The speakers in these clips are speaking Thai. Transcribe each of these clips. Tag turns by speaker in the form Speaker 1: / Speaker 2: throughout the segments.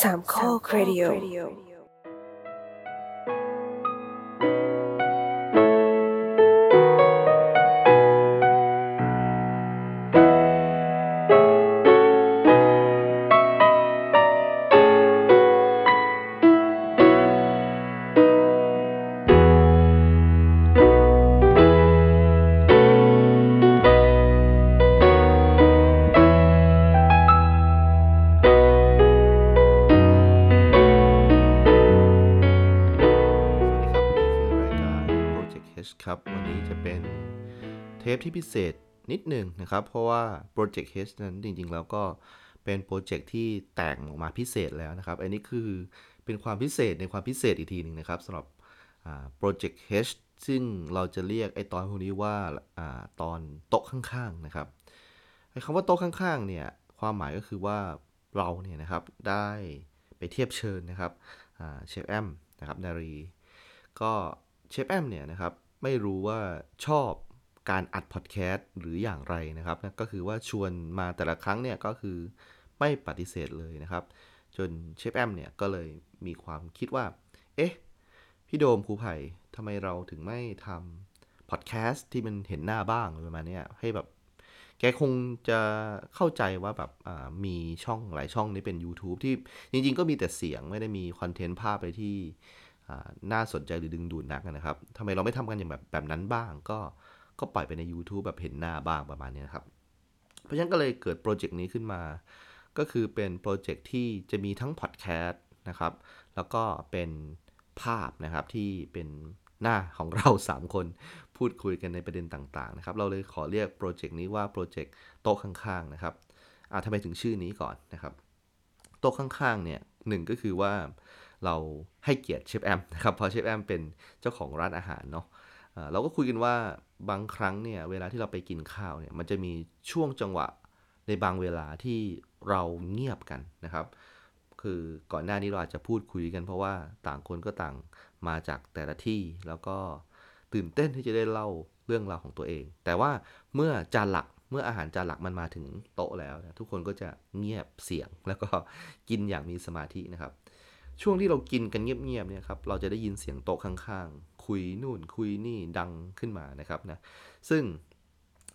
Speaker 1: สามข้อครดิโอ
Speaker 2: สวัสดีครับ นี่คือรายการ Project H ครับ วันนี้จะเป็นเทปที่พิเศษนิดหนึ่งนะครับ เพราะว่า Project H นั้นจริงๆ แล้วก็เป็นโปรเจกต์ที่แต่งออกมาพิเศษแล้วนะครับ อันนี้คือเป็นความพิเศษในความพิเศษอีกทีหนึ่งนะครับสำหรับอ่า Project H ซึ่งเราจะเรียกไอ้ตอนพวกนี้ว่าอ่าตอนโต๊ะข้างๆนะครับ ไอ้คำว่าโต๊ะข้างๆ เนี่ย ความหมายก็คือว่าเราเนี่ยนะครับได้ไปเทียบเชิญนะครับอ่าเชฟแอมนะครับนารี ก็เชฟแอมเนี่ยนะครับไม่รู้ว่าชอบการอัดพอดแคสต์หรืออย่างไรนะครับนั่นก็คือว่าชวนมาแต่ละครั้งเนี่ยก็คือไม่ปฏิเสธเลยนะครับ จนเชฟแอมเนี่ยก็เลยมีความคิดว่า เอ๊ะ พี่โดมครูไผ่ทำไมเราถึงไม่ทำพอดแคสต์ที่มันเห็นหน้าบ้างอะไรประมาณเนี้ยให้แบบ แกคงจะเข้าใจว่าแบบอ่ามีช่องหลายช่องนี่เป็น YouTube ที่จริงๆ ก็มีแต่เสียงไม่ได้มีคอนเทนต์ภาพเลยที่ อ่าน่าสนใจหรือดึงดูดนักนะครับทำไมเราไม่ทำกันอย่างแบบแบบนั้นบ้าง ก็ก็ปล่อยไปใน YouTube แบบเห็นหน้าบ้างประมาณเนี้ยนะครับ เพราะฉะนั้นก็เลยเกิดโปรเจกต์นี้ขึ้นมา ก็คือเป็นโปรเจกต์ที่จะมีทั้งพอดแคสต์นะครับ แล้วก็เป็นภาพนะครับที่เป็นหน้าของเรา 3 คนพูดคุยกันในประเด็นต่างๆนะครับ เราเลยขอเรียกโปรเจกต์นี้ว่าโปรเจกต์โต๊ะข้างๆนะครับอ่าทำไมถึงชื่อนี้ก่อนนะครับ โต๊ะข้างๆเนี่ยหนึ่งก็คือว่าเราให้เกียรติเชฟแอมนะครับเพราะเชฟแอมเป็นเจ้าของร้านอาหารเนาะเอ่อเราก็คุยกันว่าบางครั้งเนี่ยเวลาที่เราไปกินข้าวเนี่ยมันจะมีช่วงจังหวะในบางเวลาที่เราเงียบกันนะครับ คือก่อนหน้านี้เราอาจจะพูดคุยกัน เพราะว่าต่างคนก็ต่างมาจากแต่ละที่แล้วก็ตื่นเต้นที่จะได้เล่าเรื่องราวของตัวเอง แต่ว่าเมื่อจานหลักเมื่ออาหารจานหลักมันมาถึงโต๊ะแล้วนะทุกคนก็จะเงียบเสียง แล้วก็กินอย่างมีสมาธินะครับ ช่วงที่เรากินกันเงียบๆเนี่ยครับเราจะได้ยินเสียงโต๊ะข้างๆ คุยนู่นคุยนี่ดังขึ้นมานะครับนะซึ่ง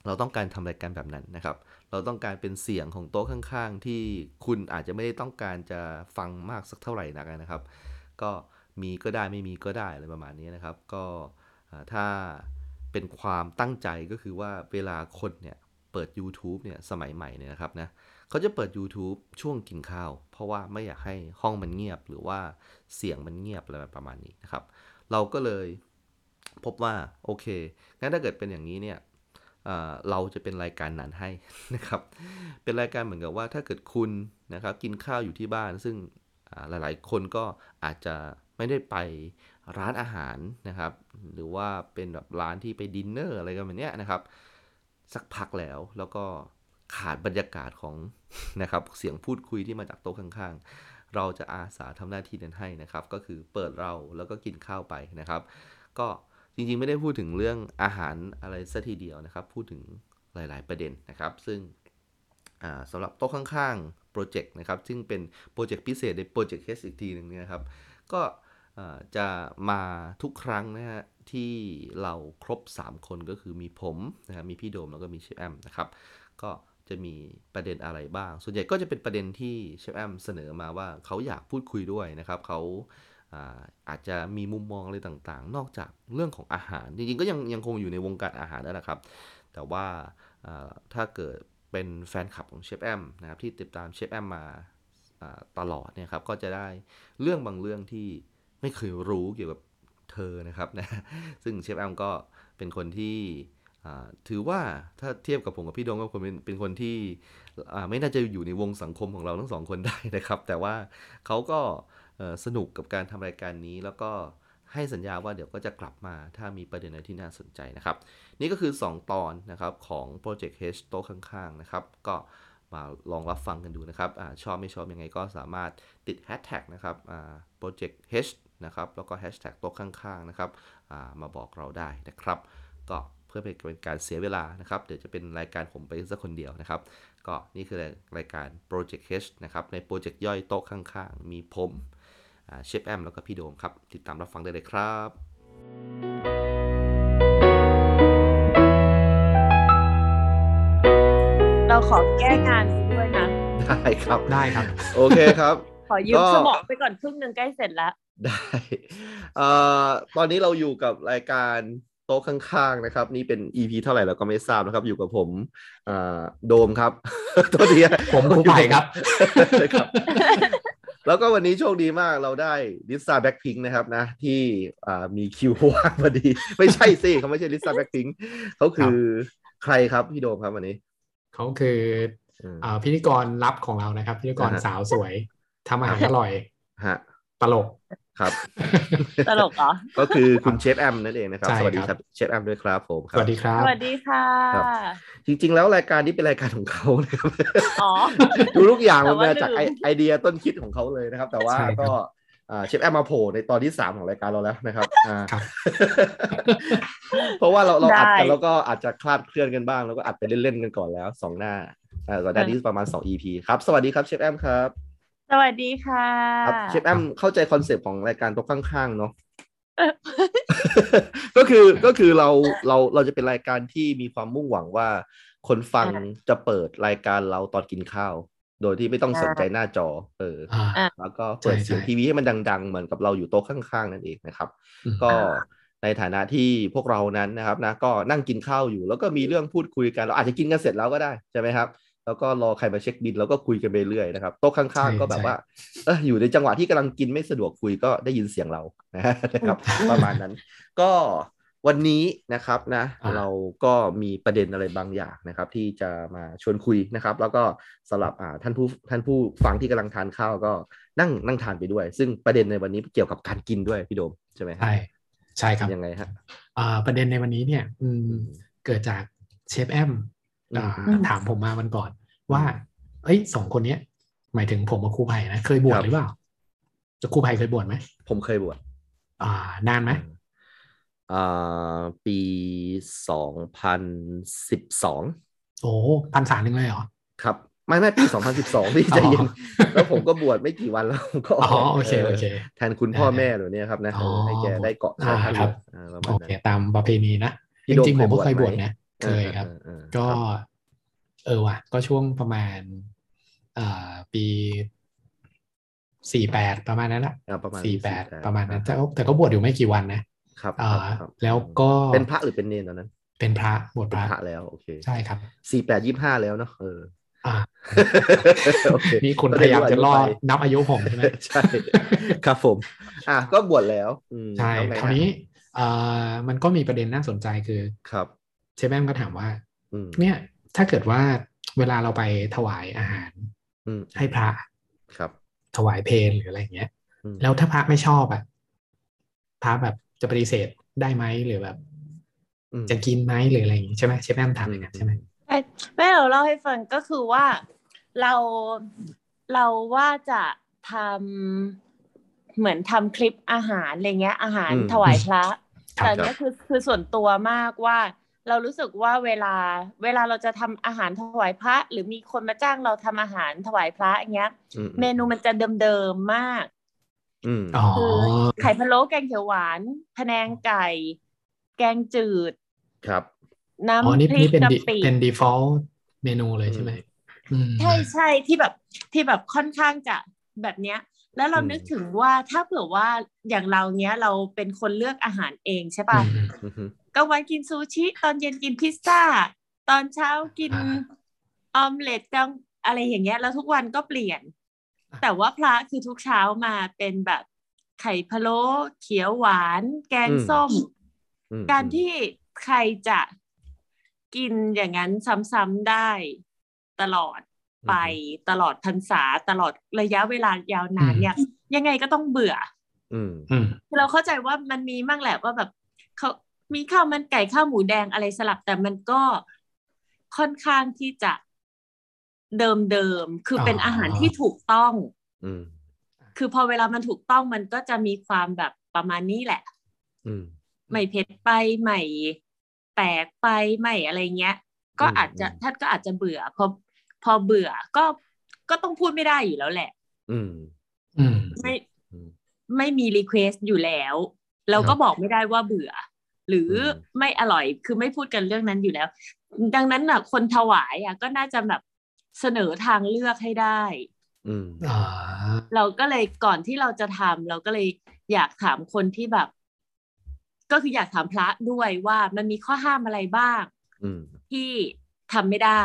Speaker 2: เราต้องการทำรายการแบบนั้นนะครับ เราต้องการเป็นเสียงของโต๊ะข้างๆ ที่คุณอาจจะไม่ได้ต้องการจะฟังมากสักเท่าไหร่นักนะครับ ก็มีก็ได้ไม่มีก็ได้อะไรประมาณนี้นะครับ ก็อ่าถ้าเป็นความตั้งใจก็คือว่าเวลาคนเนี่ยเปิด YouTube เนี่ยสมัยใหม่เนี่ยนะครับนะ เขาจะเปิด YouTube ช่วงกินข้าว เพราะว่าไม่อยากให้ห้องมันเงียบหรือว่าเสียงมันเงียบอะไรประมาณนี้นะครับ เราก็เลยพบว่าโอเคงั้นถ้าเกิดเป็นอย่างนี้เนี่ยเอ่อเราจะเป็นรายการนั้นให้ นะครับ เป็นรายการเหมือนกับว่าถ้าเกิดคุณนะครับกินข้าวอยู่ที่บ้าน ซึ่งอ่าหลายๆ คนก็อาจจะไม่ได้ไปร้านอาหารนะครับ หรือว่าเป็นแบบร้านที่ไปดินเนอร์อะไรกันแบบเนี้ยนะครับ สักพักแล้วแล้วก็ขาดบรรยากาศของ นะครับเสียงพูดคุยที่มาจากโต๊ะข้างๆ เราจะอาสาทำหน้าที่นั้นให้นะครับ ก็คือเปิดเราแล้วก็กินข้าวไปนะครับ ก็จริงๆไม่ได้พูดถึงเรื่องอาหารอะไรซะทีเดียวนะครับ พูดถึงหลายๆประเด็นนะครับ ซึ่งอ่าสำหรับโต๊ะข้างๆโปรเจกต์นะครับซึ่งเป็นโปรเจกต์พิเศษในโปรเจกต์เคสอีกทีหนึ่งเนี่ยนะครับ ก็เอ่อจะมาทุกครั้งนะฮะที่เราครบ 3 คนก็คือมีผมนะครับมีพี่โดมแล้วก็มีเชฟแอมนะครับ ก็จะมีประเด็นอะไรบ้าง ส่วนใหญ่ก็จะเป็นประเด็นที่เชฟแอมเสนอมาว่าเขาอยากพูดคุยด้วยนะครับเขาอาอาจจะมีมุมมองอะไรต่างๆ นอกจากเรื่องของอาหาร จริงๆก็ยังยังคงอยู่ในวงการอาหารนั่นแหละครับ แต่ว่าอ่าถ้าเกิดเป็นแฟนคลับของเชฟแอมนะครับที่ติดตามเชฟแอมมาอ่าตลอดเนี่ยครับก็จะได้เรื่องบางเรื่องที่ไม่เคยรู้เกี่ยวกับเธอนะครับ นะ ซึ่งเชฟแอมก็เป็นคนที่ อ่าถือว่าถ้าเทียบกับผมกับพี่โดงก็คนเป็นเป็นคนที่อ่าไม่น่าจะอยู่ในวงสังคมของเราทั้งสองคนได้นะครับ แต่ว่าเขาก็เอ่อสนุกกับการทำรายการนี้ แล้วก็ให้สัญญาว่าเดี๋ยวก็จะกลับมาถ้ามีประเด็นอะไรที่น่าสนใจนะครับ นี่ก็คือ 2 ตอนนะครับของ Project H โต๊ะข้างๆนะครับ ก็มาลองรับฟังกันดูนะครับอาชอบไม่ชอบยังไงก็สามารถติด Hashtag นะครับอ่า Project H นะครับแล้วก็ Hashtag โต๊ะข้างๆนะครับ อ่ามาบอกเราได้นะครับ ก็ เพื่อเป็นการเสียเวลานะครับ เดี๋ยวจะเป็นรายการผมไปสักคนเดียวนะครับ ก็นี่คือรายการ Project H นะครับ ในโปรเจกต์ย่อยโต๊ะข้างๆ มีผมอ่าเชฟแอมแล้วก็พี่โดมครับ ติดตามรับฟังได้เลยครับ
Speaker 3: เราขอแก้งานนี้ด้วยนะ
Speaker 2: ได้ครับ
Speaker 4: ได้ครับ
Speaker 2: โอเคครับ
Speaker 3: ขอยืม
Speaker 2: ก็
Speaker 3: สมองไปก่อนครึ่งหนึ่งใกล้เสร็จแล้ว
Speaker 2: ได้เอ่อตอนนี้เราอยู่กับรายการโต๊ะข้างๆนะครับ นี่เป็น EP เท่าไหร่เราก็ไม่ทราบนะครับ อยู่กับผมเอ่อโดมครับ ตัวทีนะ
Speaker 4: ผมครูไผ่ครับ
Speaker 2: ครับ แล้วก็วันนี้โชคดีมากเราได้ลิซ่าแบ็คพิงนะครับนะ ที่อ่ามีคิวว่างพอดี ไม่ใช่สิเขาไม่ใช่ลิซ่าแบ็คพิงเขาคือใครครับพี่โดมครับวันนี้
Speaker 4: เขาคือ
Speaker 2: อืม
Speaker 4: เอ่อพิธีกรลับของเรานะครับ พิธีกร
Speaker 2: อ่าฮะ
Speaker 4: สาวสวยทำอาหารอร่อย
Speaker 2: ฮะ
Speaker 4: ตลก
Speaker 2: ครับ
Speaker 3: ตลกเหรอ
Speaker 2: ก็คือคุณเชฟแอมนั่นเองนะครับ
Speaker 4: ใช่
Speaker 2: สวัสดีค
Speaker 4: ครั
Speaker 2: รับบ เชฟแอมด้วยครับผมค
Speaker 4: ส
Speaker 2: รับ
Speaker 4: วัสดีครับ
Speaker 3: สวัสดีค่ะ
Speaker 2: ครับ จริงๆ แล้วรายการนี้เป็นรายการของเขานะครับ
Speaker 3: อ๋อ
Speaker 2: ดูทุกอย่างมัน
Speaker 3: แต่ว่า
Speaker 2: มาจาก
Speaker 3: ลืม
Speaker 2: ไอไอเดียต้นคิดของเขาเลยนะครับ แต่ว่า
Speaker 4: ใช่ครับ
Speaker 2: ก็อ่าเชฟแอมมาโผล่ในตอนที่สามของรายการเราแล้วนะครับอ่า
Speaker 4: ครับ
Speaker 2: เพราะว่าเราเราอัด
Speaker 3: ได้
Speaker 2: กันแล้วก็อาจจะคลาดเคลื่อนกันบ้าง แล้วก็อัดไปเล่นๆกันก่อนแล้วสองหน้าอ่าก่อนหน้า
Speaker 3: ค่ะ
Speaker 2: นี้ประมาณ 2 EP ครับ สวัสดีครับเชฟแอมครับ
Speaker 3: สวัสดีค่ะ
Speaker 2: ครับเชฟแอมเข้าใจคอนเซปต์ของรายการตกข้างๆเนาะ ก็คือก็คือเราเราเราจะเป็นรายการที่มีความมุ่งหวังว่า คนฟังจะเปิดรายการเราตอนกินข้าว โดยที่ไม่ต้องสนใจหน้าจอ เออ
Speaker 4: อ่า
Speaker 2: แล้วก็เปิดเสียง
Speaker 4: ใช่ใช่
Speaker 2: ทีวีให้มันดัง ๆ เหมือนกับเราอยู่โต๊ะข้างๆ นั่นเองนะครับ
Speaker 4: อืม
Speaker 2: ก็ในฐานะที่พวกเรานั้นนะครับนะก็นั่งกินข้าวอยู่ แล้วก็มีเรื่องพูดคุยกันเราอาจจะกินกันเสร็จแล้วก็ได้ใช่ไหมครับ แล้วก็รอใครมาเช็คบินแล้วก็คุยกันไปเรื่อยนะครับโต๊ะข้าง
Speaker 4: ใช่
Speaker 2: ๆ ก็แบบ
Speaker 4: ใช่
Speaker 2: ว่าเอออยู่ในจังหวะที่กำลังกินไม่สะดวกคุยก็ได้ยินเสียงเรานะครับ ประมาณนั้น ก็วันนี้นะครับนะ
Speaker 4: อ่า
Speaker 2: เราก็มีประเด็นอะไรบางอย่างนะครับ ที่จะมาชวนคุยนะครับ แล้วก็สำหรับอ่าท่านผู้ท่านผู้ฟังที่กำลังทานข้าวก็นั่งนั่งทานไปด้วย ซึ่งประเด็นในวันนี้เกี่ยวกับการกินด้วยพี่โดมใช่ไหมฮะ
Speaker 4: ใช่ใช่ครับ
Speaker 2: ยังไงฮะ
Speaker 4: อ่าประเด็นในวันนี้เนี่ย อืม เกิดจากเชฟแอมอ่า
Speaker 3: อืม
Speaker 4: ถามผมมาวันก่อน ว่า เอ้ยสองคนเนี้ย หมายถึงผมกับครูไผ่นะเคยบว
Speaker 2: ค
Speaker 4: ช
Speaker 2: รับ
Speaker 4: หรือเปล่าจะครูไผ่เคยบวชไหม
Speaker 2: ผมเคยบวช
Speaker 4: อ่านานไหม
Speaker 2: อ่าปีสองพันสิบสอง
Speaker 4: โอ้พรรษาหนึ่งเลยเหรอ
Speaker 2: ครับ ไม่ไม่ปีสองพันสิบสองพี่
Speaker 4: อ๋อ
Speaker 2: ใจเย็น แล้วผมก็บวชไม่กี่วันแล้วผมก็
Speaker 4: อ๋อโอเคโอเค
Speaker 2: แทนคุณพ่อแม่เดี๋ยวนี้ครับนะ
Speaker 4: อ๋อ
Speaker 2: ให้แกได้เกาะชายทะเล
Speaker 4: ครับ
Speaker 2: อ่าประมา
Speaker 4: โอ
Speaker 2: ณ
Speaker 4: เค
Speaker 2: นั้น
Speaker 4: ตามประเพณีนะ จ
Speaker 2: พี่โด
Speaker 4: ริงๆผมก็เคยบวช
Speaker 2: ไหม
Speaker 4: นะเคยครับ
Speaker 2: เออเออเออ
Speaker 4: ก็
Speaker 2: ครับ
Speaker 4: เออว่ะ ก็ช่วงประมาณเอ่อปีสี่แปดประมาณนั้นละ
Speaker 2: อ่าประมาณ
Speaker 4: สี่แปด
Speaker 2: 48
Speaker 4: ประมาณนั้นแต่
Speaker 2: อ่
Speaker 4: ก็แต่ก็บวชอยู่ไม่กี่วันนะครับ เอ่อ
Speaker 2: ครับครับ
Speaker 4: แล้วก็
Speaker 2: เป็นพระหรือเป็นเนรตอนนั้น
Speaker 4: เป็นพระบวช
Speaker 2: เป็
Speaker 4: พ
Speaker 2: น
Speaker 4: ระ
Speaker 2: พระแล้วโอเค
Speaker 4: ใช่ครับ
Speaker 2: สี่แปดยี่ห้าแล้วเนาะเอ อ
Speaker 4: อ่า
Speaker 2: โอเค
Speaker 4: นี่คุณ
Speaker 2: ก็
Speaker 4: พ
Speaker 2: ได้
Speaker 4: ยายามจะล่อ
Speaker 2: ไป
Speaker 4: นับอายุผมใช่ไหม
Speaker 2: ใช่ ครับผม อ่ะก็บวชแล้วอืม
Speaker 4: ใช่
Speaker 2: แล้วไง
Speaker 4: คราวนี้เอ่อมันก็มีประเด็นน่าสนใจคือ
Speaker 2: ครับ
Speaker 4: เชฟแอมก็ถามว่า
Speaker 2: อืม
Speaker 4: เนี่ย ถ้าเกิดว่าเวลาเราไปถวายอาหาร
Speaker 2: อืม
Speaker 4: ให้พระ
Speaker 2: ครับ
Speaker 4: ถวายเพลหรืออะไรอย่างเงี้ย
Speaker 2: อืม
Speaker 4: แล้วถ้าพระไม่ชอบอะพระแบบจะปฏิเสธได้ไหมหรือแบบ
Speaker 2: อืม
Speaker 4: จะกินไหมหรืออะไรอย่างงี้ใช่ไหมเชฟแอมถามอย่างนั้นใช่ไหม
Speaker 3: แม่เราเล่าให้ฟังก็คือว่าเราเราว่าจะทำเหมือนทำคลิปอาหารอะไรเงี้ย อาหาร
Speaker 2: อืม
Speaker 3: ถวายพระ
Speaker 4: ครับ
Speaker 3: แต่เนี้ยคือคือส่วนตัวมากว่า เรารู้สึกว่าเวลาเวลาเราจะทำอาหารถวายพระ หรือมีคนมาจ้างเราทำอาหารถวายพระอย่างเงี้ย
Speaker 2: อื
Speaker 3: เมนูมันจะเดิมๆมาก
Speaker 2: อืม
Speaker 4: อ๋อ
Speaker 3: คือไข่พะโล้แกงเขียวหวานพะแนงไก่ แกงจืด
Speaker 2: ครับ
Speaker 3: น้ำ
Speaker 4: อ๋อนี่
Speaker 3: พริ
Speaker 4: นี่
Speaker 3: ก
Speaker 4: เป็น
Speaker 3: กะ
Speaker 4: ดิ
Speaker 3: ปิ
Speaker 4: เป็น default เมนูเลยใช่ไหมอืม
Speaker 3: ใช่ใช่ที่แบบที่แบบค่อนข้างจะแบบเนี้ย แล้วเรา
Speaker 2: อืม
Speaker 3: นึกถึงว่าถ้าเผื่อว่าอย่างเราเนี้ยเราเป็นคนเลือกอาหารเองใช่ป่ะ
Speaker 4: อืม
Speaker 2: อือฮึ
Speaker 3: กลางวันกินซูชิตอนเย็นกินพิซซ่า ตอนเช้ากิน
Speaker 4: อ่า
Speaker 3: ออมเล็ตกลางอะไรอย่างเงี้ย แล้วทุกวันก็เปลี่ยน
Speaker 4: อ่า
Speaker 3: แต่ว่าพระคือทุกเช้ามาเป็นแบบไข่พะโล้เขียวหวาน แกง
Speaker 2: อืม
Speaker 3: ส้ม
Speaker 2: อืม
Speaker 3: การที่ใครจะกินอย่างนั้นซ้ำๆได้ตลอดไปตลอดพรรษาตลอดระยะเวลายาวนานเนี่ยยังไงก็ต้องเบื่อ
Speaker 2: อืม
Speaker 4: อืม
Speaker 3: เราเข้าใจว่ามันมีมั่งแหละว่าแบบเขามีข้าวมันไก่ข้าวหมูแดงอะไรสลับ แต่มันก็ค่อนข้างที่จะเดิมๆคือเป็น
Speaker 4: อ๋ออ
Speaker 3: อาหารที่ถูกต้อง
Speaker 2: อืม
Speaker 3: คือพอเวลามันถูกต้องมันก็จะมีความแบบประมาณนี้แหละ
Speaker 2: อืม
Speaker 3: ไม่เผ็ดไปไม่ ปลกไปไม่อะไรเงี้ย ก็
Speaker 2: อืม
Speaker 3: อาจจะ
Speaker 2: อืม
Speaker 3: ท่านก็อาจจะเบื่อพอพอเบื่อก็ก็ต้องพูดไม่ได้อยู่แล้วแหละ
Speaker 2: อืม
Speaker 4: อืม
Speaker 3: ไม่
Speaker 2: อืม
Speaker 3: ไม่มีรีเควสอยู่แล้ว เราก็บอกไม่ได้ว่าเบื่อ หรืออ
Speaker 2: ม
Speaker 3: ไม่อร่อยคือไม่พูดกันเรื่องนั้นอยู่แล้ว ดังนั้นน่ะ คนถวายอ่ะก็น่าจะแบบเสนอทางเลือกให้ได้
Speaker 2: อืม
Speaker 4: อ่า
Speaker 3: เราก็เลยก่อนที่เราจะทำเราก็เลยอยากถามคนที่แบบ ก็คืออยากถามพระด้วยว่ามันมีข้อห้ามอะไรบ้าง
Speaker 2: อืม
Speaker 3: ที่ทำไม่ได้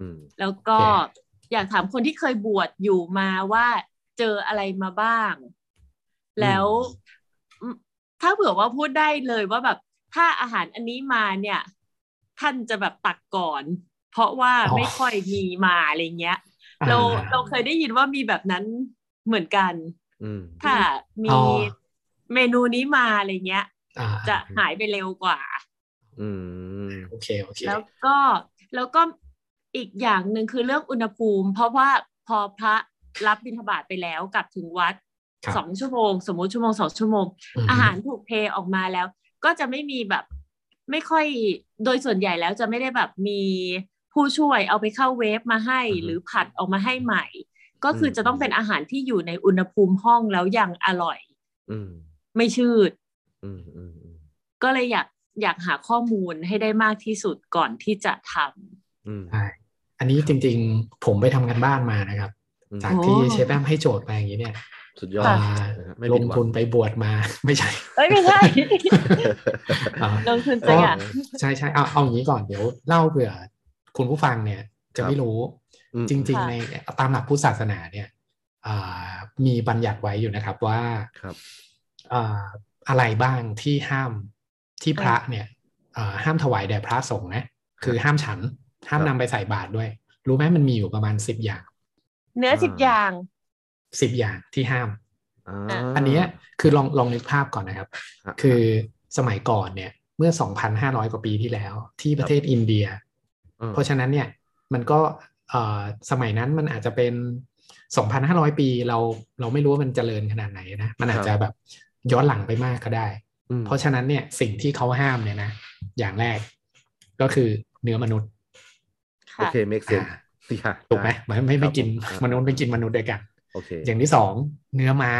Speaker 2: อืม
Speaker 3: แล้วก็
Speaker 4: โอ
Speaker 3: อยากถามคนที่เคยบวชอยู่มาว่าเจออะไรมาบ้าง แล้วอืมถ้าเผื่อว่าพูดได้เลยว่าแบบ ถ้าอาหารอันนี้มาเนี่ย ท่านจะแบบตักก่อน เพราะว่าไม่ค่อยมีมาอะไรเงี้ย เรา
Speaker 4: อ่
Speaker 3: เราเคยได้ยินว่ามีแบบนั้นเหมือนกัน
Speaker 2: อืม
Speaker 3: ถ้ามีเมนูนี้มาอะไรเงี้ย
Speaker 4: อ่า
Speaker 3: จะหายไปเร็วกว่า
Speaker 2: อืม
Speaker 4: โอเคโอเค
Speaker 3: แล้วก็แล้วก็อีกอย่างหนึ่งคือเรื่องอุณหภูมิ เพราะว่าพอพระรับบิณฑบาตไปแล้วกลับถึงวัด
Speaker 4: ครับ
Speaker 3: สองชั่วโมง สมมติชั่วโมงสองชั่วโมง
Speaker 4: ม
Speaker 3: อาหารถูกเทออกมาแล้ว ก็จะไม่มีแบบ ไม่ค่อยโดยส่วนใหญ่แล้วจะไม่ได้แบบมีผู้ช่วยเอาไปเข้าเวฟมาให้
Speaker 2: อือฮึ
Speaker 3: หรือผัดออกมาให้ใหม่ ก็คืออ
Speaker 2: ม
Speaker 3: จะต้องเป็นอาหารที่อยู่ในอุณหภูมิห้องแล้วยังอร่อย
Speaker 2: อืม
Speaker 3: ไม่ชืด
Speaker 2: อืม อืม อืม
Speaker 3: ก็เลยอยากอยากหาข้อมูลให้ได้มากที่สุดก่อนที่จะทำ
Speaker 2: อืม
Speaker 4: ใช่อันนี้จริง ๆ ผมไปทำกันบ้านมานะครับ
Speaker 2: อืม
Speaker 4: จากที่
Speaker 3: โอ้
Speaker 4: เชฟแอมให้โจทย์ไปอย่างนี้เนี่ย
Speaker 2: สุดยอด
Speaker 4: อ่า
Speaker 2: นะฮะไม่
Speaker 4: ล
Speaker 2: ผิด
Speaker 4: ง
Speaker 2: หวัง
Speaker 4: ทุนไปบวชมา ไม่ใช่
Speaker 3: เอ้ยไม่ ใช่
Speaker 4: อ่า
Speaker 3: ลงทุนจะอยาก
Speaker 4: ใช่ใช่เอาเอาอย่างนี้ก่อนเดี๋ยวเล่าเผื่อคุณผู้ฟังเนี่ย จะไม่รู้
Speaker 2: อืม
Speaker 4: จริง ๆ
Speaker 3: ค่ะ
Speaker 4: ในตามหลักพุทธศาสนาเนี่ยอ่ามีบัญญัติไว้อยู่นะครับว่า
Speaker 2: ครับ
Speaker 4: อ่าอะไรบ้างที่ห้ามที่พระเนี่ยอ่าห้ามถวายแด่พระสงฆ์นะคือห้ามฉัน ห้าม
Speaker 2: ครับ
Speaker 4: นำไปใส่บาตรด้วย รู้ไหมมันมีอยู่ประมาณสิบอย่าง
Speaker 3: เนื้อสิบอย่าง
Speaker 4: สิบอย่างที่ห้าม
Speaker 2: อ่า
Speaker 4: อันเนี้ยคือลองลองนึกภาพก่อนนะครับ
Speaker 2: รับ
Speaker 4: คือสมัยก่อนเนี่ยเมื่อ 2,500 กว่าปีที่แล้ว ที่ประเทศอินเดีย
Speaker 2: อืม
Speaker 4: เพราะฉะนั้นเนี่ยมันก็เอ่อสมัยนั้นมันอาจจะเป็น 2,500 ปีเราเราไม่รู้ว่ามันเจริญขนาดไหนนะมันอาจจะแบบย้อนหลังไปมากก็ได้
Speaker 2: อืม
Speaker 4: เพราะฉะนั้นเนี่ยสิ่งที่เขาห้ามเนี่ยนะอย่างแรกก็คือเนื้อมนุษย์
Speaker 2: โอ
Speaker 3: ค่ะ
Speaker 2: เค เมกเซน
Speaker 4: อ่าถูกไหมไม่ไม่ไม่กินมนุษย์ไม่กินมนุษย์ด้วยกัน
Speaker 2: โอเค
Speaker 4: อย่างที่สองเนื้อม้า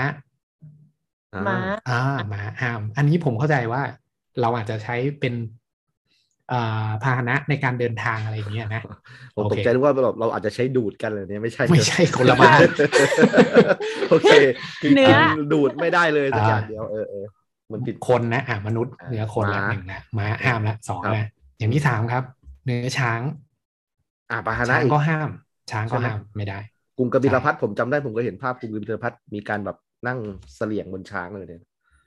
Speaker 2: อ่
Speaker 3: ม้า
Speaker 4: อ่ามาห้าม อันนี้ผมเข้าใจว่าเราอาจจะใช้เป็นอ่าพาหนะในการเดินทางอะไรอย่างเงี้ยนะ
Speaker 2: ผม
Speaker 4: โอ
Speaker 2: ต
Speaker 4: เค
Speaker 2: กใจนึกว่าแบบเราอาจจะใช้ดูดกันอะไรเนี่ยไม่ใช่
Speaker 4: ไม่ใช่คนละม้า
Speaker 2: โอเคคือ
Speaker 3: เนื้
Speaker 2: กิ
Speaker 3: อ
Speaker 2: นดูดไม่ได้เลยสักอย่าง
Speaker 4: อ่า
Speaker 2: เดียวเออเออมันผิด
Speaker 4: คนนะอ่ามนุษย์
Speaker 2: อ่า
Speaker 4: เนื้อคน
Speaker 2: ม้า
Speaker 4: ละหนึ่งนะม้าห้ามละสอง
Speaker 2: ครับ
Speaker 4: นะอย่างที่สามครับ เนื้อช้าง
Speaker 2: อ่าปาหนะ
Speaker 4: ช้าง
Speaker 2: อีก
Speaker 4: ก็ห้าม ช้างก็
Speaker 2: ใช่ไหม
Speaker 4: ห้ามไม่ได้
Speaker 2: กรุงกบิลพัทผมจำได้ผมก็เห็นภาพกรุงกบิลพัทมีการแบบนั่งเสลี่ยงบนช้างเลยเนี่ย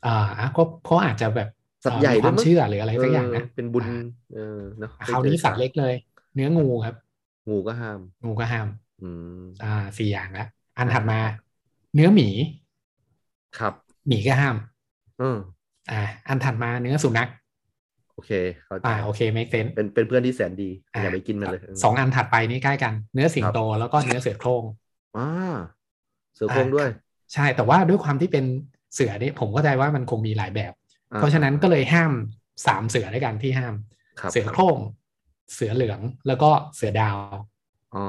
Speaker 4: อ่าอ่ะก็ก็อาจจะแบบ
Speaker 2: สัตว์ใหญ่
Speaker 4: เอ่อมี
Speaker 2: ด้ยวมั้ง
Speaker 4: ความเชื่อหรืออะไรสักอย่างนะ
Speaker 2: เเป็นบุญ
Speaker 4: อ่า
Speaker 2: เออเนาะ
Speaker 4: คราวนี้สัตว์เล็กเลย เนื้องูครับ
Speaker 2: งูก็ห้าม
Speaker 4: งูก็ห้าม
Speaker 2: อืม
Speaker 4: อ่าสี่อย่างละอันถัดมา เนื้อหมี
Speaker 2: ครับ
Speaker 4: หมีก็ห้าม
Speaker 2: อืม
Speaker 4: อ่าอันถัดมาเนื้อสุนัข
Speaker 2: โอเคเข้าใจ
Speaker 4: อ่าโอเค make sense
Speaker 2: เป็นเป็นเพื่อนที่แสนดี
Speaker 4: อ่ะ
Speaker 2: อย่าไปกินมันเลย
Speaker 4: สองอันถัดไปนี่ใกล้กัน เนื้อสิงโตแล้วก็เนื้อเสือโคร่ง
Speaker 2: อ่าเสือโคร่งด้วย
Speaker 4: ใช่แต่ว่าด้วยความที่เป็นเสือเนี่ยผมเข้าใจว่ามันคงมีหลายแบบ
Speaker 2: อ่
Speaker 4: เพราะฉะนั้นก็เลยห้ามสามเสือด้วยกันที่ห้าม
Speaker 2: ครับ
Speaker 4: เสือโคร่ง เสือเหลืองแล้วก็เสือดาว
Speaker 2: อ๋อ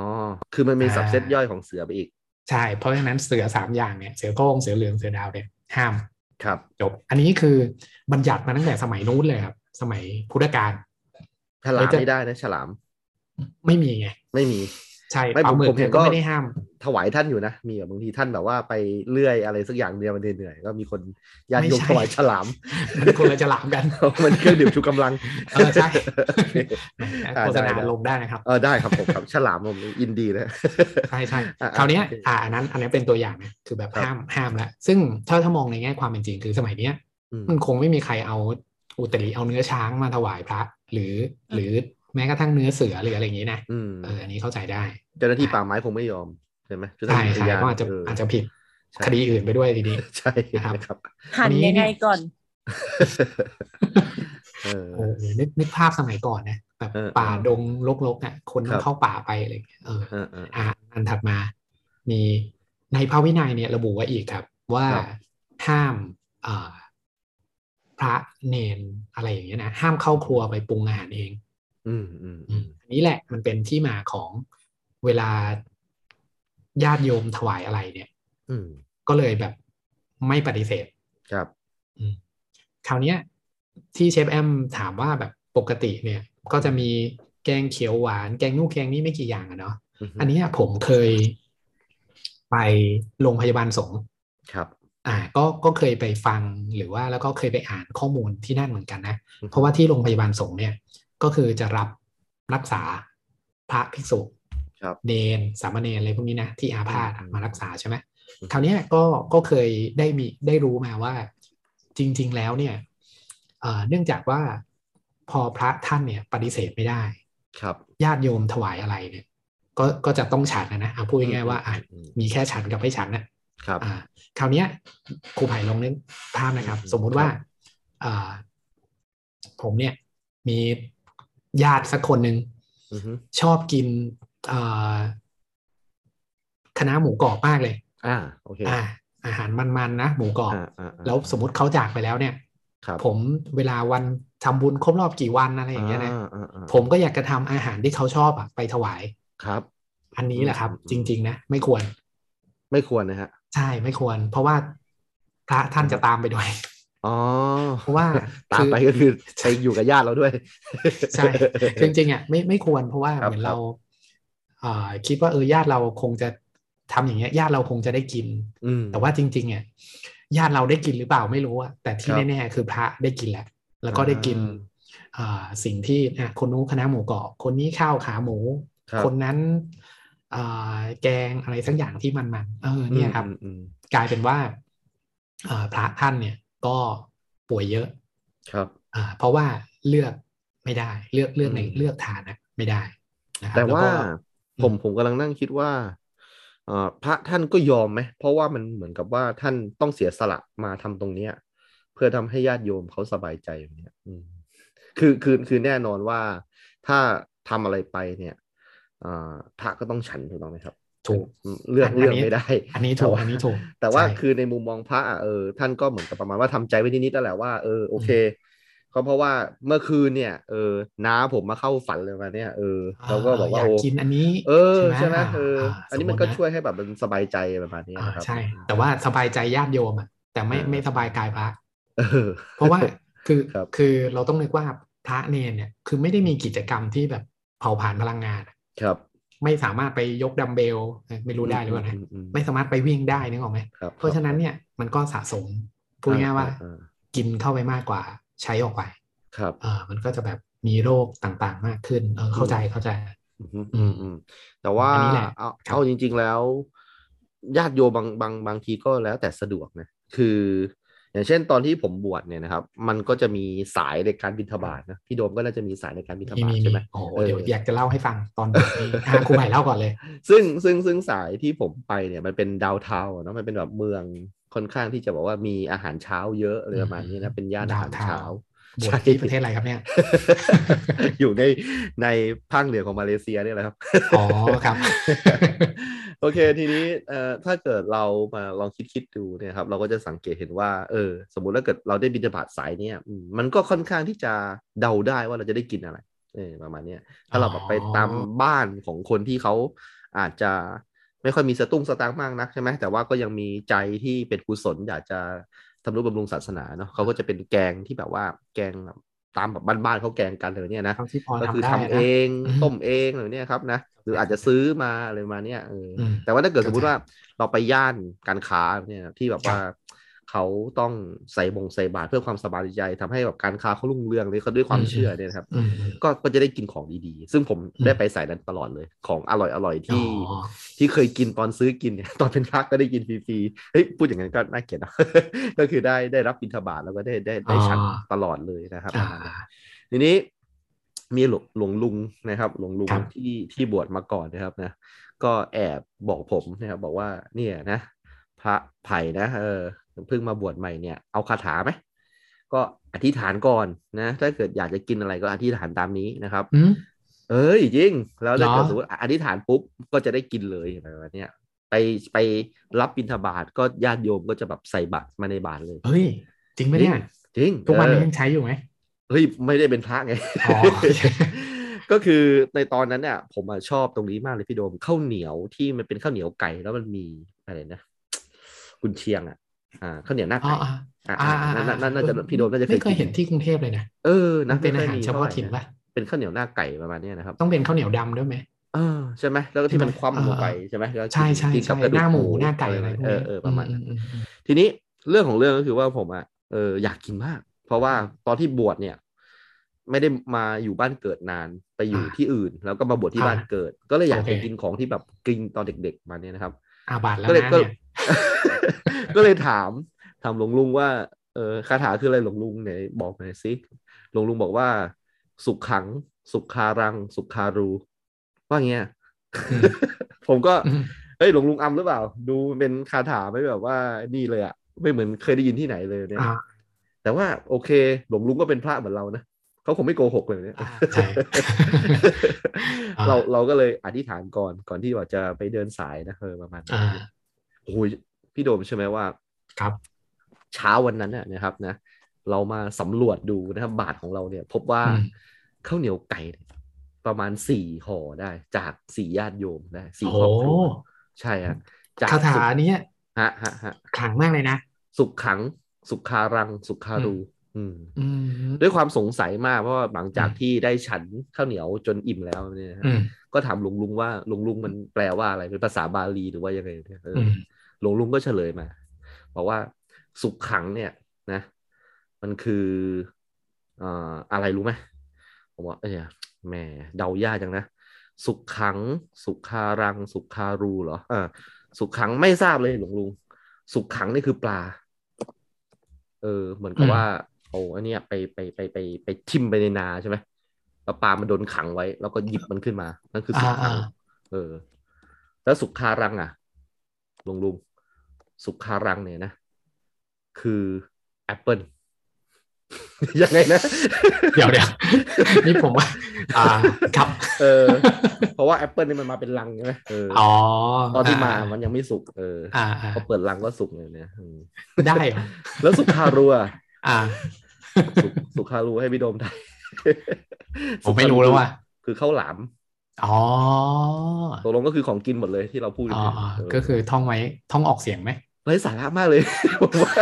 Speaker 2: คือมันมี
Speaker 4: อ่า
Speaker 2: สับเซตย่อยของเสือไปอีก
Speaker 4: ใช่เพราะฉะนั้นเสือสามอย่างเนี่ยเสือโคร่งเสือเหลืองเสือดาวเนี่ยห้าม
Speaker 2: ครับ
Speaker 4: จบ อันนี้คือบัญญัติมาตั้งแต่สมัยนู้นเลยครับ สมัยพุทธกาล
Speaker 2: ฉลาม
Speaker 4: แล้วจะ
Speaker 2: ไม่ได้นะฉลาม
Speaker 4: ไม่มีไง
Speaker 2: ไม่มี
Speaker 4: ใช่
Speaker 2: ไม่
Speaker 4: ปลาหมึ
Speaker 2: ผ
Speaker 4: ก
Speaker 2: มเห็
Speaker 4: เนี่ย
Speaker 2: น
Speaker 4: ก็
Speaker 2: ก็
Speaker 4: ไม่ได้ห้าม
Speaker 2: ถวายท่านอยู่นะ มีแบบบางทีท่านแบบว่าไปเลื่อยอะไรสักอย่างเดียวมันเหนื่อยๆก็มีคนญาติโยม
Speaker 4: ไม่ใช่
Speaker 2: ถวายฉลาม
Speaker 4: มันคนละจะหลามกัน
Speaker 2: มันเครื่องดื่มชูกำลัง
Speaker 4: เออใช่
Speaker 2: โอเค อ่า
Speaker 4: โฆษณา
Speaker 2: ได้ได้
Speaker 4: ลงได้นะครับ
Speaker 2: เออได้ครับผมครับ ฉลามผมยินดีนะ
Speaker 4: ใช่ใช่
Speaker 2: อ่ะอ่ะ
Speaker 4: คราวเนี้ย
Speaker 2: โอเ
Speaker 4: อ่าอันนั้นอันนี้นเป็นตัวอย่างนะคือแบบ
Speaker 2: ครับ
Speaker 4: ห้ามห้ามแล้วซึ่งถ้าถ้ามองในแง่ความเป็นจริงคือสมัยเนี้ย
Speaker 2: อืม
Speaker 4: มันคงไม่มีใครเอาอุตริเอาเนื้อช้างมาถวายพระ หรือ
Speaker 3: อืม
Speaker 4: หรือแม้กระทั่งเนื้อเสือหรืออะไรอย่างนี้นะ
Speaker 2: อืม
Speaker 4: เอออันนี้เข้าใจได้
Speaker 2: เจ้าหน้าที่ป่าไม้คงไม่ยอมใช่ไหมเจ้าหน้า
Speaker 4: ใช่
Speaker 2: ที่อุท
Speaker 4: ใช่
Speaker 2: ยาน
Speaker 4: ก็อาจจะ
Speaker 2: เ
Speaker 4: อาจจะผิด
Speaker 2: ใช่
Speaker 4: คดีอื่นไปด้วยทีนี้
Speaker 2: ใช่
Speaker 4: นะครับ
Speaker 2: นะครับ
Speaker 3: หั่น
Speaker 4: อันนี้
Speaker 3: ยังไงก่อน
Speaker 2: เออ
Speaker 4: เออนึกนึกภาพสมัยก่อนนะแบบ
Speaker 2: เออ
Speaker 4: ป่าดงรกๆอ่ะคน
Speaker 2: ค
Speaker 4: ต้อ
Speaker 2: รั
Speaker 4: ง
Speaker 2: บ
Speaker 4: เข้าป่าไปอะไรอย่างเงี้ยเออ
Speaker 2: เออเออ
Speaker 4: อ่ะอันถัดมา มีในพระวินัยเนี่ยระบุไว้อีกครับ ว่า
Speaker 2: ครับ
Speaker 4: ห้ามอ่า พระเนนอะไรอย่างเงี้ยนะห้ามเข้าครัวไปปรุงอาหารเอง
Speaker 2: อืมอืม
Speaker 4: อืมอันนี้แหละมันเป็นที่มาของเวลาญาติโยมถวายอะไรเนี่ย
Speaker 2: อืม
Speaker 4: ก็เลยแบบไม่ปฏิเสธ
Speaker 2: ครับ
Speaker 4: คราวเนี้ยที่เชฟแอมถามว่าแบบปกติเนี่ย ก็จะมีแกงเขียวหวาน แกงนู่นแกงนี่ไม่กี่อย่างอะเนาะ
Speaker 2: ฮึ
Speaker 4: อันเนี้ยผมเคยไปโรงพยาบาลสงฆ์
Speaker 2: ครับ
Speaker 4: อ่า ก็ก็เคยไปฟังหรือว่าแล้วก็เคยไปอ่านข้อมูลที่นั่นเหมือนกันนะ เพราะว่าที่โรงพยาบาลสงฆ์เนี่ย ก็คือจะรับรักษาพระภิกษุ
Speaker 2: ครับ
Speaker 4: เนนสามเณรอะไรพวกนี้นะที่อาพาธ
Speaker 2: อืม
Speaker 4: มารักษาใช่ไหม
Speaker 2: อืม
Speaker 4: คราวเนี้ยก็ก็เคยได้มีได้รู้มาว่า จริง ๆ แล้วเนี่ยเอ่อเนื่องจากว่าพอพระท่านเนี่ยปฏิเสธไม่ได้
Speaker 2: ครับ
Speaker 4: ญาติโยมถวายอะไรเนี่ย ก็ก็จะต้องฉันนะนะเอาพูดง่ายๆว่าอ่ะ
Speaker 2: อืม
Speaker 4: มีแค่ฉันกับไม่ฉันนะครับ อ่า คราวเนี้ยครูไผ่ลองนึกภาพนะครับ
Speaker 2: อืม
Speaker 4: สมมุติว่า
Speaker 2: ครับ
Speaker 4: อ่าผมเนี่ยมีญาติสักคนหนึ่ง
Speaker 2: อือฮึ
Speaker 4: ชอบกินเอ่อคณะน้าหมูกรอบมากเลย
Speaker 2: อ่าโอเค
Speaker 4: อ่า อาหารมันๆนะหมูกรอบ
Speaker 2: อ่าอ่าอ่า
Speaker 4: แล้วสมมติเขาจากไปแล้วเนี่ย
Speaker 2: ครับ
Speaker 4: ผมเวลาวันทำบุญครบรอบกี่วันอะไรอย่างเงี้ยนะ
Speaker 2: อ่าอ่า
Speaker 4: ผมก็อยากจะทำอาหารที่เขาชอบอะไปถวาย
Speaker 2: ครับ
Speaker 4: อันนี้แหละครับ
Speaker 2: อืม
Speaker 4: จริง ๆ นะ ไม่ควร
Speaker 2: ไม่ควรนะฮะ
Speaker 4: ใช่ไม่ควร เพราะว่าพระท่านจะตามไปด้วย
Speaker 2: อ๋อ
Speaker 4: เพราะว่า
Speaker 2: ตามไปก็คือไปอยู่กับญาติเราด้วย
Speaker 4: ใช่ จริงๆอ่ะไม่ไม่ควรเพราะว่า
Speaker 2: ครับ
Speaker 4: เหมือนเราเอ่อคิดว่าเออญาติเราคงจะทำอย่างเงี้ยญาติเราคงจะได้กิน
Speaker 2: อืม
Speaker 4: แต่ว่าจริงๆเนี่ยญาติเราได้กินหรือเปล่าไม่รู้อะแต่
Speaker 2: ค
Speaker 4: ที่
Speaker 2: รับ
Speaker 4: แน่ๆคือพระได้กินแล้ว แล้วก็ได้กิน
Speaker 2: อ่า
Speaker 4: อ่าสิ่งที่อ่ะคนนู้นคณะหมูกรอบคนนี้ข้าวขาหมู
Speaker 2: ครับ
Speaker 4: คนนั้นอ่าแกงอะไรสักอย่างที่มันๆเออเนี่ยครับ
Speaker 2: อืมอืม
Speaker 4: กลายเป็นว่าอ่าพระท่านเนี่ยก็ป่วยเยอะ
Speaker 2: ครับ
Speaker 4: อ่าเพราะว่าเลือกไม่ได้ เลือกเลือกใน
Speaker 2: อืม
Speaker 4: เลือกทานนะไม่ได้นะครับ
Speaker 2: แต่
Speaker 4: ล้
Speaker 2: ว่า
Speaker 4: ก็
Speaker 2: ผ
Speaker 4: อื
Speaker 2: ม
Speaker 4: ม
Speaker 2: ผมกำลังนั่งคิดว่าเอ่อพระท่านก็ยอมไหมเพราะว่ามันเหมือนกับว่าท่านต้องเสียสละมาทำตรงเนี้ย เพื่อทำให้ญาติโยมเขาสบายใจอย่างเนี้ยอืมคือคือคือแน่นอนว่าถ้าทำอะไรไปเนี่ยเอ่อพระก็ต้องฉันถูกต้องไหมครับ
Speaker 4: ถูก
Speaker 2: อืมเลือก
Speaker 4: อัน
Speaker 2: เลือก
Speaker 4: อันนี้
Speaker 2: ไม่ได้
Speaker 4: อันนี้ถูก
Speaker 2: แต่ว่า
Speaker 4: อันนี้ถูก
Speaker 2: แต่ว่า
Speaker 4: ใช่
Speaker 2: คือในมุมมองพระอ่ะเออท่านก็เหมือนกับประมาณว่าทำใจไว้นิดๆแล้วแหละว่าเออโอเค ก็เพราะว่าเมื่อคืนเนี่ยเออน้าผมมาเข้าฝันเลยมาเนี่ยเออแล้วก็บอกว่า
Speaker 4: อยาก
Speaker 2: โอ้
Speaker 4: กินอันนี้
Speaker 2: เออใช่ไหม
Speaker 4: อ่า
Speaker 2: เอออา อันนี้มันก็
Speaker 4: สติะ
Speaker 2: ช่วยให้แบบมันสบายใจประมาณนี้
Speaker 4: อ่า
Speaker 2: นะครับ
Speaker 4: ใช่ แต่ว่าสบายใจญาติโยมอ่ะแต่ไม่
Speaker 2: อ่า
Speaker 4: ไม่สบายกายพระ
Speaker 2: เออ
Speaker 4: เพราะว่าคือ
Speaker 2: ครับ
Speaker 4: คือเราต้องนึกว่าพระเนนเนี่ย คือไม่ได้มีกิจกรรมที่แบบเผาผลาญพลังงานอะ
Speaker 2: ครับ
Speaker 4: ไม่สามารถไปยกดัมเบลเออไม่รู้ได้หรือเปล่านะ
Speaker 2: มอื
Speaker 4: ไม่สามารถไปวิ่งได้นึกออกไหม
Speaker 2: ครับ
Speaker 4: เพราะฉะนั้นเนี่ยมันก็สะสมพูดง่ายๆว่า
Speaker 2: อ่
Speaker 4: กินเข้าไปมากกว่าใช้ออกไป
Speaker 2: ครับ
Speaker 4: เออมันก็จะแบบมีโรคต่างๆมากขึ้นเออเข้าใจเข้าใจ
Speaker 2: อืมอืม
Speaker 4: อืม
Speaker 2: อืมแต่ว่า
Speaker 4: อันนี้แหละ
Speaker 2: เอา
Speaker 4: ครับ
Speaker 2: เอาจริง ๆแล้ว ญาติโยมบางบางบางทีก็แล้วแต่สะดวกนะคือ อย่างเช่นตอนที่ผมบวชเนี่ยนะครับ มันก็จะมีสายในการบิณฑบาตนะพี่โดมก็น่าจะมีสายในการบิณฑ
Speaker 4: มี
Speaker 2: บาต
Speaker 4: มี
Speaker 2: ใช่ไหม
Speaker 4: โอ้โห
Speaker 2: เออ
Speaker 4: เดี๋ยวอยากจะเล่าให้ฟังตอนบทนี้ อ่ะครูใหม่เล่าก่อนเลย
Speaker 2: ซึ่งซึ่งซึ่งสายที่ผมไปเนี่ยมันเป็นดาวเทาเนาะมันเป็นแบบเมืองค่อนข้างที่จะบอกว่ามีอาหารเช้าเยอะอะไรประมาณนี้นะเป็นย่านอาหารเช้า
Speaker 4: บว
Speaker 2: ใช่
Speaker 4: ชที่ประเทศอะไรครับเนี่ย
Speaker 2: อยู่ในในภาคเหนือของมาเลเซียเนี่ยแหละครับ
Speaker 4: อ๋อ ครับ
Speaker 2: โอเคทีนี้เอ่อถ้าเกิดเรามาลองคิดคิดดูเนี่ยครับ เราก็จะสังเกตเห็นว่าเออ สมมุติถ้าเกิดเราได้บิณฑบาตสายเนี่ยอืมมันก็ค่อนข้างที่จะเดาได้ว่าเราจะได้กินอะไรเออประมาณเนี้ยถ้าเราแบบไปตามบ้านของคนที่เขาอาจจะไม่ค่อยมีสตุ้งสตางค์มากนักใช่ไหมแต่ว่าก็ยังมีใจที่เป็นกุศลอยากจะทำนุบำรุงศาสนาเนาะเขาก็จะเป็นแกงที่แบบว่าแกงแบบตามแบบบ้านๆเขาแกงกันเลยเนี่ยนะ
Speaker 4: เท่าที่พอ
Speaker 2: ก็คือ
Speaker 4: ทำได้
Speaker 2: ทำเอ
Speaker 4: นะ
Speaker 2: ง
Speaker 4: อืม
Speaker 2: ต้มเองอะไรเนี่ยครับนะหรืออาจจะซื้อมาอะไรประมาณเนี่ยเอออ
Speaker 4: ม
Speaker 2: แต่ว่าถ้าเกิดสมมุติ
Speaker 4: เข้า
Speaker 2: ว่า
Speaker 4: ใจ
Speaker 2: เราไปย่านการค้าเนี่ยที่แบบว่าเขาต้องใส่บงใส่บาตรเพื่อความสบายใจทำให้แบบการค้าเขารุ่งเรืองเลยเขาด้วยความ
Speaker 4: อืม
Speaker 2: เชื่อเนี่ยนะครับ
Speaker 4: อืม
Speaker 2: ก็ก็จะได้กินของดีๆ ซึ่งผม
Speaker 4: อืม
Speaker 2: ได้ไปสายนั้นตลอดเลยของอร่อยๆที่
Speaker 4: อ๋อ
Speaker 2: ที่เคยกินตอนซื้อกินเนี่ย ตอนเป็นพระก็ได้กินฟรีๆเฮ้ยพูดอย่างนั้นก็น่าเกลียดนะ ก็คือได้ได้รับบิณฑบาตแล้วก็ได้ได้ได้ฉัน
Speaker 4: อ่า
Speaker 2: ตลอดเลยนะครับ
Speaker 4: อ่า
Speaker 2: ทีนี้มีหลวงหลวงลุงนะครับ หลวงลุง
Speaker 4: ครับ
Speaker 2: ที่ที่บวชมาก่อนนะครับนะ ก็แอบบอกผมนะครับบอกว่าเนี่ยนะ พระไผ่นะเออเพิ่งมาบวชใหม่เนี่ยเอาคาถาไหมก็อธิษฐานก่อนนะ ถ้าเกิดอยากจะกินอะไรก็อธิษฐานตามนี้นะครับ
Speaker 4: อืม
Speaker 2: เอ้ยจริง แล้วถ้า
Speaker 4: เหรอ
Speaker 2: เกิดสมมติอธิษฐานปุ๊บก็จะได้กินเลยอะไรแบบเนี้ยไปไปรับบิณฑบาตก็ญาติโยมก็จะแบบใส่บาตรมาในบาตรเลย
Speaker 4: เฮ้ย จริงไหมเนี่ย
Speaker 2: จริง
Speaker 4: ทุกวันนี้
Speaker 2: เออ
Speaker 4: ยังใช้อยู่ไหม
Speaker 2: เฮ้ยไม่ได้เป็นพระไง
Speaker 4: อ๋อ
Speaker 2: ก็คือในตอนนั้นเนี่ยผมอะชอบตรงนี้มากเลยพี่โดมข้าวเหนียวที่มันเป็นข้าวเหนียวไก่แล้วมันมีอะไรนะกุนเชียงอ่ะอ่าข้าวเหนียวหน้า
Speaker 4: อ๋อ
Speaker 2: ไก่
Speaker 4: อ่ะ
Speaker 2: อ่า
Speaker 4: อ่า
Speaker 2: อ่า
Speaker 4: อ่
Speaker 2: น่าน่าน่าจะ
Speaker 4: เออ
Speaker 2: พี่โดมน่าจะ
Speaker 4: ไม่เคย
Speaker 2: กิ
Speaker 4: เห็นที่กรุงเทพเลยนะ
Speaker 2: เออนะ
Speaker 4: มันเป็นอา
Speaker 2: ไม่
Speaker 4: หา
Speaker 2: ค่ย
Speaker 4: ร
Speaker 2: มี
Speaker 4: เฉพาะถิ่น
Speaker 2: ท่ไหร่
Speaker 4: ปะ
Speaker 2: เป็นข้าวเหนียวหน้าไก่ประมาณเนี้ยนะครับ
Speaker 4: ต้องเป็นข้าวเหนียวดำด้วยไหม
Speaker 2: เออใช่ไหมแล้วก็ที่มันคว่ำลงไป
Speaker 4: เออเออ
Speaker 2: ใช่ไหมแล้วกิน
Speaker 4: ใช่ใช่
Speaker 2: กินกับ
Speaker 4: ใช่
Speaker 2: กระดูก
Speaker 4: หน้าหมูหน้าไก่อะไรพวกนี้
Speaker 2: เออเออประมาณนั้น
Speaker 4: อืมอืมอืม
Speaker 2: ทีนี้เรื่องของเรื่องก็คือว่าผมอ่ะเอออยากกินมาก เพราะว่าตอนที่บวชเนี่ย ไม่ได้มาอยู่บ้านเกิดนานไปอยู่ที่อื่น แล้วก็มาบวชที่
Speaker 4: อ่า
Speaker 2: บ้านเกิด ก็เลยอยาก
Speaker 4: โอเค
Speaker 2: ไปกินของที่แบบกินตอนเด็ก ๆ มาเนี่ยนะครับ
Speaker 4: อาบาดแล้ว
Speaker 2: ก็เลย
Speaker 4: นะ
Speaker 2: ก็
Speaker 4: เนี่ย
Speaker 2: ก็เลยถามถามหลวงลุงว่าเออคาถาคืออะไรหลวงลุงไหนบอกหน่อยสิหลวงลุงบอกว่า สุขขัง สุขคารัง สุขคารู ว่าเงี้ย
Speaker 4: อืม
Speaker 2: ผมก็
Speaker 4: อืม
Speaker 2: เฮ้ยหลวงลุงอำหรือเปล่า ดูเป็นคาถาไม่แบบว่านี่เลยอะไม่เหมือนเคยได้ยินที่ไหนเลยเนี่ย
Speaker 4: อ่า
Speaker 2: แต่ว่าโอเค หลวงลุงก็เป็นพระเหมือนเรานะเขาคงไม่โกหกเลยเนี่ย
Speaker 4: อ่าใช่ อ่า
Speaker 2: เราเราก็เลยอธิษฐานก่อนก่อนที่ว่าจะไปเดินสายนะเออประมาณนั้น
Speaker 4: อ่า
Speaker 2: โอ้ยพี่โดมใช่ไหมว่า
Speaker 4: ครับ
Speaker 2: เช้าวันนั้นน่ะนะครับนะ เรามาสำรวจดูนะครับ บาทของเราเนี่ย พบว่า
Speaker 4: อืม
Speaker 2: ข้าวเหนียวไก่เนี่ยประมาณสี่ห่อได้ จากสี่ญาติโยมได้สี่
Speaker 4: โอ้โห
Speaker 2: ครอบครัวใช่ฮะจก
Speaker 4: คาถา
Speaker 2: สุข
Speaker 4: เนี้ย
Speaker 2: ฮะฮะฮะ
Speaker 4: ขลังมากเลยนะ
Speaker 2: สุขขัง สุขคารัง สุขคารู อืม
Speaker 4: อืม
Speaker 2: ด้วยความสงสัยมากเพราะว่าหลังจาก
Speaker 4: อืม
Speaker 2: ที่ได้ฉันข้าวเหนียวจนอิ่มแล้วเนี่ยนะฮะ
Speaker 4: อืม
Speaker 2: ก็ถามหลวงลุงว่าหลวงลุงมันแปลว่าอะไรเป็นภาษาบาลีหรือว่ายังไงเนี่ยเออ
Speaker 4: อื
Speaker 2: อ
Speaker 4: ม
Speaker 2: หลวงลุงก็เฉลยมาบอกว่าสุขขังเนี่ยนะ มันคือเอ่ออะไรรู้ไหมผมว่าเอ้ยแหมเดายากจังนะ สุขขัง สุขคารัง สุขคารูเหรออ่าสุขขังไม่ทราบเลยหลวงลุง สุขขังนี่คือปลา เออ เหมือนกับว่าเอาอันเนี้ยไปไปไปไปไปทิ่มไปในนาใช่ไหมแล้วปลามันโดนขังไว้ แล้วก็หยิบมันขึ้นมา นั่นคือสุขขัง
Speaker 4: อ่า
Speaker 2: เออ แล้วสุขารังอ่ะลุงลุงสุขารังเนี่ยนะ คือแอปเปิล ยังไงนะ
Speaker 4: ๆเดี๋ยวเดี๋ยว นี่ผมว่า อ่าครับ
Speaker 2: เออ เพราะว่าแอปเปิลนี่มันมาเป็นรังใช่ไหมเอออ
Speaker 4: อ๋อ
Speaker 2: ตอนที่มามันยังไม่สุกเออ
Speaker 4: อ่าอ่า
Speaker 2: พอเปิดรังก็สุกเลยเนี่ยอืม
Speaker 4: ได้เหรอ
Speaker 2: แล้วสุขารัว
Speaker 4: อ่า
Speaker 2: สุสุขารูให้พี่โดมได้
Speaker 4: ผมไม่รู้แล้วว่ะ
Speaker 2: คือข้าวหลาม
Speaker 4: อ๋อ
Speaker 2: ตกลงก็คือของกินหมดเลยที่เราพูดกัน
Speaker 4: อ๋อ
Speaker 2: เนี่ย
Speaker 4: อ๋อ
Speaker 2: เ
Speaker 4: ก็คือท่องไว้ท่องออกเสียงไหม
Speaker 2: ไร้สาระมากเลย ผมว่า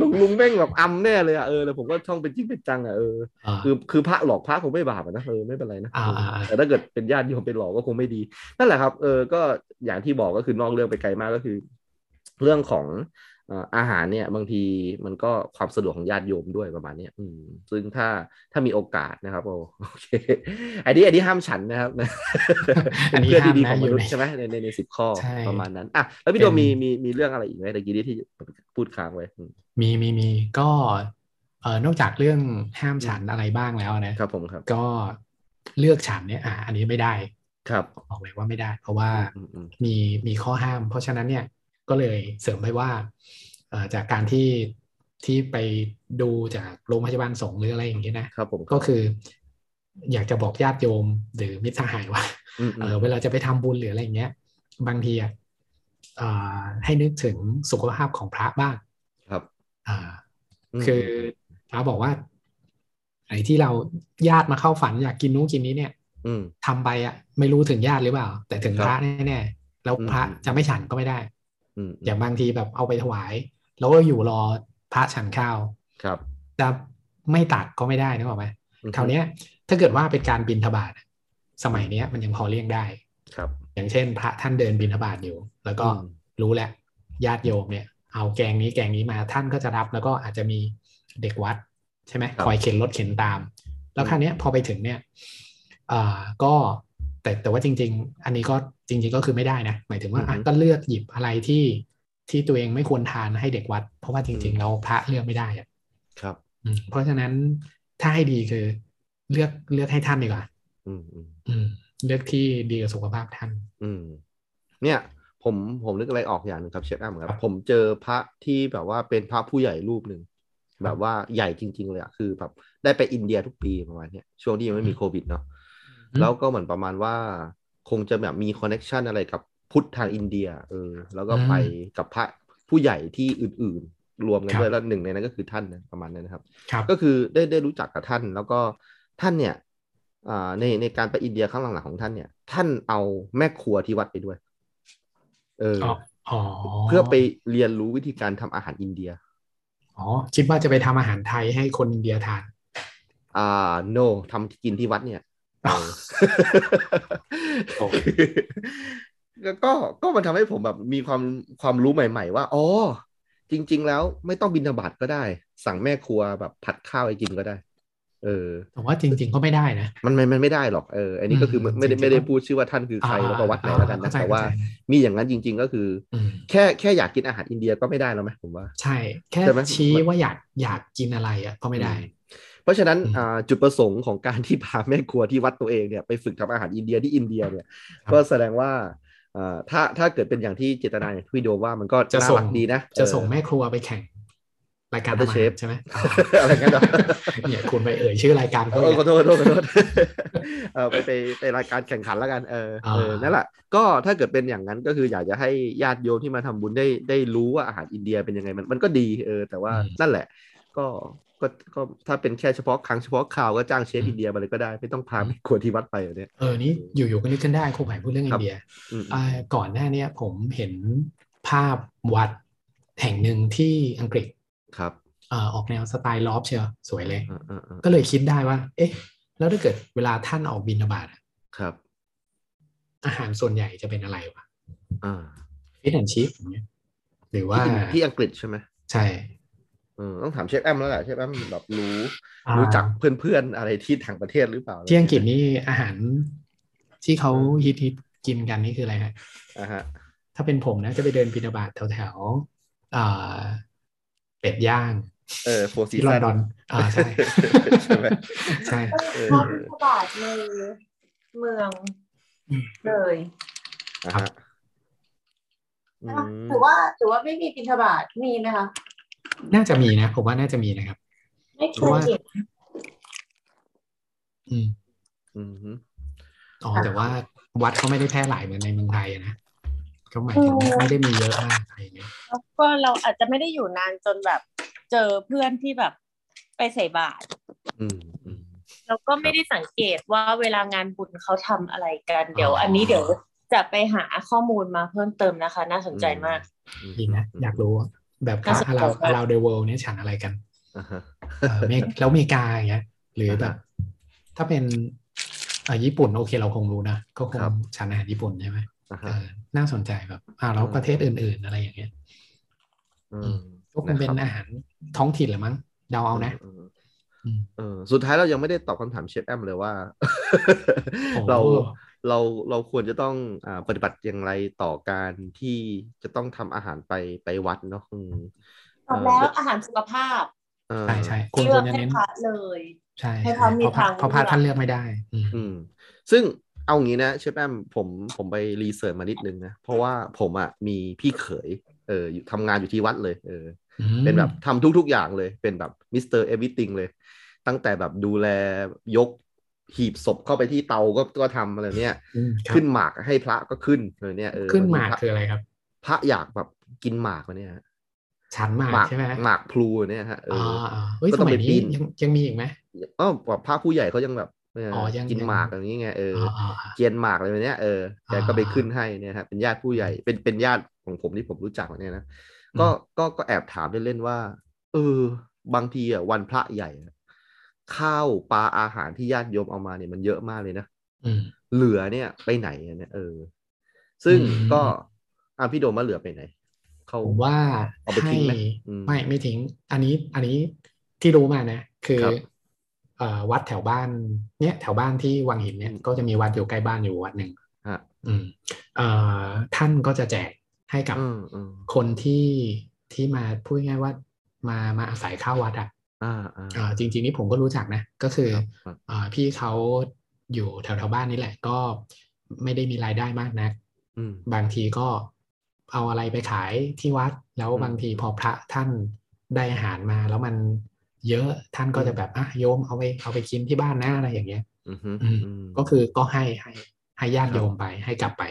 Speaker 2: ลุงลุงแม่งแบบอำแน่เลยอ่ะเออแล้วผมก็ท่องเป็นจริงเป็นจังอ่ะเออ
Speaker 4: อ่า
Speaker 2: คือคือพระหลอกพระคงไม่บาปอะนะเออไม่เป็นไรนะ
Speaker 4: อ่าอ่าอ่า
Speaker 2: แต่ถ้าเกิดเป็นญาติโยมเป็นหลอกก็คงไม่ดี นั่นแหละครับเออก็อย่างที่บอกก็คือนอกเรื่องไปไกลมากก็คือ เรื่องของเอ่ออาหารเนี่ย บางทีมันก็ความสะดวกของญาติโยมด้วยประมาณเนี้ยอืมซึ่งถ้าถ้ามีโอกาสนะครับโอโอเคอันนี้อันนี้ห้ามฉัน นะครับ
Speaker 4: อันนี้
Speaker 2: เพื่อ
Speaker 4: ห้าม
Speaker 2: ดีๆ
Speaker 4: นะ
Speaker 2: ของมนุษย์
Speaker 4: อยู่ใน
Speaker 2: ใช่ไหมในในในสิบข้อ
Speaker 4: ใช่
Speaker 2: ประมาณนั้นอ่ะแล้วพี่โดม
Speaker 4: เป็น
Speaker 2: มีมีมีเรื่องอะไรอีกไหมตะกี้ที่ที่พูดค้างไว้อืม
Speaker 4: มีมีมีก็เออนอกจากเรื่องห้ามฉันอะไรบ้างแล้วนะ
Speaker 2: ครับผมครับ
Speaker 4: ก็เลือกฉันเนี่ยอ่าอันนี้ไม่ได้
Speaker 2: ครับ
Speaker 4: บอกเลยว่าไม่ได้ เพราะว่า
Speaker 2: อืมอืม
Speaker 4: มีมีข้อห้าม เพราะฉะนั้นเนี่ยก็เลยเสริมไปว่าเอ่อจากการที่ที่ไปดูจากโรงพยาบาลสงฆ์หรืออะไรอย่างเงี้ยนะ
Speaker 2: ครับผม
Speaker 4: ก็คือ อยากจะบอกญาติโยมหรือมิตรสหายว่า
Speaker 2: ม
Speaker 4: เอ
Speaker 2: อื
Speaker 4: อ
Speaker 2: ม
Speaker 4: เวลาจะไปทำบุญหรืออะไรอย่างเงี้ย บางทีอ่ะเอ่อให้นึกถึงสุขภาพของพระบ้าง
Speaker 2: ครับ
Speaker 4: อ่า
Speaker 2: ม
Speaker 4: คือพระบอกว่าไอ้ที่เราญาติมาเข้าฝันอยากกินนู้นกินนี้เนี่ย
Speaker 2: อืม
Speaker 4: ทำไปอ่ะ ไม่รู้ถึงญาติหรือเปล่า แต่ถึงพระแน่ๆแล้วพระ
Speaker 2: อืม
Speaker 4: จะไม่ฉันก็ไม่ได้
Speaker 2: อืม
Speaker 4: อย่างบางทีแบบเอาไปถวาย แล้วก็อยู่รอพระฉันข้าว
Speaker 2: ครับ
Speaker 4: จะไม่ตักก็ไม่ได้นึกออกไหม
Speaker 2: อืม
Speaker 4: คราวเนี้ย ถ้าเกิดว่าเป็นการบินทบาทสมัยเนี้ยมันยังพอเลี่ยงได้
Speaker 2: ครับ
Speaker 4: อย่างเช่น พระท่านเดินบินทบาทอยู่ แล้วก็
Speaker 2: อืม
Speaker 4: รู้แหละญาติโยมเนี่ย เอาแกงนี้แกงนี้มาท่านก็จะรับ แล้วก็อาจจะมีเด็กวัด ใช่ไหม
Speaker 2: ครับ
Speaker 4: คอยเข็นรถเข็นตาม แล้วคราวเนี้ยพอไปถึงเนี่ยเอ่อก็แต่แต่ว่าจริง ๆ อันนี้ก็จริง ๆ ก็คือไม่ได้นะ หมายถึงว่า
Speaker 2: อือฮึ
Speaker 4: อ่ะก็เลือกหยิบอะไรที่ที่ตัวเองไม่ควรทานให้เด็กวัด เพราะว่าจ
Speaker 2: อื
Speaker 4: ริง
Speaker 2: ม
Speaker 4: ๆ แล้วพระเลือกไม่ได้อะ
Speaker 2: ครับ
Speaker 4: อืมเพราะฉะนั้นถ้าให้ดีคือเลือกเลือกให้ท่านดีกว่า
Speaker 2: อืมอืม
Speaker 4: อืม เลือกที่ดีกับสุขภาพท่าน
Speaker 2: อืมเนี่ยผมผมนึกอะไรออกอย่างหนึ่งครับเชฟอ้ำค
Speaker 4: ครั
Speaker 2: รับ
Speaker 4: บ
Speaker 2: ผมเจอพระที่แบบว่าเป็นพระผู้ใหญ่รูปหนึ่งแบบว่าใหญ่จริง ๆ เลยอะคือแบบได้ไปอินเดียทุกปีประมาณเนี้ยช่วงที่ยังไม่มีโควิดเนาะแล้วก็เหมือนประมาณว่าคงจะแบบมีคอนเน็ชันอะไรกับพุทธทางอินเดียเออแล้วก็ไปกับพระผู้ใหญ่ที่อื่น รวมกัน
Speaker 4: ครับ
Speaker 2: ด้วยแล้วหนึ่งในนั้นก็คือท่านนะประมาณนั้นนะครับ
Speaker 4: ครับ
Speaker 2: ก็คือได้ได้รู้จักกับท่าน แล้วก็ท่านเนี่ยอ่าในในการไปอินเดียครั้งหลังๆของท่านเนี่ย ท่านเอาแม่ครัวที่วัดไปด้วย เอออ
Speaker 4: อ๋อ
Speaker 2: เพื่อไปเรียนรู้วิธีการทำอาหารอินเดีย
Speaker 4: อ๋อคิดว่าจะไปทำอาหารไทยให้คนอินเดียทาน
Speaker 2: อ่า โนทำกินที่วัดเนี่ย
Speaker 4: อ๋อโอเค
Speaker 2: แล้ว ก็ก็มันทำให้ผมแบบมีความความรู้ใหม่ ๆ ว่า อ๋อ จริง ๆ แล้วไม่ต้องบินบาตก็ได้ สั่งแม่ครัวแบบผัดข้าวให้กินก็ได้ เออ
Speaker 4: แต่ว่าจริง ๆ ก็ไม่ได้นะ
Speaker 2: มันมันมันไม่ได้หรอกเอออันนี้ก็คือไม่ไม่ได้
Speaker 4: จริงๆ
Speaker 2: ไม่ได้
Speaker 4: ก็
Speaker 2: พูดชื่อว่าท่านคือใครแล้วก็วัดไหนแล้วกันนะ
Speaker 4: อ่
Speaker 2: แต่ว่า
Speaker 4: เข้ใจ
Speaker 2: มีอย่างนั้นจริง ๆ ก็คือ
Speaker 4: อืม
Speaker 2: แค่แค่อยากกินอาหารอินเดียก็ไม่ได้แล้วไหมผมว่า
Speaker 4: ใช่ แค่
Speaker 2: ใช่ไหม
Speaker 4: ชี้ว่าอยากอยากกินอะไรอ่ะก็ไม่ได้
Speaker 2: เพราะฉะนั้น
Speaker 4: อืม
Speaker 2: อ่าจุดประสงค์ของการที่พาแม่ครัวที่วัดตัวเองเนี่ยไปฝึกทำอาหารอินเดียที่อินเดียเนี่ย
Speaker 4: ครับ
Speaker 2: ก็แสดงว่าอ่าถ้าถ้าเกิดเป็นอย่างที่เจตนาอย่างที่พี่โดว่ามันก็
Speaker 4: จะ
Speaker 2: น่า
Speaker 4: ส่ง
Speaker 2: รักดีนะ
Speaker 4: จะ
Speaker 2: เออ
Speaker 4: ส่งแม่ครัวไปแข่ง รายการ
Speaker 2: Master
Speaker 4: ทำอาหาร
Speaker 2: Chef
Speaker 4: ใช่ไหม
Speaker 2: อะไรงั้นเหรอ
Speaker 4: เนี่ยคุณไปเอ่ยชื่อรายการ
Speaker 2: เอ
Speaker 4: เขา
Speaker 2: อ
Speaker 4: อีก
Speaker 2: ขอ
Speaker 4: อะ
Speaker 2: โทษขอโทษขอโทษ เออไปไปไปรายการแข่งขันแล้วกันเออเออ
Speaker 4: อ่า
Speaker 2: นั่นแหละก็ถ้าเกิดเป็นอย่างนั้นก็คืออยากจะให้ญาติโยมที่มาทำบุญได้ได้รู้ว่าอาหารอินเดียเป็นยังไงมันมันก็ดีเออแต่ว่านั่นแหละ ก็ก็ก็ถ้าเป็นแค่เฉพาะครั้งเฉพาะข่าวก็จ้างเชฟอินเดียมาเลยก็ได้ไม่ต้องพาไม่ควรที่วัดไปเนี่ย
Speaker 4: เออนี่อยู่ๆก็นึกขึ้นได้ครูไผ่พูดเรื่องอินเดีย
Speaker 2: อืม
Speaker 4: อ่าก่อนหน้าเนี้ยผมเห็นภาพวัดแห่งหนึ่งที่อังกฤษ
Speaker 2: ครับ
Speaker 4: อ่าออกแนวสไตล์ลอฟเชียวสวยเลย
Speaker 2: อ่าอ่าอ่า
Speaker 4: ก็เลยคิดได้ว่า เอ๊ะ แล้วถ้าเกิดเวลาท่านออกบินบาตอะ
Speaker 2: ครับ
Speaker 4: อาหารส่วนใหญ่จะเป็นอะไรวะ
Speaker 2: อ่า
Speaker 4: ฟิชแอนชิพเงี้ยหรือว่า
Speaker 2: ที่ที่อังกฤษใช่ไหม
Speaker 4: ใช่
Speaker 2: เออต้องถามเชฟแอมแล้วแหละเชฟแอมแบบรู้
Speaker 4: อ่า
Speaker 2: รู้จักเพื่อนๆอะไรที่ต่างประเทศหรือเปล่า
Speaker 4: ที่อังกฤษนี่อาหารที่เขาฮิตๆกินกันนี่คืออะไรฮะ
Speaker 2: อ่าฮะ
Speaker 4: ถ้าเป็นผมนะจะไปเดินบินบาตแถวแถวๆอ่าเป็ดย่าง
Speaker 2: เออโฟร์ซี
Speaker 4: ที่ลอ
Speaker 2: ซั่
Speaker 4: น
Speaker 2: น
Speaker 4: ดอนอ่าใช่
Speaker 2: ใช่ไหม
Speaker 4: ใช่
Speaker 2: เอ
Speaker 1: ค
Speaker 2: อ
Speaker 1: วามระบาดในเมือง
Speaker 4: อืม
Speaker 1: เลย
Speaker 2: อ่าฮะอืม
Speaker 1: ถือว่าถือว่าไม่มีบินทบาทมีไหมคะ
Speaker 4: น่าจะมีนะผมว่าน่าจะมีนะครับ
Speaker 1: ไม่เค
Speaker 4: เพราะ
Speaker 1: ย
Speaker 4: ว่า
Speaker 1: เห็น
Speaker 4: อืม
Speaker 2: อืมฮึ
Speaker 4: อ๋อแต่ว่าวัดเขาไม่ได้แพร่หลายเหมือนในเมืองไทยอะนะก็หมายถึงไม่ได้มีเยอะมากอะไรอย่างเงี้ย
Speaker 1: แล้วก็เราอาจจะไม่ได้อยู่นานจนแบบ เจอเพื่อนที่แบบไปใส่บาตร
Speaker 2: อืมอืม
Speaker 1: แล้วก็ไม่ได้สังเกตว่าเวลางานบุญเขาทำอะไรกัน
Speaker 4: อ๋อ
Speaker 1: เดี๋ยว อันนี้เดี๋ยวจะไปหาข้อมูลมาเพิ่มเติมนะคะ น่าสนใจมาก
Speaker 2: อืม
Speaker 4: ดีนะอยากรู้ว่าแบบพระอาราวอาราวเดเวิลด์เนี่ยฉันอะไรกัน
Speaker 2: อ่าฮะ
Speaker 4: เออเมกแล้วอเมริกาอย่างเงี้ย หรือแบบ ถ้าเป็นเอ่อญี่ปุ่นโอเคเราคงรู้นะก็คง
Speaker 2: ครับ
Speaker 4: ฉันอาหารญี่ปุ่นใช่ไหม
Speaker 2: อ่า
Speaker 4: เอ
Speaker 2: ฮะ
Speaker 4: อน่าสนใจแบบอ่าแล้ว
Speaker 2: อืม
Speaker 4: ประเทศอื่น ๆ อะไรอย่างเงี้ย
Speaker 2: อื
Speaker 4: อื
Speaker 2: ม
Speaker 4: ม ก็คงเป็นอาหารท้องถิ่นแหรือมั้งเดาเอานะ
Speaker 2: อืม
Speaker 4: อืม
Speaker 2: เออสุดท้ายเรายังไม่ได้ตอบคำถามเชฟแอมเลยว่า เรา
Speaker 4: โอ้
Speaker 2: เราเราควรจะต้องอ่าปฏิบัติอย่างไรต่อการที่จะต้องทำอาหารไปไปวัดเนาะอืม
Speaker 1: ตอบแล้วอาหารสุขภาพ
Speaker 2: เออ
Speaker 4: ใช่ใช่คุณ
Speaker 1: เลื
Speaker 4: คว
Speaker 1: อ
Speaker 4: ร
Speaker 1: ก
Speaker 4: จะ
Speaker 1: ให้
Speaker 4: เน้น
Speaker 1: พระเลย
Speaker 4: ใช่
Speaker 1: ให้
Speaker 4: ใช่
Speaker 1: ความมี
Speaker 4: เพราะพ
Speaker 1: ทาง
Speaker 4: ระเพราะ
Speaker 1: เลือก
Speaker 4: พระท่านเลือกไม่ได้อืม
Speaker 2: อืม ซึ่งเอางี้นะเชฟแอมผมผมไปรีเสิร์ชมานิดนึงนะ เพราะว่าผมอ่ะมีพี่เขยเอออยู่ทำงานอยู่ที่วัดเลยเออ เป็นแบบทำทุก ๆ อย่างเลย เป็นแบบมิสเตอร์เอวิติงเลย ตั้งแต่แบบดูแลยกหีบศพเข้าไปที่เตาก็ก็ทำอะไรเนี่ย
Speaker 4: อืมครับ
Speaker 2: ขึ้นหมากให้พระก็ขึ้นเลยเนี่ยเออ
Speaker 4: ขึ้นหมาก
Speaker 2: บงที
Speaker 4: คืออะไรครับ
Speaker 2: พระพระอยากแบบกินหมากวะเนี่ยฮะ
Speaker 4: ชั้นหมาก
Speaker 2: หมาก
Speaker 4: ใช่ไหม
Speaker 2: หมากพลูเนี่ยฮะเออ
Speaker 4: อ่าๆเฮ้ย
Speaker 2: ก็
Speaker 4: ส
Speaker 2: ต้อง
Speaker 4: มัย
Speaker 2: ไปปีน
Speaker 4: นี้ยังยังมีอีกไหม
Speaker 2: เออแบบพระผู้ใหญ่เขายังแบบเอออ
Speaker 4: อยัง
Speaker 2: กิน
Speaker 4: ยัง
Speaker 2: หมากอะไรอย่างเงี้ยไงเอออ
Speaker 4: อ่า
Speaker 2: เจียนหมากอะไรแบบเนี้ยเออแกก็ไปขึ้นให้เนี่ยครับเป็นญาติผู้ใหญ่เป็นเป็นญาติของผมที่ผมรู้จักเนี่ยนะก็ก็ก็แอบถามเล่นๆว่า เออ บางทีอ่ะวันพระใหญ่อะข้าวปลาอาหารที่ญาติโยมเอามาเนี่ยมันเยอะมากเลยนะ
Speaker 4: ๆอืม
Speaker 2: เหลือเนี่ยไปไหนอะเนี่ยเออ ซึ่ง
Speaker 4: อืม
Speaker 2: ก็อ่ะพี่โดมว่าเหลือไปไหนเขา
Speaker 4: ผมว่า
Speaker 2: เอาไปทิ้งไหม
Speaker 4: ให้
Speaker 2: อืม
Speaker 4: ไม่ไม่ทิ้ง อันนี้อันนี้ที่รู้มานะ คือ
Speaker 2: ครับ
Speaker 4: เอ่อวัดแถวบ้านเนี้ยแถวบ้านที่วังหินเนี่ย
Speaker 2: อืม
Speaker 4: ก็จะมีวัดอยู่ใกล้บ้านอยู่วัดหนึ่ง
Speaker 2: ฮะ
Speaker 4: อืมเอ่อท่านก็จะแจกให้กับ
Speaker 2: เออเออ
Speaker 4: คนที่ที่มาพูดง่ายๆว่ามามาอาศัยข้าววัดอ่ะ
Speaker 2: อ่าอ่า
Speaker 4: เอ่อจริง ๆ นี่ผมก็รู้จักนะ ก็คือ
Speaker 2: ครับครับ
Speaker 4: เอ่อพี่เขาอยู่แถวๆบ้านนี่แหละ ก็ไม่ได้มีรายได้มากนัก
Speaker 2: อืม
Speaker 4: บางทีก็เอาอะไรไปขายที่วัด แล้ว
Speaker 2: อืม
Speaker 4: บางทีพอพระท่านได้อาหารมาแล้วมันเยอะท่านก็จะแบบอ่ะโยมเอาไปเอาไปกินที่บ้านนะอะไรอย่างเงี้ย
Speaker 2: อือฮึ
Speaker 4: อืม
Speaker 2: อืม
Speaker 4: ก็คือก็ให้ให้ให้ญาติ
Speaker 2: ครับ
Speaker 4: โยมไปให้กลับไป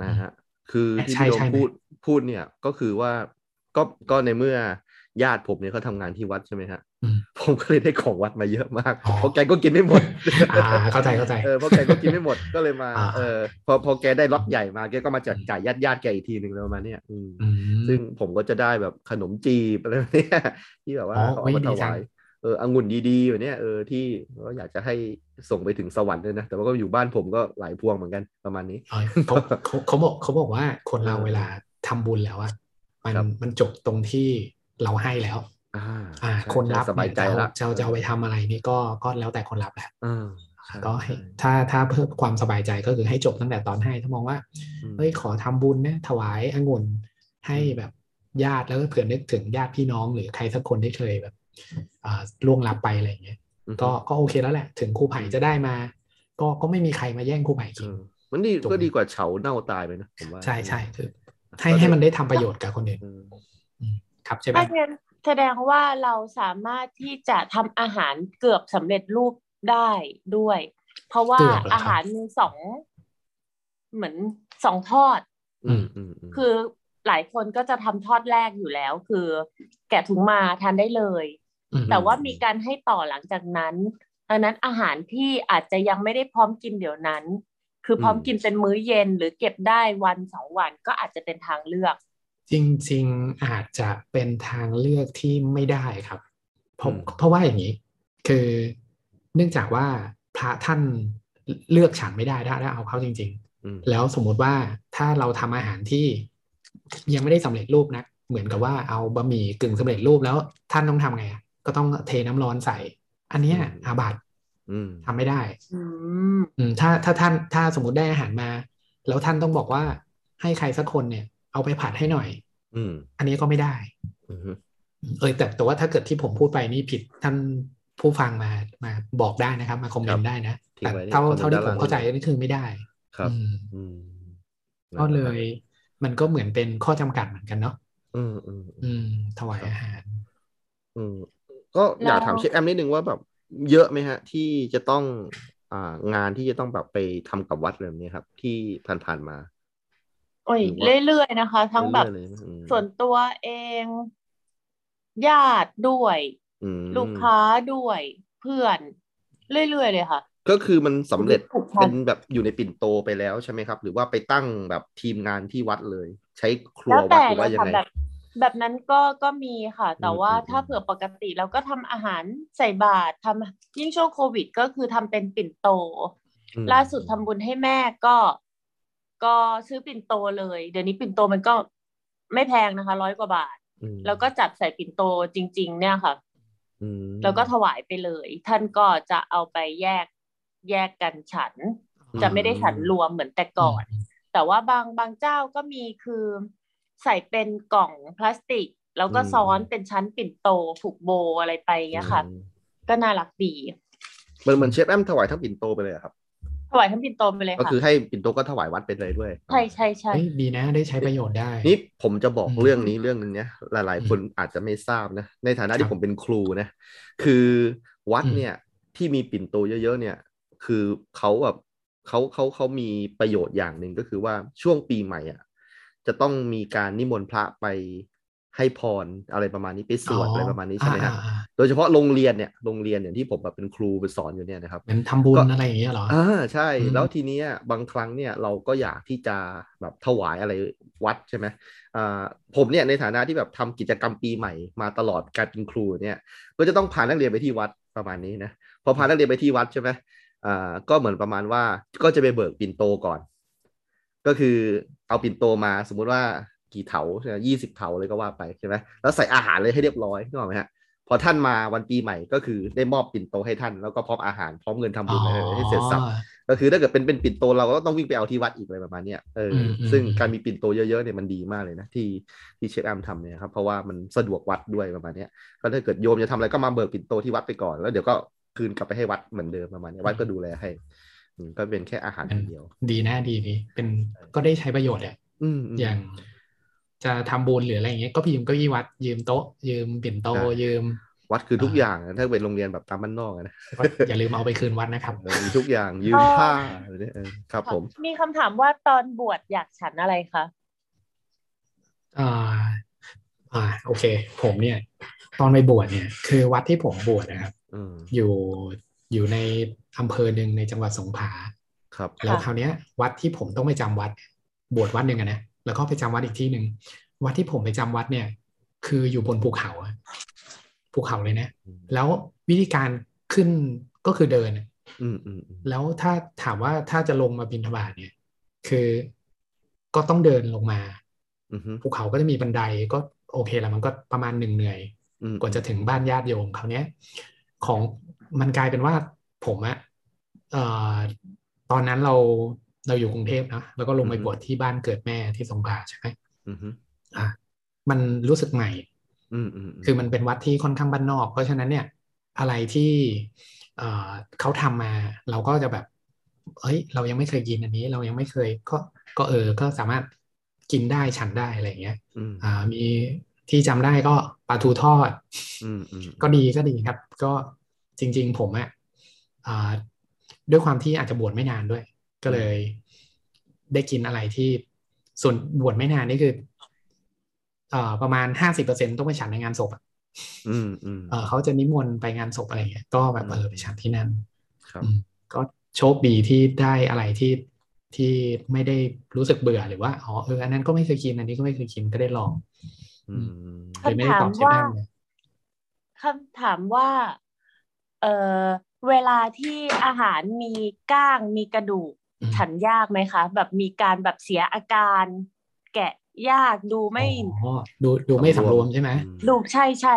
Speaker 2: นะฮะ คือที่
Speaker 4: ใช่
Speaker 2: พี่โดม
Speaker 4: ใช่ไหม
Speaker 2: พูดพูดเนี่ยก็คือว่าก็ก็ในเมื่อ ญาติผมเนี่ยเขาทำงานที่วัดใช่ไหมฮะ
Speaker 4: อืม
Speaker 2: ผมก็เลยได้ของวัดมาเยอะมาก
Speaker 4: อ๋อ
Speaker 2: เพราะแกก็กินไม่หมด
Speaker 4: อ่าเข้าใจเข้าใจ
Speaker 2: เออเพราะแกก็กินไม่หมดก็เลยมา
Speaker 4: อ่า
Speaker 2: เออพอพอแกได้ล็อตใหญ่มาแกก็มาแจกจ่ายญาติญาติๆแกอีกทีหนึ่งอะไรประมาณเนี้ยอืม
Speaker 4: ม
Speaker 2: ซึ่งผมก็จะได้แบบขนมจีบอะไรแบบเนี้ย ที่แบบว่า
Speaker 4: อ๋อ
Speaker 2: เขาเอามา
Speaker 4: อุ๊ยดี
Speaker 2: ถ
Speaker 4: จัง
Speaker 2: วายเออองุ่นดีๆแบบเนี้ยเออที่ก็อยากจะให้ส่งไปถึงสวรรค์ด้วยนะแต่ว่าก็อยู่บ้านผมก็หลายพวงเหมือนกันประมาณนี้
Speaker 4: เออเขาเขาเขาบอกเขาบอกว่าคนเรา
Speaker 2: เออ
Speaker 4: เวลาทำบุญแล้วอะมัน
Speaker 2: ครับ
Speaker 4: มันจบตรงที่เราให้แล้ว
Speaker 2: อ่า
Speaker 4: อ่า
Speaker 2: ใช่
Speaker 4: คนรับ
Speaker 2: ใช่สบายใจ
Speaker 4: เนี่ย
Speaker 2: ละ
Speaker 4: จะเอาจะเอาจะเอาไปทำอะไรนี่ก็ก็แล้วแต่คนรับแหละ
Speaker 2: เออใช่
Speaker 4: ก็ให้
Speaker 2: ใช่
Speaker 4: ถ้าถ้าเพิ่มความสบายใจก็คือให้จบตั้งแต่ตอนให้ถ้ามองว่า
Speaker 2: อืม
Speaker 4: เฮ้ยขอทำบุญนะถวายองุ่นให้แบบญาติแล้วก็เผื่อนึกถึงญาติพี่น้องหรือใครสักคนที่เคยแบบอ่าล่วงลับไปอะไรอย่างเงี้ย
Speaker 2: อืม
Speaker 4: ก็ก็โอเคแล้วแหละ ถึงครูไผ่จะได้มา ก็ก็ไม่มีใครมาแย่งครูไผ่กิ
Speaker 2: เอน อมันดี
Speaker 4: จบ
Speaker 2: ก็ดีกว่าเฉาเน่าตายไปนะผมว่า
Speaker 4: ใช่ใช่คือ
Speaker 2: ก็
Speaker 4: ให้ให้มันได้ทำประโยชน์กับคนอื่น
Speaker 2: เออ
Speaker 4: ครับใช่ไหม
Speaker 3: ถ้าเรียนแสดงว่าเราสามารถที่จะทำอาหารเกือบสำเร็จรูปได้ด้วย เพราะว่าอาหารมีสองเหมือนสองทอด
Speaker 2: อืมอืมม
Speaker 3: คือหลายคนก็จะทำทอดแรกอยู่แล้ว คือแกะถุงมาทานได้เลย
Speaker 4: อืม
Speaker 3: แต่ว่ามีการให้ต่อหลังจากนั้นดังนั้นอาหารที่อาจจะยังไม่ได้พร้อมกินเดี๋ยวนั้น คือพร้อม
Speaker 2: อืม
Speaker 3: กินเป็นมื้อเย็นหรือเก็บได้วันสองวันก็อาจจะเป็นทางเลือก
Speaker 4: จริงๆอาจจะเป็นทางเลือกที่ไม่ได้ครับเพราะ
Speaker 2: อืม
Speaker 4: เพราะว่าอย่างนี้ คือเนื่องจากว่าพระท่านเลือกฉันไม่ได้ถ้าถ้าเอาเข้าจริง
Speaker 2: อืม
Speaker 4: ๆ แล้วสมมุติว่าถ้าเราทำอาหารที่ยังไม่ได้สำเร็จรูปนะ เหมือนกับว่าเอาบะหมี่กึ่งสำเร็จรูปแล้วท่านต้องทำไงอะก็ต้องเทน้ำร้อนใส่ อันเนี้ยอาบัติ
Speaker 2: อืม
Speaker 4: ทำไม่ได้
Speaker 3: อืม
Speaker 4: อืมถ้าถ้าท่านถ้าสมมติได้อาหารมา แล้วท่านต้องบอกว่าให้ใครสักคนเนี่ย เอาไปผัดให้หน่อย
Speaker 2: อืม
Speaker 4: อันนี้ก็ไม่ได้
Speaker 2: อืม
Speaker 4: อืมเออแต่แต่ว่าถ้าเกิดที่ผมพูดไปนี่ผิดท่านผู้ฟังมามาบอกได้นะครับ มาคอมเมนต์ได้นะ
Speaker 2: ทิ้ง
Speaker 4: แต่
Speaker 2: ไว้ใน
Speaker 4: เท่า
Speaker 2: คอมมนต์
Speaker 4: เท่าที่
Speaker 2: ด้น
Speaker 4: ผม
Speaker 2: ล่ง
Speaker 4: เข้าใจนี่คือไม่ได้
Speaker 2: ครับ
Speaker 4: อืม
Speaker 2: อืม
Speaker 4: ก็เลยมันก็เหมือนเป็นข้อจำกัดเหมือนกันเนาะ
Speaker 2: อืมอืมอืม
Speaker 4: อืม ถวาย
Speaker 2: ครับ
Speaker 4: อาหาร
Speaker 2: อืมก็อยาก
Speaker 3: แล้ว
Speaker 2: ถามเชฟแอมนิดนึงว่าแบบเยอะไหมฮะ ที่จะต้องอ่างานที่จะต้องแบบไปทำกับวัดเรื่องนี้ครับ ที่ผ่านๆมา
Speaker 3: โอ้ย
Speaker 2: หรือว่า
Speaker 3: เรื่อยๆนะคะ ทั้งแบบ
Speaker 2: เรื่อยๆเลยไหมอืม
Speaker 3: ส่วนตัวเองญาติด้วย
Speaker 2: อืม
Speaker 3: ลูกค้าด้วยเพื่อน เรื่อยๆเลยค่ะ
Speaker 2: ก็คือมันสำเร็จ
Speaker 3: ผูกพั
Speaker 2: เป็น นแบบอยู่ในปิ่นโตไปแล้วใช่ไหมครับ หรือว่าไปตั้งแบบทีมงานที่วัดเลย ใช้ครัว
Speaker 3: แล้ว
Speaker 2: วัด
Speaker 3: แต่
Speaker 2: หรือ
Speaker 3: เล
Speaker 2: ว่าย ยัง
Speaker 3: ค่ะ
Speaker 2: ไง
Speaker 3: แบบ แบบนั้นก็ก็มีค่ะ แต่
Speaker 2: อืม
Speaker 3: ว่า
Speaker 2: อืม
Speaker 3: ถ้า
Speaker 2: อืม
Speaker 3: เผื่อปกติเราก็ทำอาหารใส่บาตรทำยิ่งช่วงโควิดก็คือทำเป็นปิ่นโต
Speaker 2: อืม
Speaker 3: ล่าสุดทำบุญให้แม่ก็ ก็ซื้อปิ่นโตเลย เดี๋ยวนี้ปิ่นโตมันก็ไม่แพงนะคะร้อยกว่าบาท
Speaker 2: อืม
Speaker 3: แล้วก็จัดใส่ปิ่นโตจริง ๆ เนี่ยค่ะ
Speaker 2: อืม
Speaker 3: แล้วก็ถวายไปเลย ท่านก็จะเอาไปแยกแยกกันฉัน
Speaker 2: อื
Speaker 3: จะไม่ได้ฉันรวมเหมือนแต่ก่อน แต่ว่าบางบางเจ้าก็มีคือใส่เป็นกล่องพลาสติก แล้วก็ซ้อนเป็นชั้นปิ่นโตผูกโบอะไรไปอย่างเงี้ยค่ะ
Speaker 2: อืม
Speaker 3: ก็น่ารักดี
Speaker 2: เหมือนเหมือนเชฟแอมถวายทั้งปิ่นโตไปเลยเหรอครับ
Speaker 3: ถวายทั้งปิ่นโตไปเลย
Speaker 2: ก็
Speaker 3: ค่ะ
Speaker 2: คือให้ปิ่นโตก็ถวายวัดไปเลยด้วย
Speaker 3: ใช่ใช่ใช่
Speaker 4: เฮ้ยดีนะได้ใช้ประโยชน์ได้
Speaker 2: นี่ผมจะบอก
Speaker 4: อืม
Speaker 2: เรื่องนี้เรื่องนึงเนี่ยหลายๆ คนอาจจะไม่ทราบนะ ในฐานะ
Speaker 4: ครั
Speaker 2: ที่
Speaker 4: บ
Speaker 2: ผมเป็นครูนะ คือวัด
Speaker 4: อืม
Speaker 2: เนี่ยที่มีปิ่นโตเยอะๆเนี่ย คือเขาแบบเขาเขาเขามีประโยชน์อย่างหนึ่งก็คือว่าช่วงปีใหม่อ่ะจะต้องมีการนิมนต์พระไปให้พรอะไรประมาณนี้ไปสวดอะไรประมาณนี้ใช่ไหมฮะ
Speaker 4: อ่าอ่าอ่า
Speaker 2: โดยเฉพาะโรงเรียนเนี่ยโรงเรียนอย่างที่ผมแบบเป็นครูไปสอนอยู่เนี่ยนะครับ
Speaker 4: เหมือนทำบุญ
Speaker 2: ก็
Speaker 4: อะไรอย่างเงี้ยเหรอ
Speaker 2: อ่าใช่
Speaker 4: อืม
Speaker 2: แล้วทีเนี้ยบางครั้งเนี่ยเราก็อยากที่จะแบบถวายอะไรวัดใช่ไหมอ่าผมเนี่ยในฐานะที่แบบทำกิจกรรมปีใหม่มาตลอดการเป็นครูเนี่ย ก็จะต้องพานักเรียนไปที่วัดประมาณนี้นะพอพานักเรียนไปที่วัดใช่ไหมอ่าก็เหมือนประมาณว่าก็จะไปเบิกปิ่นโตก่อน ก็คือเอาปิ่นโตมาสมมุติว่ากี่เถายี่สิบเถาเลยก็ว่าไปใช่ไหมแล้วใส่อาหารเลยให้เรียบร้อยนึกออกไหมฮะ พอท่านมาวันปีใหม่ก็คือได้มอบปิ่นโตให้ท่านแล้วก็พร้อมอาหารพร้อมเงินทำบุญอะไรให้เสร็จสับ ก็คือถ้าเกิดเป็นเป็นปิ่นโตเราก็ต้องวิ่งไปเอาที่วัดอีกอะไรประมาณเนี้ยเอออ
Speaker 4: มอืม
Speaker 2: ซึ่งการมีปิ่นโตเยอะๆเนี่ยมันดีมากเลยนะที่ที่เชฟแอมทำเนี่ยครับเพราะว่ามันสะดวกวัดด้วยประมาณเนี้ยก็ถ้าเกิดโยมจะทำอะไรก็มาเบิกปิ่นโตที่วัดไปก่อนแล้วเดี๋ยวก็คืนกลับไปให้วัดเหมือนเดิมประมาณเนี้ยวัดก็ดูแลให้อืมก็เป็นแค่อาหารอย่างเดียว
Speaker 4: ดีนะดีดีเป็นก็ได้ใช้ประโยชน์อะ
Speaker 2: อืมม
Speaker 4: อย่างจะทำบุญหรืออะไรอย่างเงี้ยก็ไปยืมเก็ยี่วัด ยืมโต๊ะ ยืมปิ่นโต
Speaker 2: ใช่
Speaker 4: ยืม
Speaker 2: วัดคือทุกอย่างนะถ้าเป็นโรงเรียนแบบตามบ้านนอกอะนะ
Speaker 4: อย่าลืมเอาไปคืนวัดนะครับ
Speaker 2: เออมีทุก อย่างยืม
Speaker 3: อ๋อ
Speaker 2: ผ้าอะไรเนี่ยเออครับผม
Speaker 3: มีคำถามว่าตอนบวชอยากฉันอะไรคะ
Speaker 4: อ่า อ่าโอเค ผมเนี่ย ตอนไปบวชเนี่ย คือวัดที่ผมบวชนะครับ
Speaker 2: อืม
Speaker 4: อยู่อยู่ในอำเภอหนึ่งในจังหวัดสงขลา
Speaker 2: ครับ
Speaker 4: แล้วคราวเนี้ย วัดที่ผมต้องไปจำวัด บวชวัดหนึ่งอะนะแล้วก็ไปจำวัดอีกที่หนึ่งวัดที่ผมไปจำวัดเนี่ย คืออยู่บนภูเขาอะภูเขาเลยนะ
Speaker 2: อืม
Speaker 4: แล้ววิธีการขึ้นก็คือเดินอะ
Speaker 2: อืมอืมอืม
Speaker 4: แล้วถ้าถามว่าถ้าจะลงมาบินทบาทเนี่ย คือก็ต้องเดินลงมา
Speaker 2: อืมฮึ
Speaker 4: ภูเขาก็จะมีบันไดก็โอเคแล้วมันก็ประมาณหนึ่งเหนื่อย
Speaker 2: อืม
Speaker 4: กว่าจะถึงบ้านญาติโยมเขาวเนี้ย ของมันกลายเป็นว่าผมอะเอ่อตอนนั้นเราเราอยู่กรุงเทพนะแล้วก็ลงไปบวชที่บ้านเกิดแม่ที่สงขลาใช่ไหม
Speaker 2: อืมฮึ
Speaker 4: อ่ะมันรู้สึกใหม่
Speaker 2: อืมอืม
Speaker 4: คือมันเป็นวัดที่ค่อนข้างบ้านนอก เพราะฉะนั้นเนี่ยอะไรที่เอ่อเขาทำมา เราก็จะแบบเอ้ย เรายังไม่เคยกินอันนี้ เรายังไม่เคยก็ก็เออ ก็สามารถกินได้ฉันได้อะไรอย่างเงี้ย
Speaker 2: อืม
Speaker 4: อ่ามีที่จำได้ก็ปลาทูทอด
Speaker 2: อืมอืม
Speaker 4: ก็ดีก็ดีครับ ก็จริง ๆ ผมอะอ่าด้วยความที่อาจจะบวชไม่นานด้วย ก็เลย ได้กินอะไรที่ส่วนบวชไม่นานนี่คือเอ่อประมาณห้าสิบเปอร์เซ็นต้องไปฉันในงานศพอะ
Speaker 2: อืมอืม
Speaker 4: เอ่อเขาจะนิมนต์ไปงานศพอะไรอย่างเงี้ยก็แบบ
Speaker 2: อืม
Speaker 4: เออไปฉันที่นั่น
Speaker 2: ครับ
Speaker 4: อืมก็โชคดีที่ได้อะไรที่ที่ไม่ได้รู้สึกเบื่อหรือว่าอ๋อเอออันนั้นก็ไม่เคยกินอันนี้ก็ไม่เคยกินก็ได้ลอง
Speaker 2: อืม
Speaker 4: เลยไม่ได้ตอบที่นั่นเลย
Speaker 3: คำถามว่า เออเวลาที่อาหารมีก้างมีกระดูก
Speaker 4: อืม
Speaker 3: ฉันยากไหมคะ แบบมีการแบบเสียอาการ แกะยากดูไม่
Speaker 4: อ๋อดูดูไม่สำรวมใช่ไหม
Speaker 2: อื
Speaker 3: ดูใช่ใช่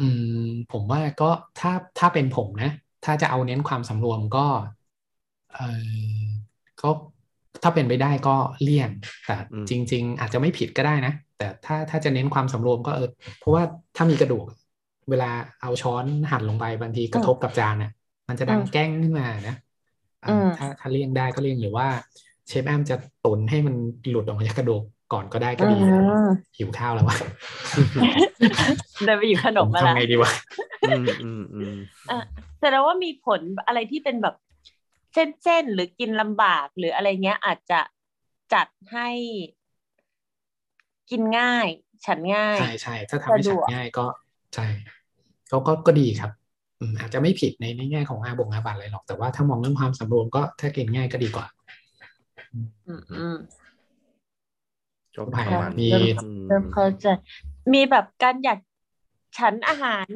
Speaker 4: อืม ผมว่าก็ถ้าถ้าเป็นผมนะ ถ้าจะเอาเน้นความสำรวมก็เออก็ถ้าเป็นไปได้ก็เลี่ยงแต่จริง ๆ อาจจะไม่ผิดก็ได้นะ แต่ถ้าถ้าจะเน้นความสำรวมก็เออเพราะว่าถ้ามีกระดูก เวลาเอาช้อนหั่นลงไปบางทีกระทบกับจานน่ะ มันจะดังแก้งขึ้นมานะอ่าถ้าถ้าเลี่ยงได้ก็เลี่ยงหรือว่าเชฟแอมจะตุนให้มันหลุดออกมาจากกระดูกก่อนก็ได้ก็ดีนะ หิวข้าวแล้ว วะ
Speaker 3: เดินไปอยู่ขนมมา
Speaker 4: ทำ
Speaker 3: ละ
Speaker 4: ไงดีวะ
Speaker 2: อืมอืมอืม
Speaker 3: แสดงว่ามีผลอะไรที่เป็นแบบเส้นๆหรือกินลำบากหรืออะไรเงี้ย อาจจะจัดให้กินง่าย ฉันง่าย
Speaker 4: ใช่ใช่ถ้าทำให้
Speaker 3: สะด
Speaker 4: ฉัน
Speaker 3: วก
Speaker 4: ง่ายก็ใช่ก็ก็ก็ดีครับอืมอาจจะไม่ผิดในในแง่ของอาบงอาบัตอะไรหรอกแต่ว่าถ้ามองเรื่องความสำรวมก็ถ้ากินง่ายก็ดีกว่า
Speaker 3: อืมอืม
Speaker 2: ก็ประมาณ
Speaker 4: มี
Speaker 2: นี้
Speaker 3: เริ่มเข้าใจมีแบบการอยากฉันอาหาร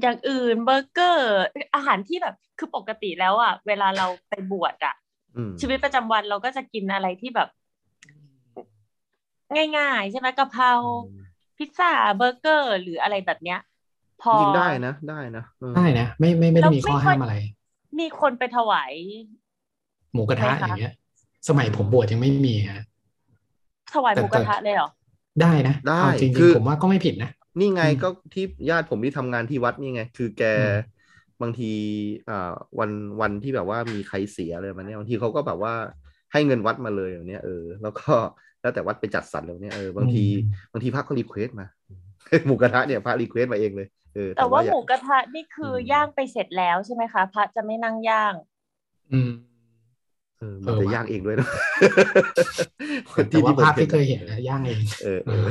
Speaker 3: อย่างอื่นเบอร์เกอร์ อาหารที่แบบคือปกติแล้วอ่ะ เวลาเราไปบวชอ่ะ
Speaker 2: อืม
Speaker 3: ชีวิตประจำวันเราก็จะกินอะไรที่แบบ ง่ายๆ ใช่ไหมกะเพราพิซซ่าเบอร์เกอร์ หรืออะไรแบบเนี้ย พอ
Speaker 2: จริงๆได้นะได้นะเออ
Speaker 4: ได้นะไม่ไม่ไม่ได้มีข้
Speaker 3: เราไม่
Speaker 4: อ
Speaker 3: ค่อย
Speaker 4: ห้ามอะไร
Speaker 3: มีคนไปถวาย
Speaker 4: หมูกระทะ
Speaker 3: ไม่
Speaker 4: อ
Speaker 3: ค่ะ
Speaker 4: ย่างเงี้ย สมัยผมบวชยังไม่มีฮะ
Speaker 3: ถวายห
Speaker 4: แต่
Speaker 3: มูกระทะ
Speaker 4: แต่
Speaker 3: เลยเหรอ
Speaker 4: ได้นะ
Speaker 2: ได้
Speaker 4: เอาจริง
Speaker 2: คือ
Speaker 4: ๆผมว่าก็ไม่ผิดนะ
Speaker 2: นี่ไง
Speaker 4: อืม
Speaker 2: ก็ที่ญาติผมที่ทำงานที่วัดนี่ไง คือแก
Speaker 4: อืม
Speaker 2: บางทีอ่าวันวันที่แบบว่ามีใครเสียอะไรมาเนี่ยบางทีเขาก็แบบว่าให้เงินวัดมาเลยแบบเนี้ยเออแล้วก็แล้วแต่วัดไปจัดสรรแล้วเนี่ยเออบางที
Speaker 4: อืม
Speaker 2: บางทีพระเขารีเควสมา หมูกระทะเนี่ยพระรีเควสมาเองเลยเออ
Speaker 3: แต่ว่า
Speaker 2: อ
Speaker 3: ห
Speaker 2: ยก
Speaker 3: มูกระทะนี่คืออ
Speaker 2: ม
Speaker 3: ย่างไปเสร็จแล้วใช่ไหมคะพระจะไม่นั่งย่าง
Speaker 4: อืม
Speaker 2: เออ
Speaker 4: เอ
Speaker 2: มัน
Speaker 4: อ
Speaker 2: จะ
Speaker 4: ว่ะ
Speaker 2: ย่างเองด้วยนะ
Speaker 4: แต่ว่า
Speaker 2: ผม
Speaker 4: ภาพที่เคยเห็นนะย่างเอง
Speaker 2: เออเออ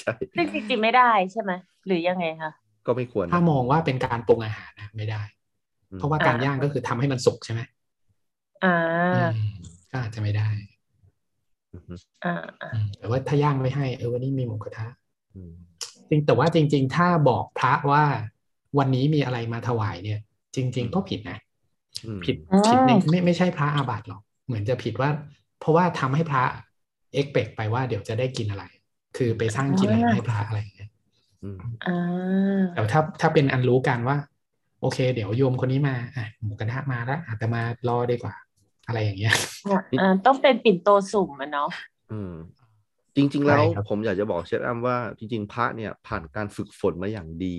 Speaker 2: ใช่
Speaker 3: ซึ่งจริงๆไม่ได้ใช่ไหมหรือยังไงคะ
Speaker 2: ก็ไม่ควรนะ
Speaker 4: ถ้ามองว่าเป็นการปรุงอาหารนะไม่ได้ เพราะว่าการ
Speaker 3: อ่า
Speaker 4: ย่างก็คือทำให้มันสุกใช่ไหม
Speaker 3: อ่า
Speaker 4: อืมก็อาจจะไม่ได้
Speaker 2: อืมอืม
Speaker 3: อ่าอ่า
Speaker 4: อืมแต่ว่าถ้าย่างไม่ให้เออวันนี้มีหมูกระทะ
Speaker 2: อืม
Speaker 4: จริงแต่ว่าจริง ๆ ถ้าบอกพระว่าวันนี้มีอะไรมาถวายเนี่ย จริง ๆ ก็ผิดนะ
Speaker 2: อืม
Speaker 4: ผิดผิดในไม่ไม่ใช่พระอาบัติหรอก เหมือนจะผิดว่า เพราะว่าทำให้พระเอ็กเปกไปว่าเดี๋ยวจะได้กินอะไร คือไปสร้างกินอะไรให้พระอะไรอย่างเงี้ย
Speaker 2: อืม
Speaker 3: อ่า
Speaker 4: แต่ถ้าถ้าเป็นอันรู้กันว่า โอเค เดี๋ยวโยมคนนี้มาอ่ะหมูกระทะมาแล้วอาตมารอดีกว่า อะไรอย่างเงี้ย
Speaker 3: อ่าต้องเป็นปิ่นโตสุ่มอะเนาะ
Speaker 2: อืมจริง ๆ แล้ว
Speaker 4: ใช่ครับ
Speaker 2: ผมอยากจะบอกเชฟแอมว่าจริง ๆ พระเนี่ยผ่านการฝึกฝนมาอย่างดี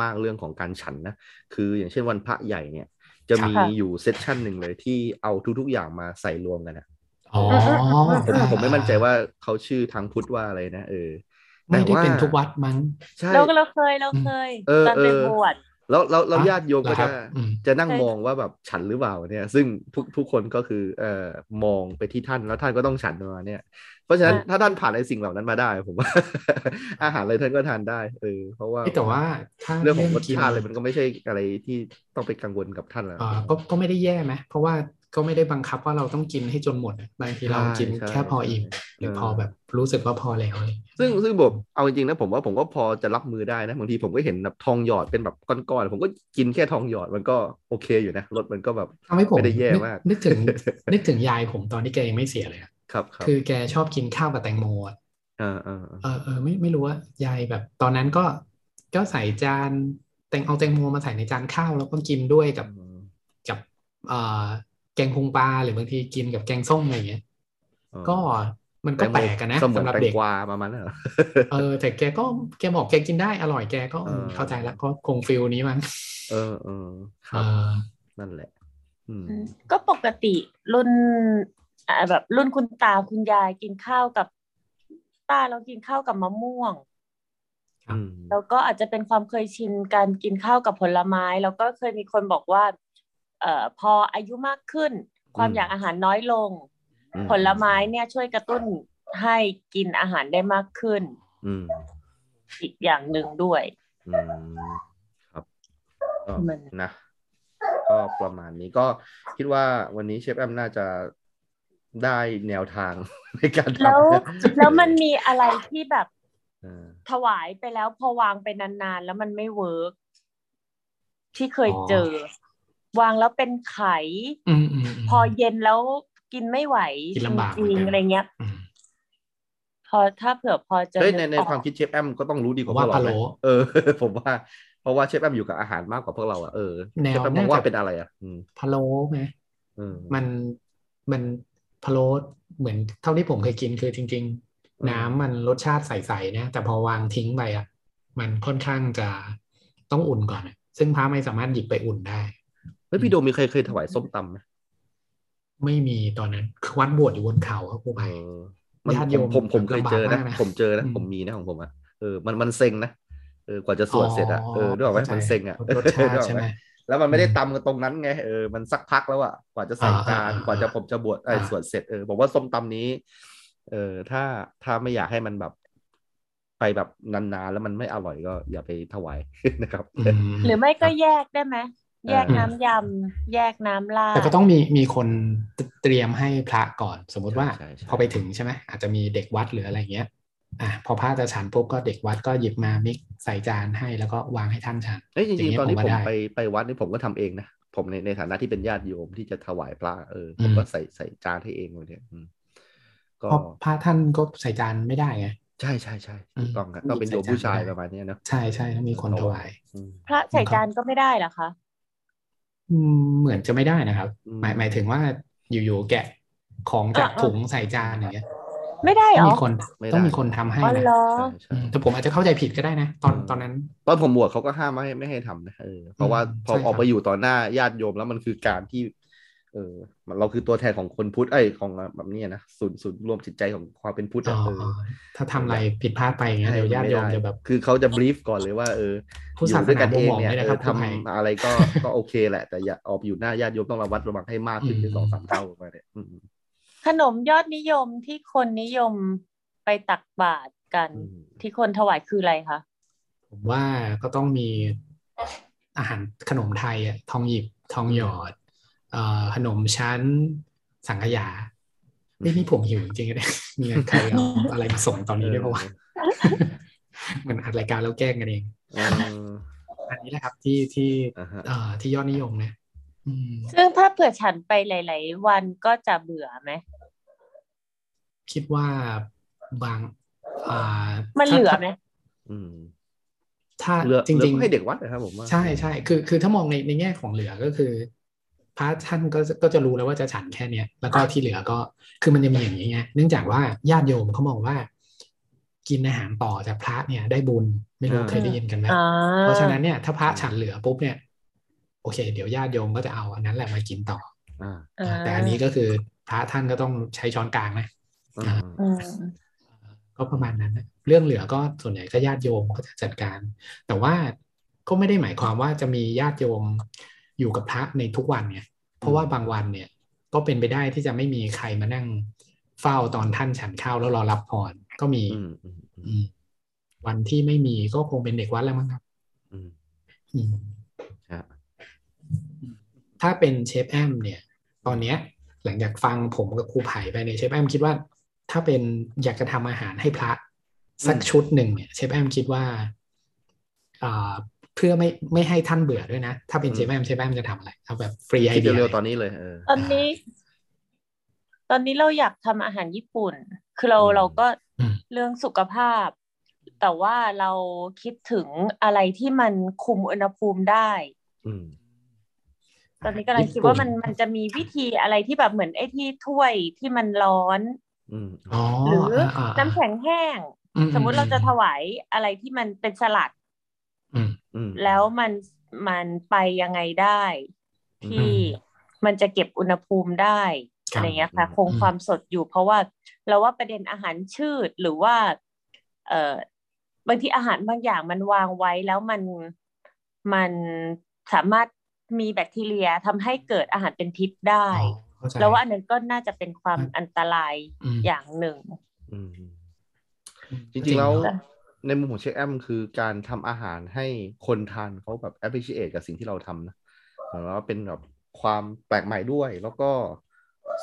Speaker 2: มาก ๆ เรื่องของการฉันนะ คืออย่างเช่นวันพระใหญ่เนี่ย จะมีอยู่เซสชั่นหนึ่งเลยที่เอาทุก ๆ อย่างมาใส่รวมกันนะ
Speaker 4: อ๋อ
Speaker 2: ผมผมไม่มั่นใจว่าเขาชื่อทางพุทธว่าอะไรนะเออ
Speaker 4: ไม่ได้
Speaker 2: ว่า
Speaker 4: เป็นทุกวัดมั้ง
Speaker 2: ใช่
Speaker 3: เราเราเคยเราเคย
Speaker 2: เออ
Speaker 3: ตอนไป
Speaker 2: เออ
Speaker 3: บวช
Speaker 2: เ แล้วแล้วแล้วญาติโยมก็
Speaker 4: เหรอครั
Speaker 2: จะ
Speaker 4: บอืม
Speaker 2: จะนั่ง
Speaker 3: ใช่
Speaker 2: มองว่าแบบฉันหรือเปล่าเนี่ย ซึ่งทุกทุกคนก็คือเอ่อมองไปที่ท่านแล้วท่านก็ต้องฉันมาเนี่ย เพราะฉะนั้น
Speaker 3: อ่ะ
Speaker 2: ถ้าท่านผ่านไอ้สิ่งเหล่านั้นมาได้ ผมว่า อาหารอะไรท่านก็ทานได้เออเพราะว่า
Speaker 4: เอ้ยแต่ว่าถ้า
Speaker 2: เรื่องของรส
Speaker 4: กิน
Speaker 2: ชาติเลยมันก็ไม่ใช่อะไรที่ต้องไปกังวลกับท่านแล้ว
Speaker 4: อ่าก็ก็ไม่ได้แย่ไหมเพราะว่าก็ไม่ได้บังคับว่าเราต้องกินให้จนหมดอะบางทีเรา
Speaker 2: ใช่
Speaker 4: กิน
Speaker 2: ใช่
Speaker 4: แค่พออิ่มหรือ
Speaker 2: เออ
Speaker 4: พอแบบรู้สึกว่าพอแล้วอะไรอย่างเงี้ย
Speaker 2: ซึ่งซึ่งผมเอาจริงๆนะผมว่าผมก็พอจะรับมือได้นะบางทีผมก็เห็นแบบทองหยอดเป็นแบบก้อนๆผมก็กินแค่ทองหยอดมันก็โอเคอยู่นะรสมันก็แบบ
Speaker 4: ทำให้ผม
Speaker 2: ไม่ได้แย่
Speaker 4: นึก
Speaker 2: มาก
Speaker 4: นึก ถึง นึกถึงยายผมตอนที่แกยังไม่เสียเลยอะ
Speaker 2: ครับครับ
Speaker 4: คือแกชอบกินข้าวกับแตงโมอะ
Speaker 2: อ่าอ่าอ่า
Speaker 4: เออเออไม่ไม่รู้ว่ายายแบบ ตอนนั้นก็ก็ใส่จานแตงเอาแตงโมมาใส่ในจานข้าวแล้วก็กินด้วยกับกับเอ่อแกงพงปลาหรือบางทีกินกับแกงส้มอะไรอย่างเงี้ย
Speaker 2: อ่า
Speaker 4: ก็มันก็แปลกกันนะ
Speaker 2: เสมือ
Speaker 4: สำ
Speaker 2: น
Speaker 4: หรับ
Speaker 2: แตง
Speaker 4: เด็ก
Speaker 2: กวาประมาณนั้นเหรอ
Speaker 4: เออแต่แกก็แกบอกแกกินได้อร่อยแกก็อืม
Speaker 2: เออ
Speaker 4: เข้าใจแล้วก็คงฟิลนี้มั้ง
Speaker 2: เออเออค
Speaker 4: เอ
Speaker 2: รับ
Speaker 4: อ
Speaker 2: นั่นแหละ อืม
Speaker 3: ก็ปกติรุ่นอ่าแบบรุ่นคุณตาคุณยายกินข้าวกับป้าเรากินข้าวกับมะม่วง
Speaker 2: อืม
Speaker 3: แล้วก็อาจจะเป็นความเคยชินการกินข้าวกับผลไม้ แล้วก็เคยมีคนบอกว่าเอ่อพออายุมากขึ้น ความอยากอาหารน้อยลง
Speaker 2: อื
Speaker 3: ผลไม้เนี่ยช่วยกระตุ้นให้กินอาหารได้มากขึ้น
Speaker 2: อืม
Speaker 3: อีกอย่างหนึ่งด้วย
Speaker 2: อืมครับก็
Speaker 3: มัน
Speaker 2: นะก็ประมาณนี้ก็คิดว่าวันนี้เชฟแอมน่าจะได้แนวทาง ในการทำ
Speaker 3: แล้ว
Speaker 2: นะ
Speaker 3: แล้วมันมีอะไรที่แบบ
Speaker 2: เออ
Speaker 3: ถวายไปแล้วพอวางไปนานๆ แล้วมันไม่เวิร์กที่เคยเจอ วางแล้วเป็นไข
Speaker 4: อืมอืมม
Speaker 3: พอเย็นแล้วกินไม่ไหว
Speaker 4: กินลำบาก
Speaker 3: จริง
Speaker 4: เห
Speaker 3: ๆ
Speaker 4: มือนกัน
Speaker 3: อะไรเงี้ย
Speaker 4: อืม
Speaker 3: พอถ้าเผื่อพอจะ
Speaker 2: เฮ้ยใน
Speaker 3: ก
Speaker 2: ใน
Speaker 3: ออก
Speaker 2: ความคิดเชฟแอมก็ต้องรู้ดีกว่าพว
Speaker 4: ว่าก
Speaker 2: เรา
Speaker 4: พะโล้
Speaker 2: ไหมเออ ผมว่า เพราะว่าเชฟแอมอยู่กับอาหารมากกว่าพวกเราอะเออ
Speaker 4: แน
Speaker 2: เช
Speaker 4: ว
Speaker 2: ฟแอมม
Speaker 4: น่า
Speaker 2: องว่า
Speaker 4: จะ
Speaker 2: เป็นอะไรอ่ะ อืม
Speaker 4: พะโล้ไหม
Speaker 2: อืม
Speaker 4: มันมันพะโล้เหมือนเท่าที่ผมเคยกินคือจริง
Speaker 2: อืม
Speaker 4: ๆ น้ำมันรสชาติใสๆนะแต่พอวางทิ้งไปอ่ะ มันค่อนข้างจะต้องอุ่นก่อนอะซึ่งพระไม่สามารถหยิบไปอุ่นได้
Speaker 2: เฮ้ยพี่โดมมีใครเคยถวายส้มตำไหม
Speaker 4: ไม่มีตอนนั้นคือวัดบวชอยู่บนเขาครับครู
Speaker 2: เอ
Speaker 4: ภัย
Speaker 2: อมัน
Speaker 4: ญาติ
Speaker 2: ผ
Speaker 4: โย
Speaker 2: ม
Speaker 4: ม
Speaker 2: ผมผมเคยเจอ
Speaker 4: ลำ
Speaker 2: นะ
Speaker 4: บากมากนะ
Speaker 2: ผมเจอนะ
Speaker 4: อืม
Speaker 2: ผมมีนะของผมอ่ะเออมันมันเซ็งนะเออกว่าจะสวดเสร็จอ่ะเออด้วยว่ามันเซ็งอ่ะ
Speaker 4: รสชาติใช่ไหม
Speaker 2: แล้วมันไม่ได้ตำกันตรงนั้นไงเออมันสักพักแล้วอ่ะกว่าจะใส่
Speaker 4: อ่า
Speaker 2: จาน
Speaker 4: อ่าก
Speaker 2: ว่าจะผมจะบวชไอ้ย
Speaker 4: อ่า
Speaker 2: สวดเสร็จเออผมว่าส้มตำนี้ เออถ้าถ้าไม่อยากให้มันแบบ ไปแบบนานๆแล้วมันไม่อร่อยก็อย่าไปถวาย นะครับ
Speaker 4: อืม
Speaker 3: หรือไม่ก็แยกได้ไหมแยก
Speaker 2: อ่า
Speaker 3: น้ำยำ แยกน้ำราด
Speaker 4: แต่ก็ต้องมีมีคนเตรียมให้พระก่อน สมมุติว่า
Speaker 2: ใช่ใช่ใช่
Speaker 4: พอไปถึงใช่ไหมอาจจะมีเด็กวัดหรืออะไรเงี้ยอ่ะพอพระจะฉันปุ๊บก็เด็กวัดก็หยิบมามิกใส่จานให้แล้วก็วางให้ท่านฉัน
Speaker 2: เอ้ยจ
Speaker 4: อ
Speaker 2: ริ
Speaker 4: ย่าง ง
Speaker 2: ๆ
Speaker 4: เงี้ย
Speaker 2: ตอนที่
Speaker 4: ผม
Speaker 2: ผ
Speaker 4: ว่าม ได้
Speaker 2: ไปไปวัดนี่ผมก็ทำเองนะ ผมในในฐานะที่เป็นญาติโยมที่จะถวายพระเอออ
Speaker 4: ม
Speaker 2: ผมก็ใส่ใส่จานให้เองเลยเนี่ยอืมก็
Speaker 4: เพราะพระท่านก็ใส่จานไม่ได้ไง
Speaker 2: ใช่ใช่ใช่
Speaker 4: อืม
Speaker 2: ถูกต้องครับต้องเป็นโยม
Speaker 4: ใส่จาน
Speaker 2: ผู้ชาย
Speaker 4: ไม่ได้
Speaker 2: ประมาณเนี้ยเนอะ
Speaker 4: ใช่ใช่ต้องมีคนถวาย
Speaker 2: อืม
Speaker 3: พระใส่จานก็ไม่ได้เหรอคะ
Speaker 4: อืมเหมือนจะไม่ได้นะครับ
Speaker 2: อืม
Speaker 4: หมายหมายถึงว่าอยู่ๆแกะของจากถุงใส่จานอย่างเงี้ย
Speaker 3: ไม่ได้เหร
Speaker 4: ต้อ
Speaker 3: อ
Speaker 4: งมีคน
Speaker 2: ไม่ได้
Speaker 4: ต้องมีคนทำให้
Speaker 3: อ๋อ
Speaker 4: นะ
Speaker 3: เหรอ
Speaker 2: ใช่ใช่
Speaker 4: อืมแต่ผมอาจจะเข้าใจผิดก็ได้นะ ตอน
Speaker 2: อืม
Speaker 4: ตอนนั้น
Speaker 2: ตอนผมบวชเขาก็ห้ามไม่ให้ไม่ให้ทำนะเออเพราะว่า
Speaker 4: อืม
Speaker 2: พอ
Speaker 4: ใช่ครับ
Speaker 2: ออกไปอยู่ต่อหน้าญาติโยมแล้วมันคือการที่ เออมันเราคือตัวแทนของคนพุทธไอ้ยของแบบเนี้ยนะศูนย์ศูนย์รวมจิตใจของความเป็นพุทธ
Speaker 4: อ๋
Speaker 2: อะเออ
Speaker 4: อถ้าทำอะไรผิดพลาดไปอย่างเงี้ยเดี๋ยวญาติโยมจะแบบ
Speaker 2: คือเขาจะบรีฟก่อนเลยว่าเออ
Speaker 4: ผู้
Speaker 2: อ
Speaker 4: ศา
Speaker 2: ยู่
Speaker 4: ส
Speaker 2: ด้วย
Speaker 4: นา
Speaker 2: กันเอง
Speaker 4: บ่งบอก
Speaker 2: เนี่ย
Speaker 4: เลย
Speaker 2: เอ
Speaker 4: นะค
Speaker 2: อ
Speaker 4: รั
Speaker 2: บ
Speaker 4: ผู้ภัย
Speaker 2: ทำอะไรก็ ก็โอเคแหละ แต่อย่าออกอยู่หน้าญาติโยมต้องระวัดระวังให้มากขึ้น
Speaker 4: อืม
Speaker 2: เป็นสองสามเท่าประมาณเนี่ยอืม
Speaker 3: ขนมยอดนิยมที่คนนิยมไปตักบาตรกัน
Speaker 2: อืม
Speaker 3: ที่คนถวายคืออะไรคะ
Speaker 4: ผมว่าก็ต้องมีอาหารขนมไทยอะทองหยิบทองหยอดเอ่อขนมชั้น สังขยาเฮ้ยนี่ผมหิวจริงๆเลย มีใครเอาอะไรมาส่งตอนนี้ด้วยเพราะว่า เหมือนอัดรายการแล้วแกล้งกันเอง
Speaker 2: เออ
Speaker 4: อันนี้แหละครับที่ที่
Speaker 2: อ่าฮะ
Speaker 4: เอ่อที่ยอดนิยมนะอืม
Speaker 3: ซึ่งถ้าเผื่อฉันไปหลาย ๆ วันก็จะเบื่อไหม
Speaker 4: คิดว่าบางอ่า
Speaker 3: มันเหลือไหม
Speaker 2: อืม
Speaker 4: ถ้า
Speaker 2: เหลือ
Speaker 4: จริง ๆ
Speaker 2: ๆให้เด็กวัดนะครับผมว่า
Speaker 4: ใช่ใช่คือคือถ้ามองในในแง่ของเหลือก็คือ พระท่านก็ก็จะรู้แล้วว่าจะฉันแค่เนี้ยแล้วก็ที่เหลือก็คือมันจะมีอย่างนี้ไงเนื่องจากว่าญาติโยมเขามองว่า กินอาหารต่อจากพระเนี่ยได้บุญไม่รู้เคยได้ยินกันไหม
Speaker 3: อ่า
Speaker 4: เพราะฉะนั้นเนี่ยถ้าพระฉันเหลือปุ๊บเนี่ย โอเค เดี๋ยวญาติโยมก็จะเอาอันนั้นแหละมากินต่อ
Speaker 2: อ่า
Speaker 4: อ่าแต่อันนี้ก็คือพระท่านก็ต้องใช้ช้อนกลางนะ
Speaker 2: อืม
Speaker 3: อืม
Speaker 4: ก็ประมาณนั้นนะเรื่องเหลือก็ส่วนใหญ่ก็ญาติโยมก็จะจัดการ แต่ว่า ก็ไม่ได้หมายความว่าจะมีญาติโยมอยู่กับพระในทุกวันเนี่ย เพราะว่าบางวันเนี่ย ก็เป็นไปได้ที่จะไม่มีใครมานั่งเฝ้าตอนท่านฉันข้าวแล้วรอรับพรก็มี
Speaker 2: อืมอืมอื
Speaker 4: อื
Speaker 2: ม
Speaker 4: มวันที่ไม่มีก็คงเป็นเด็กวัดแล้วมั้งครับ
Speaker 2: อืม
Speaker 4: อืม
Speaker 2: ฮะ
Speaker 4: ถ้าเป็นเชฟแอมเนี่ย ตอนเนี้ยหลังจากฟังผมกับครูไผ่ไปเนี่ยเชฟแอมคิดว่า ถ้าเป็นอยากจะทำอาหารให้พระสักชุดหนึ่งเนี่ยเชฟแอมคิดว่าอ่าเพื่อไม่ไม่ให้ท่านเบื่อด้วยนะ ถ้าเป็นเชฟแอมเชฟแอมจะทำอะไรเอาแบบฟรีไอ
Speaker 2: คิด
Speaker 4: เดีย
Speaker 2: เร็วๆตอนนี้เลยเออ
Speaker 3: ตอนนี้ ตอนนี้เราอยากทำอาหารญี่ปุ่น คือเรา
Speaker 2: อืม
Speaker 3: เราก็
Speaker 4: อืม
Speaker 3: เรื่องสุขภาพ แต่ว่าเราคิดถึงอะไรที่มันคุมอุณหภูมิได้
Speaker 2: อืม
Speaker 3: ตอนนี้กำลังคิดว่ามันมันจะมีวิธีอะไรที่แบบเหมือนไอ้ที่ถ้วยที่มันร้อน
Speaker 2: อืม
Speaker 4: อ๋อ
Speaker 3: หรืออา
Speaker 4: า
Speaker 3: น้ำแข็งแห้ง
Speaker 4: อื
Speaker 3: สมมุติเราจะถวายอะไรที่มันเป็นสลัด
Speaker 4: อืม
Speaker 2: อืม
Speaker 3: แล้วมันมันไปยังไงได้ ที่มันจะเก็บอุณหภูมิได้
Speaker 4: ครับ
Speaker 3: อะไรเงี้ยค่ะ
Speaker 2: อืม
Speaker 3: คงความสดอยู่ เพราะว่าเราว่าประเด็นอาหารชืดหรือว่า เออบางทีอาหารบางอย่างมันวางไว้แล้วมันมันสามารถมีแบคทีเรียทำให้เกิดอาหารเป็นพิษได้
Speaker 4: อ๋อเข้ใจ
Speaker 3: แล้วว่าอันนั้นก็น่าจะเป็นความ
Speaker 4: อืม
Speaker 3: อันตราย
Speaker 4: อืม
Speaker 3: อย่างหนึ่ง
Speaker 2: อืมจริงๆแล้ว ในมุมของเชคแอมคือการทำอาหารให้คนทานเขาแบบ appreciate กับสิ่งที่เราทำนะเหมือนว่าเป็นแบบความแปลกใหม่ด้วย แล้วก็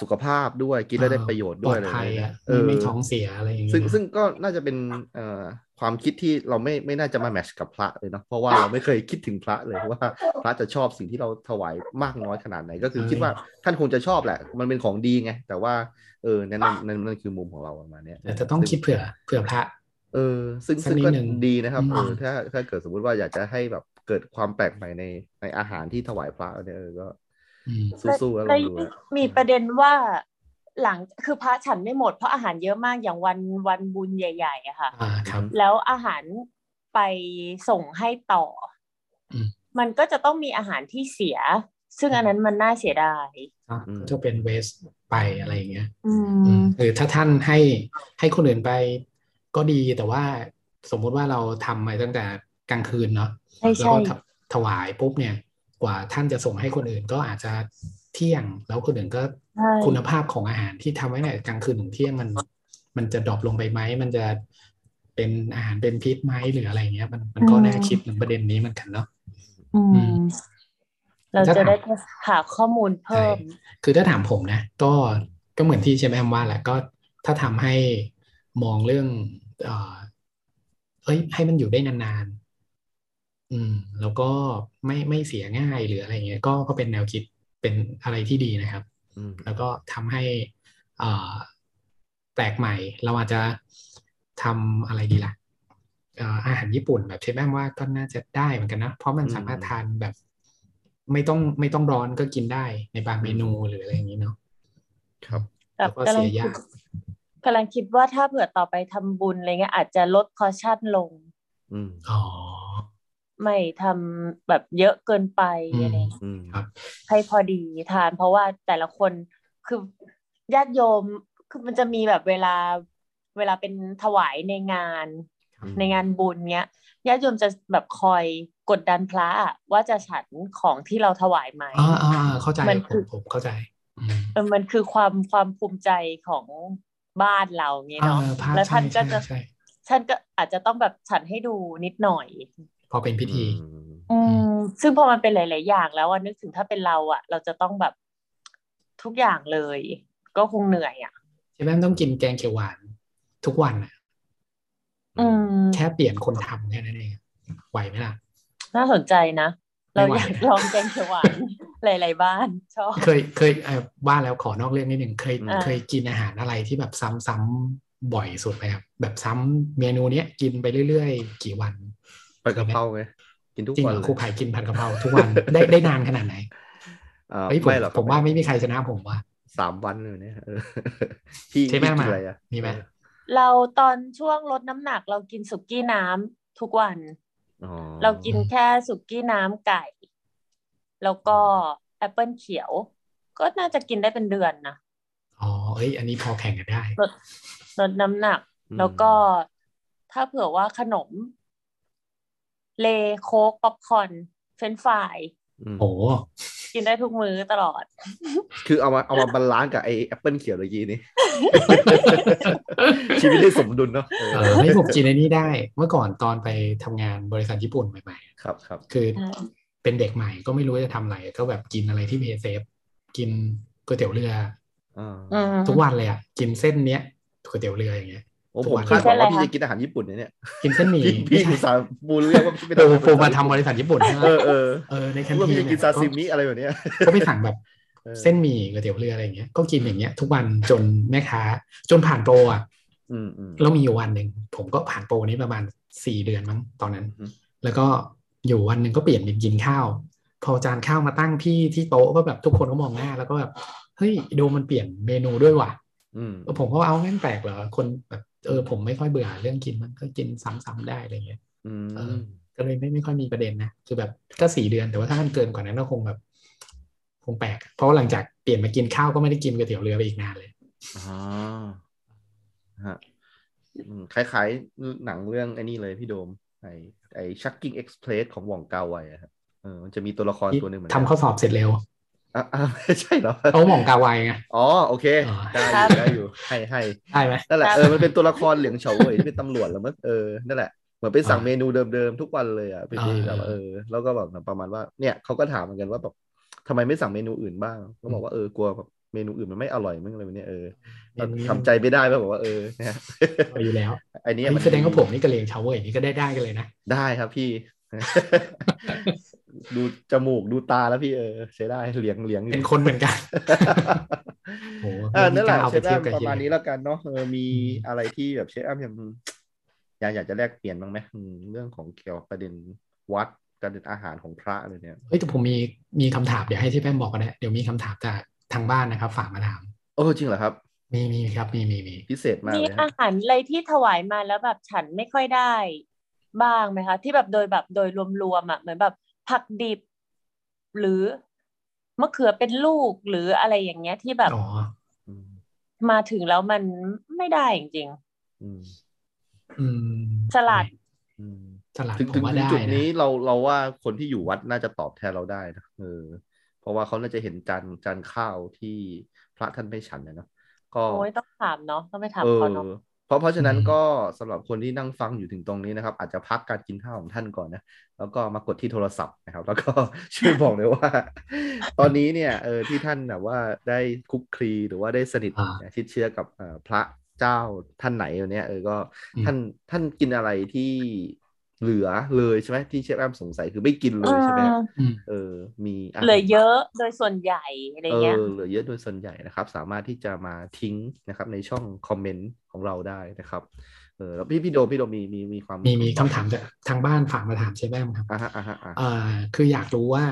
Speaker 2: สุขภาพด้วยกินแล้วได้ประโยชน์ด้วย
Speaker 4: ปลอดภัยอะ
Speaker 2: เออ
Speaker 4: ไม่ท้องเสียอะไรอย่างเงี้ย
Speaker 2: ซึ่ง
Speaker 4: นะ
Speaker 2: ซึ่งก็น่าจะเป็นเอ่อความคิดที่เราไม่ไม่น่าจะมาแมชกับพระเลยเนาะเพราะว่าเราไม่เคยคิดถึงพระเลยว่าพระจะชอบสิ่งที่เราถวายมากน้อยขนาดไหน ก็คือคิดว่าท่านคงจะชอบแหละ มันเป็นของดีไง แต่ว่าเออนั่นนั่นนั่นคือมุมของเราประมาณเนี้ย
Speaker 4: แต่จะต้องคิดเผื่อเผื่อพระ
Speaker 2: เออซึ่ง
Speaker 4: สัก
Speaker 2: ซึ่ง
Speaker 4: นิด
Speaker 2: ก็
Speaker 4: หนึ่ง
Speaker 2: ดีนะครับ
Speaker 4: อืม
Speaker 2: เออถ้าถ้าเกิดสมมุติว่าอยากจะให้แบบเกิดความแปลกใหม่ในในอาหารที่ถวายพระเนี่ยเออก็
Speaker 4: อืม
Speaker 2: สู้ๆแล้วล
Speaker 3: แล้
Speaker 2: อ
Speaker 3: ว
Speaker 2: ง
Speaker 3: ยิ่
Speaker 2: ดู
Speaker 3: ง
Speaker 2: อะ
Speaker 3: มีประเด็นว่าหลังคือพระฉันไม่หมดเพราะอาหารเยอะมากอย่างวันวันบุญใหญ่ๆอะค่ะ
Speaker 4: อ่าครับ
Speaker 3: แล้วอาหารไปส่งให้ต่ออ
Speaker 4: ม
Speaker 3: มันก็จะต้องมีอาหารที่เสีย ซึ่งอันนั้นมันน่าเสียดาย
Speaker 4: ก็จะเป็นเวสไปอะไรอย่างเงี้ย
Speaker 3: อืม
Speaker 4: หรือถ้าท่านให้ให้คนอื่นไปก็ดีแต่ว่าสมมุติว่าเราทำมาตั้งแต่กลางคืนเนาะ
Speaker 3: ใช่
Speaker 4: แล้ว
Speaker 3: ใช่
Speaker 4: ก็ถถวายปุ๊บเนี่ย กว่าท่านจะส่งให้คนอื่นก็อาจจะเที่ยง แล้วคนอื่นก็
Speaker 3: ใช่
Speaker 4: คุณภาพของอาหารที่ทำไว้ในกลางคืนถึงเที่ยงมัน มันจะดรอปลงไปไหมมันจะเป็นอาหารเป็นพิษไหมหรืออะไรอย่างเงี้ย มันมันก็น่าคิดถึงประเด็นนี้เหมือนกันเนาะ
Speaker 3: อื
Speaker 4: อื
Speaker 3: ม
Speaker 4: ม
Speaker 3: เรา
Speaker 4: ถ้า
Speaker 3: จะ
Speaker 4: ถาม
Speaker 3: ได้หาข้อมูลเพิ่ม
Speaker 4: คือถ้าถามผมนะ ก็ก็เหมือนที่เชฟแอมว่าแหละก็ถ้าทำให้มองเรื่องเอ่อเอ้ย ให้มันอยู่ได้นานๆอืม แล้วก็ไม่ไม่เสียง่ายหรืออะไรเงี้ยก็ก็เป็นแนวคิดเป็นอะไรที่ดีนะครับ
Speaker 2: อืม
Speaker 4: แล้วก็ทำให้เอ่อแปลกใหม่ เราอาจจะทำอะไรดีล่ะเอ่ออาหารญี่ปุ่นแบบเชฟแอมว่าก็น่าจะได้เหมือนกันนะ เพราะมันสามารถทานแบบ ไม่ต้องไม่ต้องร้อนก็กินได้ในบางเมนูหรืออะไรอย่างนี้เนาะ
Speaker 2: ครับ
Speaker 3: แบ
Speaker 4: แล้ว
Speaker 3: บ
Speaker 4: ก็
Speaker 3: กำลั
Speaker 4: เสี
Speaker 3: ง
Speaker 4: ยยา
Speaker 3: คิด
Speaker 4: ก
Speaker 3: กำลังคิดว่าถ้าเผื่อต่อไปทำบุญอะไรเงี้ยอาจจะลดพอชั่นลง
Speaker 2: อืม
Speaker 4: อ๋อ
Speaker 3: ไม่ทำแบบเยอะเกินไป
Speaker 4: อืม
Speaker 3: อะไรเงี้ย
Speaker 2: อืม
Speaker 4: ครับ
Speaker 3: ให้พอดีทาน เพราะว่าแต่ละคนคือญาติโยมคือมันจะมีแบบเวลาเวลาเป็นถวายในงาน
Speaker 2: อืม
Speaker 3: ในงานบุญเนี้ยญาติโยมจะแบบคอยกดดันพระอะว่าจะฉันของที่เราถวายไหม
Speaker 4: อ่าอ่าอ่าเข้าใจ
Speaker 3: มัน
Speaker 4: ผ
Speaker 3: คื
Speaker 4: ม
Speaker 3: อ
Speaker 4: ผมเข้าใจอืม
Speaker 3: เออมันคือความความภูมิใจของบ้านเราเนี้ยเนาะ
Speaker 4: เออภาพ
Speaker 3: แล้วท่าน
Speaker 4: ใช่
Speaker 3: ก็
Speaker 4: ใช่
Speaker 3: จะ
Speaker 4: ใช่
Speaker 3: ท่านก็อาจจะต้องแบบฉันให้ดูนิดหน่อย
Speaker 4: พอเป็นพิธี
Speaker 2: อืม
Speaker 3: อืมซึ่งพอมันเป็นหลาย ๆ อย่างแล้วอะนึกถึงถ้าเป็นเราอะเราจะต้องแบบทุกอย่างเลย ก็คงเหนื่อยอะ
Speaker 4: ใช่ไหมต้องกินแกงเขียวหวาน ทุกวันน่ะ
Speaker 3: อืม
Speaker 4: แค่เปลี่ยนคนทำแค่นั้นเองไหวไหมล่ะ
Speaker 3: น่าสนใจนะ เรา
Speaker 4: ไม่ไหว
Speaker 3: อยากลองแกงเขียวหวาน หลาย ๆ บ้านชอบ
Speaker 4: เคยเคยเอ่อว่าแล้วขอนอกเรื่องนิดหนึ่งเคย
Speaker 3: อ่า
Speaker 4: เคยกินอาหารอะไรที่แบบซ้ำซ้ำบ่อยสุดไหมครับ แบบซ้ำเมนูเนี้ยกินไปเรื่อยๆ กี่วัน
Speaker 2: ผัดกะเพราไงกินทุก
Speaker 4: จริง
Speaker 2: วัน
Speaker 4: เหรอ
Speaker 2: เลย
Speaker 4: ครูไผ่กินผัดกะเพราทุก วันได้ได้นานขนาดไหน
Speaker 2: อ่า
Speaker 4: เฮ้ยผม
Speaker 2: ไม่หรอก
Speaker 4: ผมว่าไม่มีใครชนะผมว่ะ
Speaker 2: สามวันเลยเนี่ยเออพี่
Speaker 4: ใช่ไหม
Speaker 2: พี่กิ
Speaker 4: มาน
Speaker 2: อะไรอ่ะ
Speaker 4: มีไหม
Speaker 3: เราตอนช่วงลดน้ำหนักเรากินสุกี้น้ำทุกวัน
Speaker 2: อ๋อ
Speaker 3: เรากินแค่สุกี้น้ำไก่ แล้วก็แอปเปิลเขียว ก็น่าจะกินได้เป็นเดือนนะ
Speaker 4: อ๋อเอ้ยอันนี้พอแข่งกันได้
Speaker 3: ลดลดน้ำหนัก
Speaker 2: อืม
Speaker 3: แล้วก็ถ้าเผื่อว่าขนม เลโค้กป๊อปคอร์นเฟรนช์ฟราย
Speaker 2: อืม
Speaker 4: โอ้โห
Speaker 3: กินได้ทุกมื้อตลอด
Speaker 2: คือเอามาเอามาบาลานซ์กับไอ้แอปเปิลเขียวเมื่อกี้ นี้ ชีวิตได้สมดุลเนาะเออ
Speaker 4: เออให้ยผมกินไอ้นี่ได้ เมื่อก่อนตอนไปทำงานบริษัทญี่ปุ่นใหม่
Speaker 2: ครับครับ
Speaker 4: ๆ คือ
Speaker 3: ใช่
Speaker 4: เป็นเด็กใหม่ก็ไม่รู้จะทำอะไรก็แบบกินอะไรที่เพย์เซฟกินก๋วยเตี๋ยวเรือ
Speaker 2: อ่า
Speaker 3: อืม
Speaker 4: ทุกวันเลยอ่ะกินเส้นเนี้ยก๋วยเตี๋ยวเรืออย่างเงี้ย
Speaker 2: โอ้
Speaker 4: ทุก
Speaker 2: ผม
Speaker 4: วัน
Speaker 2: คาดหวังว่า
Speaker 3: ใช่เล
Speaker 2: พี่
Speaker 3: ยค่ะ
Speaker 2: จะกินอาหารญี่ปุ่นเนี่ยเนี่ย
Speaker 4: กินเส้นหมี่
Speaker 2: พี่พี่อุตส่าห์บูเรื่องว่าพี่ไป
Speaker 4: เออ
Speaker 2: ทำ
Speaker 4: ปูมาทำบริษัทญี่ปุ่นใช่ไหม
Speaker 2: เออเออ
Speaker 4: เออในแค
Speaker 2: คิ
Speaker 4: น
Speaker 2: ดว่า
Speaker 4: ที
Speaker 2: พี่
Speaker 4: น
Speaker 2: จะกิน
Speaker 4: เนี่ย
Speaker 2: ซาซิมิอะไรแบบเนี้ย
Speaker 4: ก็ไปสั่งแบบ
Speaker 2: ออ
Speaker 4: เส้นหมี่ก๋วยเตี๋ยวเรืออะไรอย่างเงี้ยก็กินอย่างเงี้ยทุกวันจนแม่ค้า จนผ่านโปรอ่ะ
Speaker 2: อืมอืม
Speaker 4: แล้วมีอยู่วันหนึ่งผมก็ผ่านโปรนี้ประมาณสี่เดือนมั้งตอนนั้น
Speaker 2: อือฮึ
Speaker 4: แล้วก็อยู่วันหนึ่งก็เปลี่ยนเป็นกินข้าว พอจานข้าวมาตั้งที่ที่โต๊ะก็แบบทุกคนก็มองหน้า แล้วก็แบบเฮ้ยดูมันเปลี่ยนเมนูด้วยว่ะ
Speaker 2: อืม
Speaker 4: เออผมก็ว่าเอางั้นแปลกเหรอคนแบบเออผมไม่ค่อยเบื่อเรื่องกินมันก็กินซ้ำๆได้อะไรเงี้ย
Speaker 2: อื
Speaker 4: เอ
Speaker 2: ม
Speaker 4: อ ก็เลยไม่ไม่ค่อยมีประเด็นนะคือแบบก็สี่เดือนแต่ว่าถ้ามันเกินกว่านั้นก็คงแบบ คงแปลกอะเพราะว่าหลังจากเปลี่ยนมากินข้าวก็ไม่ได้กินก๋วยเตี๋ยวเรือไปอีกนานเลย
Speaker 2: อ๋อฮะอืมคล้ายๆหนังเรื่องไอ้นี่เลยพี่โดม ไอ้ไอ้ Shucking Express ของหว่องกาไวอะครับเออมันจะมีตัวละครตัวหนึ่งเหมือนกั
Speaker 4: ทำ
Speaker 2: น
Speaker 4: ข้อสอบเสร็จเร็ว
Speaker 2: อ่ะ อ่ะไม่ใช่เหรอ
Speaker 4: เขาหม่องกาไวไง
Speaker 2: อ๋อโอเค
Speaker 4: อ๋อ
Speaker 2: ได้อ
Speaker 3: ครับ
Speaker 2: ยู่ได้อยู่ให้ให้
Speaker 4: ได้ไหม
Speaker 2: นั่นแหละ
Speaker 3: ครับ
Speaker 2: เออมันเป็นตัวละครเหลียงเฉาเว่ยที่เป็นตำรวจแล้วมั้งเออนั่นแหละเหมือนไปสั่ง
Speaker 4: อ่า
Speaker 2: เมนูเดิมๆทุกวันเลยอ่ะไปดีแบบว่าเอ
Speaker 4: เออ
Speaker 2: อ แล้วก็แบบประมาณว่าเนี่ยเขาก็ถามเหมือนกันว่าแบบทำไมไม่สั่งเมนูอื่นบ้างก็บอกว่าเออกลัวแบบเมนูอื่นมันไม่อร่อยมึงอะไรแบบเนี้ยเออแบบทำใจไม่ได้แบบบอกว่าเออเนี่ย
Speaker 4: เอาอยู่แล้ว
Speaker 2: ไอ้นี่
Speaker 4: เฮ้ย
Speaker 2: มัน
Speaker 4: แสดงว่าผมนี่กระเลงชาวเวอร์นี่ก็ได้ได้กันเลยนะ
Speaker 2: ได้ครับพี่ ดูจมูกดูตาแล้วพี่เออใช้ได้เหลียงเหลียงอยู่
Speaker 4: เป็น คนเหมือน กัน โอ้โห
Speaker 2: เออนั่นแหละ
Speaker 4: ไม่กล้าเอา
Speaker 2: เชฟ
Speaker 4: ไปเที
Speaker 2: แอย
Speaker 4: บ
Speaker 2: ม
Speaker 4: กับ
Speaker 2: ประมาณ
Speaker 4: เฮีย
Speaker 2: นี้แล้วกันเนาะเออมี
Speaker 4: อืม
Speaker 2: อะไรที่แบบเชฟแอมยังอยากอยากจะแลกเปลี่ยนบ้างไหมอืมเรื่องของเกี่ยวกับประเด็นวัดประเด็นอาหารของพระอะไรเนี่ย
Speaker 4: เฮ้ยแต่ผมมีมีคำถามเดี๋ยวให้ที่แป้งบอกก็ได้เดี๋ยวมีคำถามจากทางบ้านนะครับ ฝากมาถาม
Speaker 2: โอ้จริงเหรอครับ
Speaker 4: มีมีครับมีมีมี
Speaker 2: พิเศษมาก
Speaker 3: มี
Speaker 2: เลย
Speaker 3: อา
Speaker 2: ฮะ
Speaker 3: หารอะไรที่ถวายมาแล้วแบบฉันไม่ค่อยได้บ้างไหมคะ ที่แบบโดยแบบโดยรวมๆอ่ะเหมือนแบบผักดิบ หรือมะเขือเป็นลูกหรืออะไรอย่างเงี้ยที่แบบ
Speaker 4: อ๋อ
Speaker 2: อืม
Speaker 3: มาถึงแล้วมันไม่ได้จริง
Speaker 2: อืม
Speaker 4: อืม
Speaker 3: ๆสลัด
Speaker 2: อืม
Speaker 4: สลัด
Speaker 2: ถึง
Speaker 4: ผ
Speaker 2: ถึ
Speaker 4: ม
Speaker 2: ง
Speaker 4: ว่า
Speaker 2: ถึง
Speaker 4: ได้
Speaker 2: จุด
Speaker 4: นะ
Speaker 2: นี้เราเราว่าคนที่อยู่วัดน่าจะตอบแทนเราได้นะเออ เพราะว่าเขาน่าจะเห็นจานจานข้าวที่พระท่านไม่ฉันนะเนาะก็
Speaker 3: โอ้ยต้องถามเนาะต้องไปถาม
Speaker 2: เออ
Speaker 3: เขาเนาะ
Speaker 2: เพราะเพราะฉะนั้นก็สำหรับคนที่นั่งฟังอยู่ถึงตรงนี้นะครับ อาจจะพักการกินข้าวของท่านก่อนนะ แล้วก็มากดที่โทรศัพท์นะครับ แล้วก็ ช่วยบอกเลยว่า ตอนนี้เนี่ยเออที่ท่านแบบว่าได้คลุกคลีหรือว่าได้สนิท
Speaker 4: อ่า
Speaker 2: ชิดเชื้อกับเอ่อพระเจ้าท่านไหนเนี่ยเออก็
Speaker 4: อืม
Speaker 2: ท่านท่านกินอะไรที่เหลือเลยใช่ไหมที่เชฟแอมสงสัยคือไม่กินเลยใช่ไหม
Speaker 3: เออ
Speaker 4: อืม
Speaker 2: เออมีาหาร
Speaker 3: เหลือเยอะโดยส่วนใหญ่อะไร
Speaker 2: เอ
Speaker 3: เงี้ย
Speaker 2: อเหลือเยอะโดยส่วนใหญ่นะครับ สามารถที่จะมาทิ้งนะครับ ในช่องคอมเมนต์ของเราได้นะครับเออแล้วพี่พี่โดมพี่โดมมีมีมีความ
Speaker 4: มีมีคำถามจากทางบ้านฝากมาถามเชฟแอมครับ
Speaker 2: อ่ะฮะอ่ะฮะอ่ะ
Speaker 4: เอ่อคืออยากรู้ว่า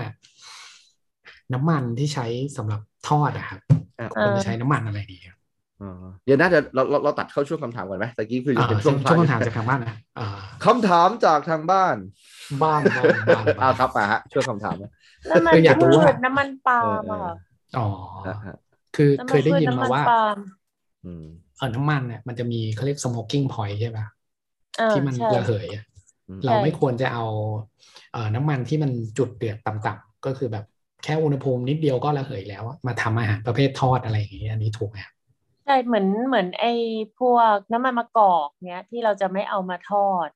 Speaker 4: น้ำมันที่ใช้สำหรับทอดอะครับ
Speaker 2: อ่ะ
Speaker 4: ควรจะใช้น้ำมันอะไรดีครับ
Speaker 2: อ่าเดี๋ยวน่าจะเราเราเราตัดเข้าช่วงคำถามก่อนไหมตะกี้คือจะ
Speaker 4: อ่า
Speaker 2: เป็น
Speaker 4: ช่
Speaker 2: ช่
Speaker 4: ว
Speaker 2: ว
Speaker 4: ง
Speaker 2: ง
Speaker 4: ช่วงคำถาม
Speaker 2: พระ
Speaker 4: จากทางบ้านนะอ่า
Speaker 2: คำถามจากทางบ้าน
Speaker 4: บ้านบ้านบ้าน
Speaker 2: อ่า
Speaker 4: บ้าน
Speaker 2: ครับอ่ะฮะช่วงคำถามนะ
Speaker 3: น้ำมัน
Speaker 4: คืออยากรู้
Speaker 3: พื
Speaker 4: ว่า
Speaker 3: ชน้ำมันปาล์ม
Speaker 2: เออเออ
Speaker 3: อ่ะ
Speaker 4: อ๋อ
Speaker 2: อ่ะฮะ
Speaker 4: คือ
Speaker 3: น้ำ
Speaker 4: เค
Speaker 3: มัน
Speaker 4: ยได้
Speaker 3: พืช
Speaker 4: ยิน
Speaker 3: น้ำ
Speaker 4: มา
Speaker 3: มัน
Speaker 4: ว่า
Speaker 3: ปาล์ม
Speaker 2: อืม
Speaker 4: เออน้ำมันเนี่ยมันจะมีเขาเรียก smoking point ใช่ป่ะ
Speaker 3: เออ
Speaker 4: ที่มัน
Speaker 3: ใช่
Speaker 4: ระเหยอะ
Speaker 2: อืม
Speaker 4: เราไม่ควรจะเอาเอ่อน้ำมันที่มันจุดเดือดต่ำๆก็คือแบบแค่อุณหภูมินิดเดียวก็ระเหยแล้วอะมาทำอาหารประเภททอดอะไรอย่างเงี้ยอันนี้ถูกไหมครับ
Speaker 3: ใช่เหมือนเหมือนไอ้พวกน้ำมันมะกอกเนี้ยที่เราจะไม่เอามาทอด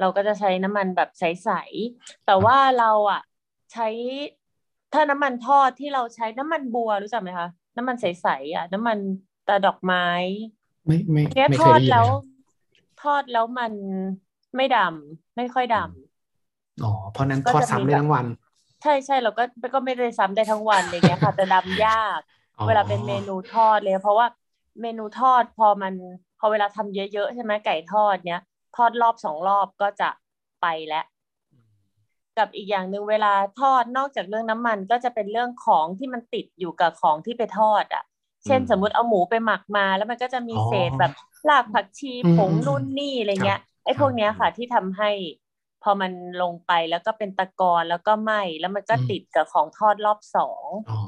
Speaker 3: เราก็จะใช้น้ำมันแบบใสๆแต่ว่าเราอ่ะใช้ถ้าน้ำมันทอดที่เราใช้น้ำมันบัวรู้จักไหมคะ น้ำมันใสๆอ่ะ น้ำมันตาดอกไม้
Speaker 4: ไม่ไม่
Speaker 3: เนี้ย
Speaker 4: ไม่
Speaker 3: ท
Speaker 4: เคย
Speaker 3: อด
Speaker 4: ได้ยิน
Speaker 3: แล้ว
Speaker 4: เล
Speaker 3: ย ทอดแล้วมันไม่ดำไม่ค่อยดำ
Speaker 4: อ๋อเพราะนั้น
Speaker 3: ก็
Speaker 4: ทอด
Speaker 3: จะมี
Speaker 4: ซ้ำได้
Speaker 3: แบบ
Speaker 4: ทั้งวัน
Speaker 3: ใช่ใช่เราก็ก็ไม่ได้ซ้ำได้ทั้งวันอะไรเงี้ยค่ะ แต่ดำยาก
Speaker 4: อ๋อ
Speaker 3: เวลาเป็นเมนูทอดเลย เพราะว่าเมนูทอดพอมันพอเวลาทำเยอะๆใช่ไหมไก่ทอดเนี้ยทอดรอบสองรอบก็จะไปแล้ว กับอีกอย่างหนึ่งเวลาทอดนอกจากเรื่องน้ำมันก็จะเป็นเรื่องของที่มันติดอยู่กับของที่ไปทอด อ่ะ เช่นสมมติเอาหมูไปหมักมา แล้วมันก็จะมีเศษแบบรากผักชีผงนู่นนี่อะไรเงี้ยไอ้พวกเนี้ยค่ะ ที่ทำให้ พอมันลงไปแล้วก็เป็นตะกอนแล้วก็ไหมแล้วมันก็ติดกับของทอดรอบสอง
Speaker 4: อ๋อ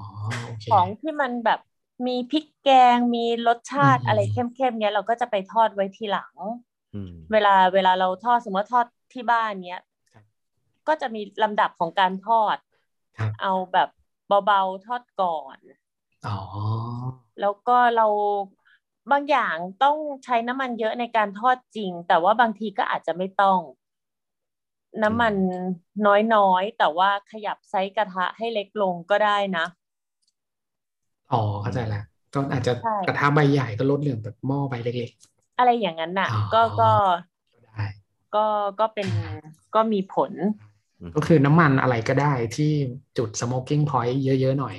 Speaker 4: โอเค
Speaker 3: ของที่มันแบบมีพริกแกงมีรสชาติ
Speaker 4: อืม
Speaker 3: อะไรเข้มๆเนี้ยเราก็จะไปทอดไว้ทีหลัง
Speaker 2: อืม
Speaker 3: เวลาเวลาเราทอดสมมติว่าทอด ที่บ้านเนี้ย
Speaker 4: ครับ
Speaker 3: ก็จะมีลำดับของการทอด
Speaker 4: ครับ
Speaker 3: เอาแบบเบาๆทอดก่อน
Speaker 4: อ๋อ
Speaker 3: แล้วก็เราบางอย่างต้องใช้น้ำมันเยอะในการทอดจริง แต่ว่าบางทีก็อาจจะไม่ต้อง น้ำมันน้อยๆ แต่ว่าขยับไซส์กระทะให้เล็กลงก็ได้นะ
Speaker 4: อ๋อเข้าใจละก็อาจจะ
Speaker 3: ใช่
Speaker 4: กระทะใบใหญ่ก็ลดเหลืองแบบหม้อใบเล็ก
Speaker 3: อะไรอย่างนั้นน่ะ
Speaker 4: อ๋อ
Speaker 3: ก็ก็
Speaker 4: ๆก็ได้
Speaker 3: ก็ก็เป็นก็มีผล
Speaker 4: ก็คือน้ำมันอะไรก็ได้ที่จุด smoking point เยอะ ๆ หน่อย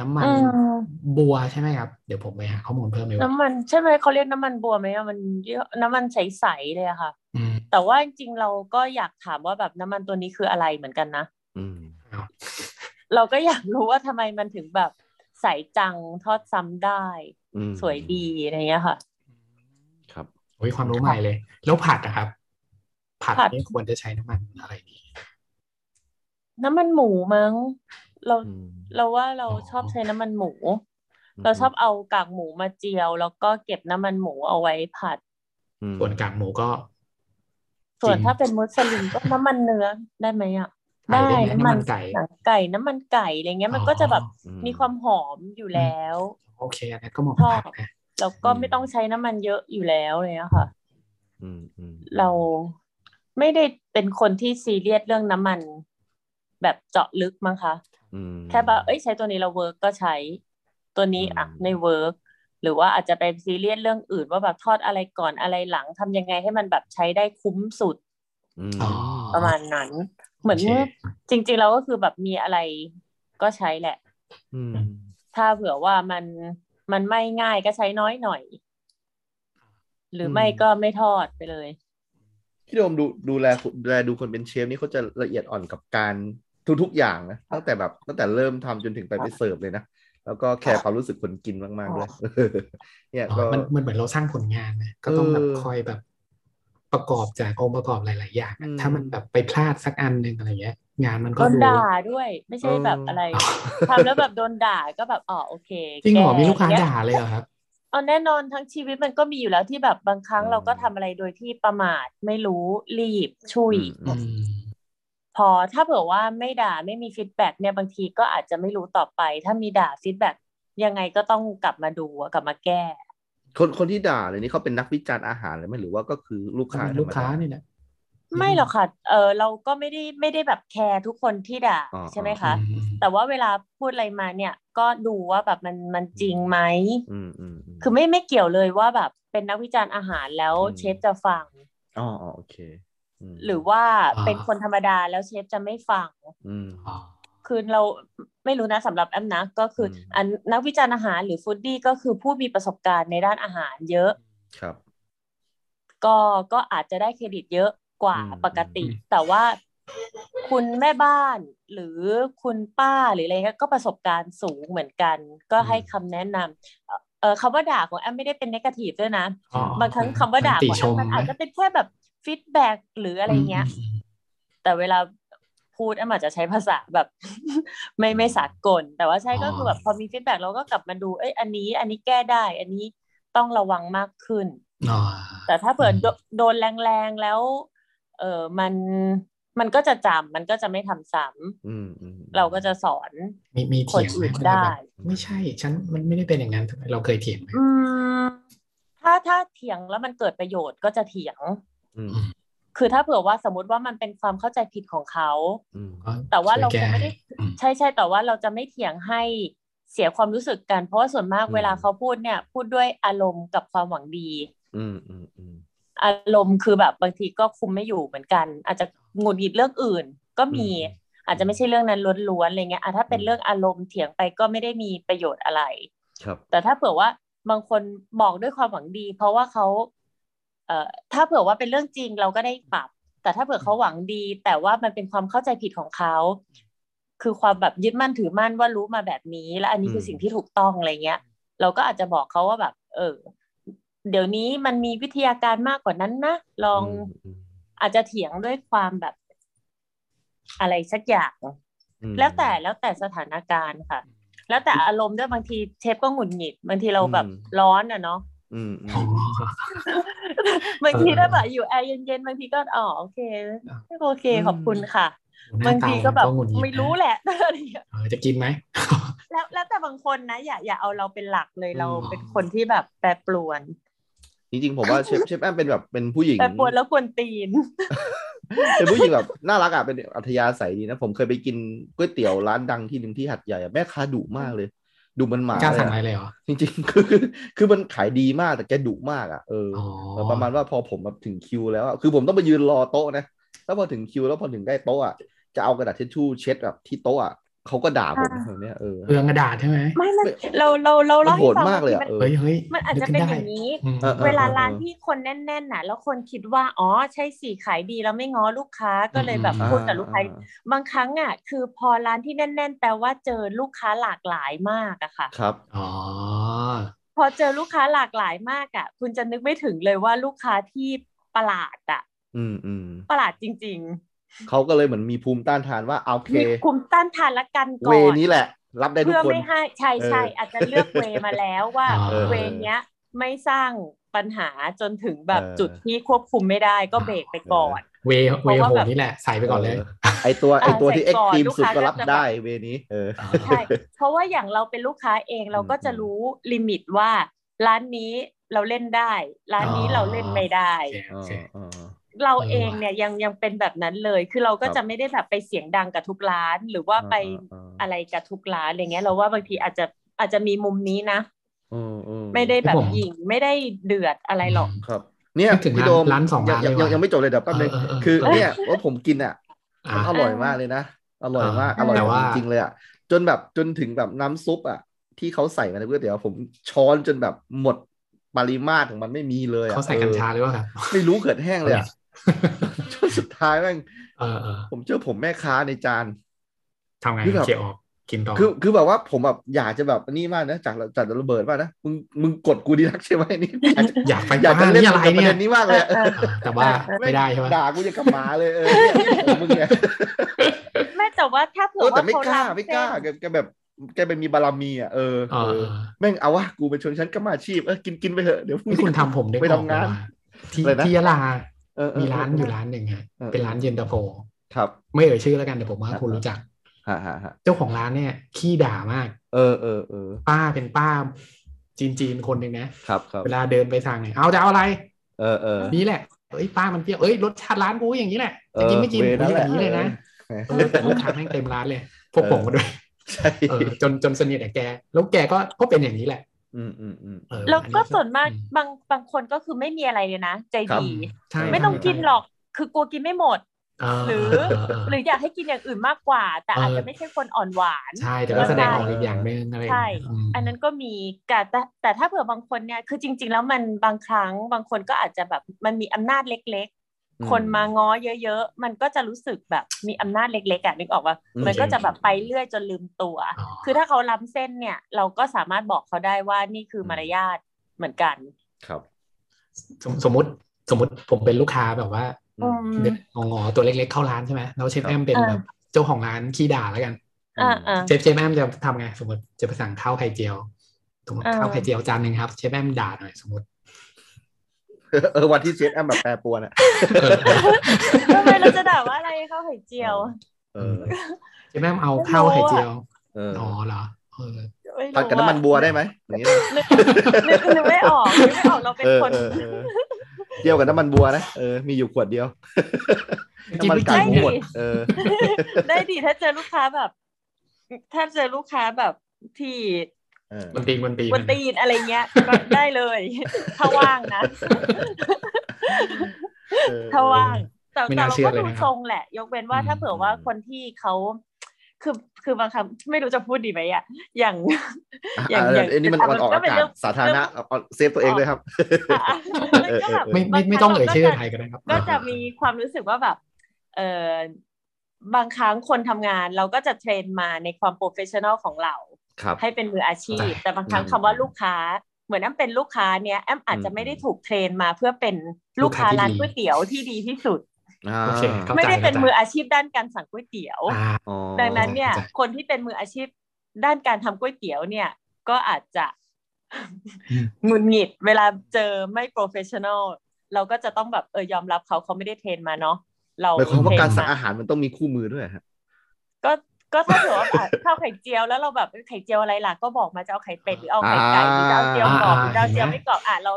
Speaker 4: น้ำมัน
Speaker 3: อืม
Speaker 4: บัวใช่ไหมครับ เดี๋ยวผมไปหาข้อมูลเพิ่มเลยว่า
Speaker 3: น้ำมันใช่ไหมเขาเรียกน้ำมันบัวไหมอะมันเยอะน้ำมันใสๆเลยอะค่ะ
Speaker 4: อืม
Speaker 3: แต่ว่าจริงๆเราก็อยากถามว่าแบบน้ำมันตัวนี้คืออะไรเหมือนกันนะ
Speaker 2: อืม
Speaker 4: อ้าว
Speaker 3: เราก็อยากรู้ว่าทำไมมันถึงแบบใสจังทอดซ้ำได้
Speaker 2: อืม
Speaker 3: สวยดีอะไรเงี้ยค่ะ
Speaker 2: ครับ
Speaker 4: โอ้ยความรู้ใหม่เลย แล้วผัดนะครับ ผัด
Speaker 3: ผัด
Speaker 4: นี่ควรจะใช้น้ำมันอะไรดี
Speaker 3: น้ำมันหมูมั้ง เรา
Speaker 2: อืม
Speaker 3: เราว่าเรา
Speaker 4: อ๋อ
Speaker 3: ชอบใช้น้ำมันหมู เราชอบเอากากหมูมาเจียว แล้วก็เก็บน้ำมันหมูเอาไว้ผัด
Speaker 2: อืม
Speaker 4: ส่วนกากหมูก็
Speaker 3: ส่วน
Speaker 4: กิ
Speaker 3: ถ้าเป็นมุสลิมก็น้ำมันเนื้อได้ไหมอ่ะ ได้
Speaker 4: ไก่ได้ไหมน้ำมันไก่
Speaker 3: หนังไก่น้ำมันไก่อะไรเงี้ยมัน
Speaker 4: อ๋อ
Speaker 3: ก็จะแบบ
Speaker 2: อื
Speaker 3: มีความหอมอยู่แล้ว
Speaker 4: โอเคอันนั้นก็เหมาะกับผัดนะ
Speaker 3: แล้วก็ไม่ต้องใช้น้ำมันเยอะอยู่แล้วเลยอะค่ะ
Speaker 2: อืมอืม
Speaker 3: เราไม่ได้เป็นคนที่ซีเรียสเรื่องน้ำมัน แบบเจาะลึกมั้งคะ
Speaker 2: อืม
Speaker 3: แค่แบบเอ้ยใช้ตัวนี้เราเวิร์กก็ใช้ ตัวนี้อ่ะ
Speaker 2: อืม
Speaker 3: ไม่เวิร์กหรือว่าอาจจะไปซีเรียสเรื่องอื่น ว่าแบบทอดอะไรก่อนอะไรหลังทำยังไงให้มันแบบใช้ได้คุ้มสุด
Speaker 2: อืม
Speaker 4: อ๋อ
Speaker 3: ประมาณนั้น เหมือน
Speaker 4: โค
Speaker 3: จริง ๆ เราก็คือแบบมีอะไรก็ใช้แหละ
Speaker 2: อืม
Speaker 3: ถ้าเผื่อว่ามันมันไม่ง่ายก็ใช้น้อยหน่อย หรือไม่ก็ไม่ทอดไปเลย
Speaker 2: พี่โดมดูดูแลดูแลดูคนเป็นเชฟนี่เขาจะละเอียดอ่อนกับการทุกๆอย่างนะตั้งแต่แบบตั้งแต่เริ่มทำจนถึงไปไปเสิร์ฟเลยนะ แล้วก็แคร์ความรู้สึกคนกินมากๆด้วยเนี่ย
Speaker 4: อ๋อ
Speaker 2: ก็
Speaker 4: มันมันเหมือนเราสร้างผลงานนะก็ต้องแบบ
Speaker 2: เออ
Speaker 4: คอยแบบประกอบจากองค์ประกอบหลาย ๆ อย่างอะ
Speaker 2: อืม
Speaker 4: ถ้ามันแบบไปพลาดสักอันหนึ่งอะไรเงี้ย งานมันก็
Speaker 3: โดน
Speaker 4: ดู
Speaker 3: ด่าด้วย ไม่ใช่แบบอะไร
Speaker 4: เออ
Speaker 3: ทำแล้วแบบโดนด่าก็แบบอ๋อโอเค
Speaker 4: จริงเหรอ
Speaker 3: แ
Speaker 4: มีลูกค้า
Speaker 3: เนี่ย
Speaker 4: ด่าเลยเหรอครับ
Speaker 3: เอาแน่นอนทั้งชีวิตมันก็มีอยู่แล้วที่แบบบางครั้ง
Speaker 2: อืม
Speaker 3: เราก็ทำอะไรโดยที่ประมาทไม่รู้รีบช่วย
Speaker 2: อืม
Speaker 3: พอถ้าเผื่อว่าไม่ด่าไม่มีฟีดแบ็กเนี่ยบางทีก็อาจจะไม่รู้ต่อไป ถ้ามีด่าฟีดแบ็กยังไงก็ต้องกลับมาดูอะกลับมาแก้
Speaker 2: คนคนที่ด่าเลยนี่เขาเป็นนักวิจารณ์อาหารเลยไหมหรือว่าก็คือลูก
Speaker 4: ก็
Speaker 2: ค้า
Speaker 4: เป็นลูกค้านี่แหละ
Speaker 3: ไม่หรอกค่ะ เออเราก็ไม่ได้ไม่ได้แบบแคร์ทุกคนที่ด่า
Speaker 2: อ๋อ
Speaker 3: ใช่ไหม
Speaker 2: อ๋อ
Speaker 3: คะ แต่ว่าเวลาพูดอะไรมาเนี่ย ก็ดูว่าแบบมันมันจริงไหม
Speaker 2: อืมอืมม
Speaker 3: คือไม่ไม่เกี่ยวเลยว่าแบบเป็นนักวิจารณ์อาหารแล้ว
Speaker 2: อืม
Speaker 3: เชฟจะฟัง
Speaker 2: อ๋ออ๋อโอเคม
Speaker 3: หรือว่า
Speaker 4: อ่า
Speaker 3: เป็นคนธรรมดาแล้วเชฟจะไม่ฟัง
Speaker 2: อืม
Speaker 4: อ๋อ
Speaker 3: คือเราไม่รู้นะสำหรับแอมนะก็คืออ
Speaker 2: ม
Speaker 3: อันนักวิจารณ์อาหารหรือฟู้ดดี้ก็คือผู้มีประสบการณ์ในด้านอาหารเยอะ
Speaker 2: ครับ
Speaker 3: ก็ก็อาจจะได้เครดิตเยอะกว่า
Speaker 2: อืม
Speaker 3: ปกติ
Speaker 4: อืม
Speaker 3: แต่ว่าคุณแม่บ้านหรือคุณป้าหรืออะไรเงี้ยก็ประสบการณ์สูงเหมือนกัน ก็ให้คำแนะนำเอ่อเออคำว่าด่าของแอมไม่ได้เป็นนกาทีฟด้วยนะ
Speaker 4: อ๋อบ
Speaker 3: างครั้งคำว่าด่า
Speaker 4: ติ
Speaker 3: ของ
Speaker 4: ชม
Speaker 3: แอมมันอาจจะเป็นแค่แบบฟีดแบ็กหรืออะไรเงี้ย
Speaker 4: อืม
Speaker 3: แต่เวลาพูดแอมอาจจะใช้ภาษาแบบ ไม่ไม่สากล แต่ว่าใช่ก็คือแบบพอมีฟีดแบ็กเราก็กลับมาดูเอ้ยอันนี้ อันนี้แก้ได้ อันนี้ต้องระวังมากขึ้น
Speaker 4: อืมอ๋อ
Speaker 3: แต่ถ้าเผื่อโด
Speaker 4: อืม
Speaker 3: โดนแรงๆแล้ว เออมันมันก็จะจำมันก็จะไม่ทำซ้
Speaker 2: อืมอืมอืม
Speaker 3: ำเราก็จะสอน
Speaker 4: มีมี
Speaker 3: คน
Speaker 4: เถียงไหม
Speaker 3: อื่น
Speaker 4: ว่า
Speaker 3: ได้
Speaker 4: แบบไม่ใช่ ฉันมันไม่ได้เป็นอย่างนั้นทำไมเราเคยเถียงไหม
Speaker 3: อืมถ้าถ้าเถียงแล้วมันเกิดประโยชน์ก็จะเถียง
Speaker 2: อืม
Speaker 3: คือถ้าเผื่อว่าสมมติว่ามันเป็นความเข้าใจผิดของเขา
Speaker 2: อืม
Speaker 4: ก็
Speaker 3: แต่ว่าเรา
Speaker 4: ช่ยแก้
Speaker 3: คงไม่ได้
Speaker 4: อืม
Speaker 3: ใช่ใช่แต่ว่าเราจะไม่เถียงให้เสียความรู้สึกกัน เพราะว่าส่วนมากเวลาเขาพูดเนี่ย พูดด้วยอารมณ์กับความหวังดี
Speaker 2: อืมอืมอืม
Speaker 3: อารมณ์คือแบบบางทีก็คุมไม่อยู่เหมือนกัน อาจจะหงุดหงิดเรื่องอื่น ก็มี
Speaker 2: อืม
Speaker 3: อาจจะไม่ใช่เรื่องนั้นล้วนๆอะไรเงี้ยอ่ะถ้าเป็น
Speaker 2: อืม
Speaker 3: เรื่องอารมณ์เถียงไปก็ไม่ได้มีประโยชน์อะไร
Speaker 2: ครับ
Speaker 3: แต่ถ้าเผื่อว่าบางคนบอกด้วยความหวังดี เพราะว่าเขาเอ่อถ้าเผื่อว่าเป็นเรื่องจริงเราก็ได้ปรับ แต่ถ้าเผื่อเขาหวังดี แต่ว่ามันเป็นความเข้าใจผิดของเขา คือความแบบยึดมั่นถือมั่นว่ารู้มาแบบนี้ และอันนี้คือ
Speaker 2: ม
Speaker 3: สิ่งที่ถูกต้องอะไรเงี้ย เราก็อาจจะบอกเขาว่าแบบ เออ เดี๋ยวนี้มันมีวิทยาการมากกว่านั้นนะลอง
Speaker 2: มอืม
Speaker 3: อาจจะเถียงด้วยความแบบ อะไรสักอย่าง
Speaker 2: อืม
Speaker 3: แล้วแต่แล้วแต่สถานการณ์ค่ะ แล้วแต่อารมณ์ด้วยบางทีเชฟก็หงุดหงิดบางทีเราแบบร้อนอ่ะเนาะ
Speaker 2: อืมอืม
Speaker 4: อ๋อบ
Speaker 3: างทีถ้าแบบอยู่แอร์เย็นๆบางทีก็อ๋อโอเคไม่โอเคขอบคุณค่ะ
Speaker 4: หน้
Speaker 3: บาง
Speaker 4: เต
Speaker 3: ทีก็แบบ
Speaker 4: หงุดหงิดนะ
Speaker 3: ไม่รู้แหละ อะไรอย่างเงี้ย
Speaker 4: เออจะกินไหม
Speaker 3: แล้วแล้วแต่บางคนนะอย่าอย่าเอาเราเป็นหลักเลยเราเป็นคนที่แบบแปรปรวน
Speaker 2: จริงๆผมว่าเชฟเชฟแอมเป็นแบบเป็นผู้หญิง
Speaker 3: แปรปรวนแล้วกวนตีน
Speaker 2: เป็นผู้หญิงแบบน่ารักอ่ะเป็นอัธยาศัยดีนะผมเคยไปกินก๋วยเตี๋ยวร้านดังที่หนึ่งที่หัดใหญ่อะแม่ค้าดุมากเลยดุมันหมา
Speaker 4: ไม่กล้า
Speaker 2: เลย
Speaker 4: สั่ง
Speaker 2: อะ
Speaker 4: อะไรเลยเหรอ
Speaker 2: จริงๆ คือคือคือมันขายดีมากแต่แกดุมากอ่ะเออ
Speaker 4: อ๋อ
Speaker 2: อประมาณว่าพอผมแบบถึงคิวแล้วอะคือผมต้องไปยืนรอโต๊ะนะแล้วพอถึงคิวแล้วพอถึงใกล้โต๊ะอ่ะจะเอากระดาษทิชชู่เช็ดแบบที่โต๊ะอ่ะเขาก็ด่าผม
Speaker 3: อ่า
Speaker 2: แบบเนี้ยเออ
Speaker 4: เปลืองกระดาษใช่ไหม
Speaker 3: ไม่มันเราเราเรา
Speaker 2: มั
Speaker 3: เล่าน
Speaker 2: โห
Speaker 3: ให้
Speaker 2: ด
Speaker 3: ฟัง
Speaker 2: มากเลย
Speaker 3: บ
Speaker 2: อ่ะ
Speaker 3: งที
Speaker 2: เออ
Speaker 4: เฮ้ยเฮ้ย
Speaker 3: มันมันอาจจะ
Speaker 4: กขึ้
Speaker 3: เป็น
Speaker 4: ได้
Speaker 3: อย่างนี้
Speaker 4: อืม
Speaker 2: เออ
Speaker 3: เวลาร้าน
Speaker 2: เออ
Speaker 3: ที่คนแน่นๆน่ะ แล้วคนคิดว่าอ๋อใช่สิขายดีแล้วไม่ง้อลูกค้าก็เลยแบบ
Speaker 4: อืม
Speaker 3: พูดกับลูกค้าบางครั้งอ่ะคือพอร้านที่แน่น ๆ แปลว่าเจอลูกค้าหลากหลายมากอะค่ะ
Speaker 2: ครับ
Speaker 4: อ๋อ
Speaker 3: พอเจอลูกค้าหลากหลายมากอะคุณจะนึกไม่ถึงเลยว่าลูกค้าที่ประหลาดอะ
Speaker 2: อืมอืม
Speaker 3: ประหลาดจริง
Speaker 2: เขาก็เลยเหมือนมีภูมิต้านทานว่าเอาโอ
Speaker 3: ๆ
Speaker 2: เค
Speaker 3: มีคุมต้านทานละกัน
Speaker 2: เว
Speaker 3: ก่อน
Speaker 2: นี้แหละ รับได้ทุก
Speaker 3: เพื่อ
Speaker 2: คน
Speaker 3: ไม่ให้ใช่ใช่
Speaker 2: เอออ
Speaker 3: อาจจะเลือกเวมาแล้วว่า
Speaker 4: เออ
Speaker 3: เวเนี้ยไม่สร้างปัญหาจนถึงแบบ
Speaker 2: เออ
Speaker 3: จุดที่ควบคุมไม่ได้ก็เบรกไปก่อน
Speaker 4: เวเว
Speaker 3: เพราะว่า
Speaker 4: โห
Speaker 3: แบบ
Speaker 4: นี่แหละ ใส่ไปก่อนเลย
Speaker 2: ไอตัว
Speaker 3: อ่า
Speaker 2: ไอตัวที่
Speaker 3: ใส่
Speaker 2: เอ็ก
Speaker 3: ก่อน
Speaker 2: ตีม
Speaker 3: ลูก
Speaker 2: สุด
Speaker 3: ค้า
Speaker 2: ก็
Speaker 3: ก็
Speaker 2: รับ
Speaker 3: จะแบบ
Speaker 2: ได้เวนี้ เออ
Speaker 3: ใช่ เพราะว่าอย่างเราเป็นลูกค้าเองเราก็จะ
Speaker 2: อืม
Speaker 3: รู้ลิมิตว่า ร้านนี้เราเล่นได้ ร้านนี้เราเล่นไม่ได้
Speaker 4: โอเคโอเค
Speaker 2: เออเออ
Speaker 3: เรา
Speaker 4: เออ
Speaker 3: เองเนี่ยยังยังเป็นแบบนั้นเลย คือเราก็
Speaker 2: ครับ
Speaker 3: จะไม่ได้แบบไปเสียงดังกับทุกร้าน หรือว่าไป
Speaker 2: เออเออ
Speaker 3: อะไรกับทุกร้านอะไรเงี้ย เราว่าบางทีอาจจะอาจจะมีมุมนี้นะ
Speaker 2: เออเออ
Speaker 3: ไม่ได้แบ
Speaker 4: ผ
Speaker 3: บ
Speaker 4: ม
Speaker 3: ยิงไม่ได้เดือดอะไรหรอก
Speaker 2: ครับ เนี่ย
Speaker 4: นึกถึง
Speaker 2: พี่
Speaker 4: ร้าน
Speaker 2: โดม
Speaker 4: ร้านสองร้าน
Speaker 2: ยั
Speaker 4: เลย
Speaker 2: ยั
Speaker 4: ว่ะ
Speaker 2: ยังไม่จบเลยเดี๋ยวแป๊บนึง
Speaker 4: เออเออเออ
Speaker 2: คือ
Speaker 4: เออ
Speaker 2: เนี่ยว่าผมกินอ่ะ
Speaker 4: อ่ะ
Speaker 2: มันอร่อยมากเลยนะ อร่อยมาก
Speaker 3: เออ
Speaker 2: อร่อย
Speaker 3: แต่
Speaker 2: แบ
Speaker 3: ว่า
Speaker 2: บจริงๆเลยอ่ะจนแบบจนถึงแบบน้ำซุปอ่ะที่เขาใส่มาในก๋วยเตี๋ยวผมช้อนจนแบบหมดปริมาตรของมันไม่มีเลยอะ
Speaker 4: เขาใส่กัญชาหรือเปล่าครับ
Speaker 2: เออไม่รู้เกิดแห้งเลยอ่ะจนสุดท้ายแม่ง
Speaker 4: เออเออ
Speaker 2: ผมเจอผมแม่ค้าในจาน
Speaker 4: ทำไง
Speaker 2: คือแบบ
Speaker 4: เคี่ยวออกกินต่อ
Speaker 2: คือคือแบบว่าผมแบบอยากจะแบบอันนี้มากนะจากจากระเบิดมากนะมึงมึงกดกูดีนักใช่ไหม นี่อยากจะ
Speaker 4: อยากไป
Speaker 2: อยากจะ
Speaker 4: บ้าน
Speaker 2: เล่น
Speaker 4: นี่
Speaker 2: กั
Speaker 4: อะ
Speaker 2: บ
Speaker 4: ไร
Speaker 2: ประ
Speaker 4: เนี่
Speaker 2: เด็
Speaker 4: ย
Speaker 2: นนี้มากเลย
Speaker 3: เออ
Speaker 4: เออแต่ว่า ไม่ได้ใช่ไหม
Speaker 2: ด่ากูจะกลับมาเลย เออเนี่ยของมึงเนี่ย
Speaker 3: ไม่แต่ว่าถ้า
Speaker 2: เอ
Speaker 3: เผื่อ
Speaker 2: อแต่
Speaker 3: ว่า
Speaker 2: ไม่
Speaker 3: เขา
Speaker 2: กล้า
Speaker 3: ล้ำ
Speaker 2: ไม่กล้า
Speaker 3: เส้น
Speaker 2: แกแกแบบแกไปมีบารมีอ่ะเออ
Speaker 4: เออเออ
Speaker 2: แม่งเอาวะกูเป็นชนชั้นกรรมาชีพเออกินกินไปเถอะเดี๋ยวพรุ่ง
Speaker 4: นี่
Speaker 2: นี้
Speaker 4: คุณทำผมนึก
Speaker 2: ไป
Speaker 4: ออก
Speaker 2: ทำงาน
Speaker 4: เลยว่ะ
Speaker 2: อะ
Speaker 4: ที่
Speaker 2: ไรนะ
Speaker 4: ที่ยะลา
Speaker 2: เออเออ
Speaker 4: มีร้านอยู่
Speaker 2: เ
Speaker 4: ร้านหนึ่งฮะ
Speaker 2: เออ
Speaker 4: เป็นร้านเย็นตาโฟ
Speaker 2: ครับ
Speaker 4: ไม่เอ่ยชื่อแล้วกันแต่ผมว่าคุณรู้จัก
Speaker 2: ฮะฮะฮะ
Speaker 4: เจ้าของร้านเนี่ย ขี้ด่ามาก
Speaker 2: เออเออเออ
Speaker 4: ป้าเป็นป้าจีนจีนๆคนหนึ่งนะ
Speaker 2: ครับครับ
Speaker 4: เวลาเดินไปสั่งเนี่ยเอาจะเอาอะไร
Speaker 2: เออเออ
Speaker 4: นี่แหละเอ้ยป้ามันเปรี้ยวเอ้ยรสชาติร้านกูอย่างนี้แหละจะกินไม่กิน
Speaker 2: เออเว
Speaker 4: กู
Speaker 2: นั่นแหละ
Speaker 4: แบบนี้เลยนะเออแต่ลูกค้าแม่งเต็มร้านเลยพวกผมก็ด้วย
Speaker 2: ใช่
Speaker 4: เออจนจนสนิทกับแก แล้วแกก็ก็เป็นอย่างนี้แหละ
Speaker 2: อืมอืมอืม
Speaker 4: เออ
Speaker 3: แล้วก็ส่วนมาก
Speaker 4: อื
Speaker 3: บางบางคนก็คือไม่มีอะไรเลยนะ ใจ
Speaker 2: ครับ
Speaker 3: ดี
Speaker 4: ใช่
Speaker 3: ไม่ต้อง
Speaker 4: ใช่
Speaker 3: กินหรอก คือกลัวกินไม่หมด
Speaker 4: เห
Speaker 3: รือ หรืออยากให้กินอย่างอื่นมากกว่า แต่อาจจะไม่ใช่คนอ่อนหวาน
Speaker 4: ใช่แต่ก็แสดงออกอีกอย่างหนึ่งอะไรอย่างเงี้ย
Speaker 3: ใช่
Speaker 4: ม
Speaker 3: อันนั้นก็มีแต่แต่แต่ถ้าเผื่อบางคนเนี่ยคือจริง ๆ แล้วมันบางครั้งบางคนก็อาจจะแบบมันมีอำนาจเล็ก
Speaker 2: อืม
Speaker 3: ๆ คนมาง้อเยอะ ๆ มันก็จะรู้สึกแบบมีอำนาจเล็กๆอ่ะนึกออกว่า
Speaker 2: อืม
Speaker 3: มันก็จะแบบไปเรื่อยจนลืมตัว
Speaker 4: อ๋อ
Speaker 3: คือถ้าเขาล้ำเส้นเนี่ย เราก็สามารถบอกเขาได้ว่านี่คือมารยาทเหมือนกัน
Speaker 2: ครับ
Speaker 4: สมสมมติสมมติผมเป็นลูกค้าแบบว่า
Speaker 2: อืม
Speaker 4: เด็กงอๆตัวเล็กๆเข้าร้านใช่ไหมแล้วเชฟแอมเป็น
Speaker 3: เออ
Speaker 4: แบบเจ้าของร้านขี้ด่าแล้วกัน
Speaker 3: อ่าอ่า
Speaker 4: เชฟเชฟแอมจะทำไงสมมติจะไปสั่งข้าวไข่เจียวสมมติ
Speaker 3: อ่า
Speaker 4: ข้าวไข่เจียวจานหนึ่งครับเชฟแอมด่าหน่อยสมม ติ
Speaker 2: เออวันที่เซตแอมแบบแปรปรวนอ่ะ
Speaker 4: เออ
Speaker 3: ทำไมเราจะด่าว่าอะไรข้าวไข่เจียว
Speaker 2: เออ
Speaker 4: เชฟแอมเอาข้าวไข่เจียว
Speaker 2: เออ
Speaker 4: อ๋อเหรอเออ
Speaker 3: ไม่รู้
Speaker 2: ผัดกับน้ำมันบัวได้ไหมอย่างนี้เลย
Speaker 3: นึกนึกนึกไม่ออกนึกไม่ออกเราเป็น
Speaker 2: เออ
Speaker 3: คน
Speaker 2: เออเออเจียวกับน้ำมันบัวนะเออมีอยู่ขวดเดียว
Speaker 4: กิน
Speaker 2: น้ำมัน
Speaker 4: ไม่
Speaker 2: ไก่ผม
Speaker 4: กินเนี่ย
Speaker 2: หมดเออ
Speaker 3: ได้ดีถ้าเจอลูกค้าแบบ ถ้าเจอลูกค้าแบบที่
Speaker 2: เออ
Speaker 4: มันปีนมันปีน
Speaker 3: บนตีนอะไรเงี้ยก็ได้เลย ถ้าว่าง นะ
Speaker 2: เออ
Speaker 3: ถ้าว่าง แต่
Speaker 4: ไม่
Speaker 3: แต่
Speaker 4: น่า
Speaker 3: เรา
Speaker 4: เชื่อ
Speaker 3: ก็
Speaker 4: เลย
Speaker 3: ดูท
Speaker 4: นะครั
Speaker 3: ร
Speaker 4: บ
Speaker 3: งแหละ ยกเว้นว่า
Speaker 4: อืม
Speaker 3: ถ้าเผื่อว่าคนที่เขาคือคือบางครั้งไม่รู้จะพูดดีไหมอะอย่าง อย่าง
Speaker 2: อะ
Speaker 3: อย่าง
Speaker 2: อันนี้มัน
Speaker 3: แต่
Speaker 2: มั
Speaker 3: มัน น
Speaker 2: ออก
Speaker 3: ก็
Speaker 2: อา
Speaker 3: เป็น
Speaker 2: กาศ
Speaker 3: เรื่อง
Speaker 2: สาธารณะเอาเอาเซฟตัวเองด้วยครับ
Speaker 3: อ่ะอ่ะมันก็แบบ
Speaker 4: ไม่ไม่ไม่ต้องเอ่ยชื่อใครก็ได้ครับ
Speaker 3: ก็จะมีความรู้สึกว่าแบบ เออบางครั้งคนทำงานเราก็จะเทรนมาในความโปรเฟชชั่นอลของเรา
Speaker 2: ครับ
Speaker 3: ให้เป็นมืออาชีพ
Speaker 4: ใช่
Speaker 3: แต่บางครั้ง
Speaker 2: อืม
Speaker 3: คำว่าลูกค้า เหมือนแอมเป็นลูกค้าเนี่ยแอมอาจจะ
Speaker 2: อืม
Speaker 3: ไม่ได้ถูกเทรนมาเพื่อเป็นลูกค้าร้านก๋วยเตี๋ยวที่ดีที่สุด
Speaker 2: อ่า
Speaker 4: โอเคครับ
Speaker 3: ไม่ได้เป็น
Speaker 4: เข้าใจ
Speaker 3: มืออาชีพด้านการสั่งก๋วยเตี๋ยว
Speaker 4: อ่า
Speaker 2: อ๋อ
Speaker 3: ดังนั้นเนี่ย
Speaker 4: เข้าใจ
Speaker 3: คนที่เป็นมืออาชีพด้านการทำก๋วยเตี๋ยวเนี่ย ก็อาจจะ หงุดหงิดเวลาเจอไม่โปรเฟชชั่นอลเราก็จะต้องแบบเออยอมรับเขาเขาไม่ได้เทรนมาเนาะเรา
Speaker 2: หมายความว่าการสั่ง
Speaker 3: เทนม
Speaker 2: อาหารมันต้องมีคู่มือด้วยฮะ
Speaker 3: ก็ก็ ถ้าเกิดว่าอ่ะข้าวไข่เจียวแล้วเราแบบเอ้ยไข่เจียวอะไรล่ะก็บอกมาจะเอาไข่เป็ดหรือเอาไข่ไก่หรือจะเอาเจียวกรอบหรือจะเอาเจียวไม่กรอบอ่ะเรา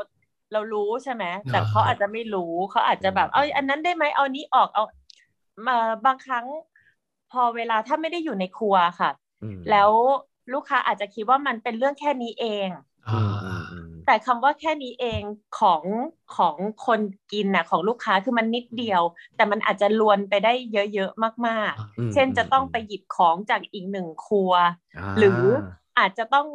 Speaker 3: เรารู้ใช่ไหมแต่เขาอาจจะไม่รู้เขาอาจจะแบบเอาอันนั้นได้ไหมเอานี้ออกเอามาบางครั้ง พอเวลาถ้าไม่ได้อยู่ในครัวค่ะ
Speaker 2: อืม
Speaker 3: แล้วลูกค้าอาจจะคิดว่ามันเป็นเรื่องแค่นี้เอง
Speaker 2: อื
Speaker 4: อ่าม
Speaker 2: อืมอืม
Speaker 3: แต่คำว่าแค่นี้เองของของคนกินนะของลูกค้าคือมันนิดเดียว แต่มันอาจจะลวนไปได้เยอะๆมาก
Speaker 2: อืม
Speaker 3: ๆ เช่นจะต้องไปหยิบของจากอีกหนึ่งครัว
Speaker 2: า
Speaker 3: หรืออาจจะต้อง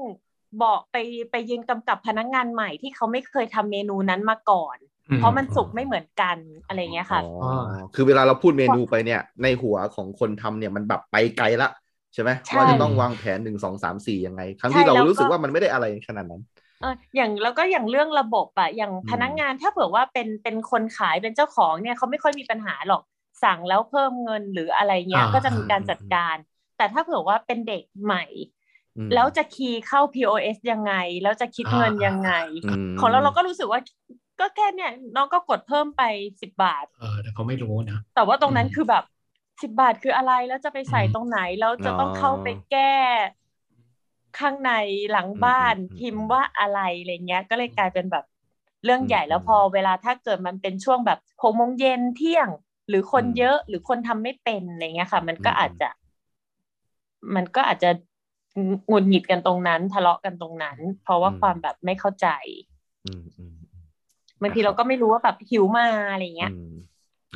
Speaker 3: บอกไปไปยืนกำกับพนักงานใหม่ที่เขาไม่เคยทำเมนูนั้นมาก่อน เพราะมันสุกไม่เหมือนกันอะไรอย่างเงี้ยค่ะ
Speaker 2: อ๋อคือเวลาเราพูดเมนูไปเนี่ย ในหัวของคนทำเนี่ยมันแบบไปไกลละใช่ไหม
Speaker 3: ใช่
Speaker 2: ว่าจะต้องวางแผนหนึ่งสองสามสี่ยังไง ครั้ง
Speaker 3: ใช่
Speaker 2: ที่เรา
Speaker 3: แล้ว
Speaker 2: รู้สึก
Speaker 3: ก็
Speaker 2: ว่ามันไม่ได้อะไรขนาดนั้น
Speaker 3: เอออย่างแล้วก็อย่างเรื่องระบบอะอย่าง
Speaker 2: อืม
Speaker 3: พนักงานถ้าเผื่อว่าเป็นเป็นคนขายเป็นเจ้าของเนี่ยเขาไม่ค่อยมีปัญหาหรอกสั่งแล้วเพิ่มเงินหรืออะไรเงี้ย
Speaker 4: อ่า
Speaker 3: ก็จะมีการจัดการ แต่ถ้าเผื่อว่าเป็นเด็กใหม่
Speaker 2: อืม
Speaker 3: แล้วจะคีย์เข้า POS ยังไง แล้วจะคิดเงินยังไง
Speaker 2: ม
Speaker 3: ของเราเราก็รู้สึกว่าก็แค่เนี่ยน้องก็กดเพิ่มไปสิบบาท
Speaker 4: เออแต่เขาไม่รู้นะ
Speaker 3: แต่ว่าตรงนั้น
Speaker 4: อืม
Speaker 3: คือแบบสิบบาทคืออะไรแล้วจะไปใส่
Speaker 4: อืม
Speaker 3: ตรงไหนแล้วจะต้อง
Speaker 2: อ๋อ
Speaker 3: เข้าไปแก้ ข้างในหลังบ้าน
Speaker 2: อืมอืม
Speaker 3: พิมพ์ว่าอะไรอะไรเงี้ย ก็เลยกลายเป็นแบบเรื่องใหญ่
Speaker 2: อืม
Speaker 3: แล้วพอเวลาถ้าเกิดมันเป็นช่วงแบบหกโมงเย็นเที่ยง หรือคน
Speaker 2: อืม
Speaker 3: เยอะหรือคนทำไม่เป็นอะไรเงี้ยค่ะ มันก็
Speaker 2: อืม
Speaker 3: อาจจะ มันก็อาจจะหงุดหงิดกันตรงนั้น ทะเลาะกันตรงนั้น เพราะว่าความแบบไม่เข้าใจ
Speaker 2: อืมอืมอืม
Speaker 3: บางที
Speaker 2: นะครับ
Speaker 3: เราก็ไม่รู้ว่าแบบหิวมาอะไรเงี้ย
Speaker 2: อืม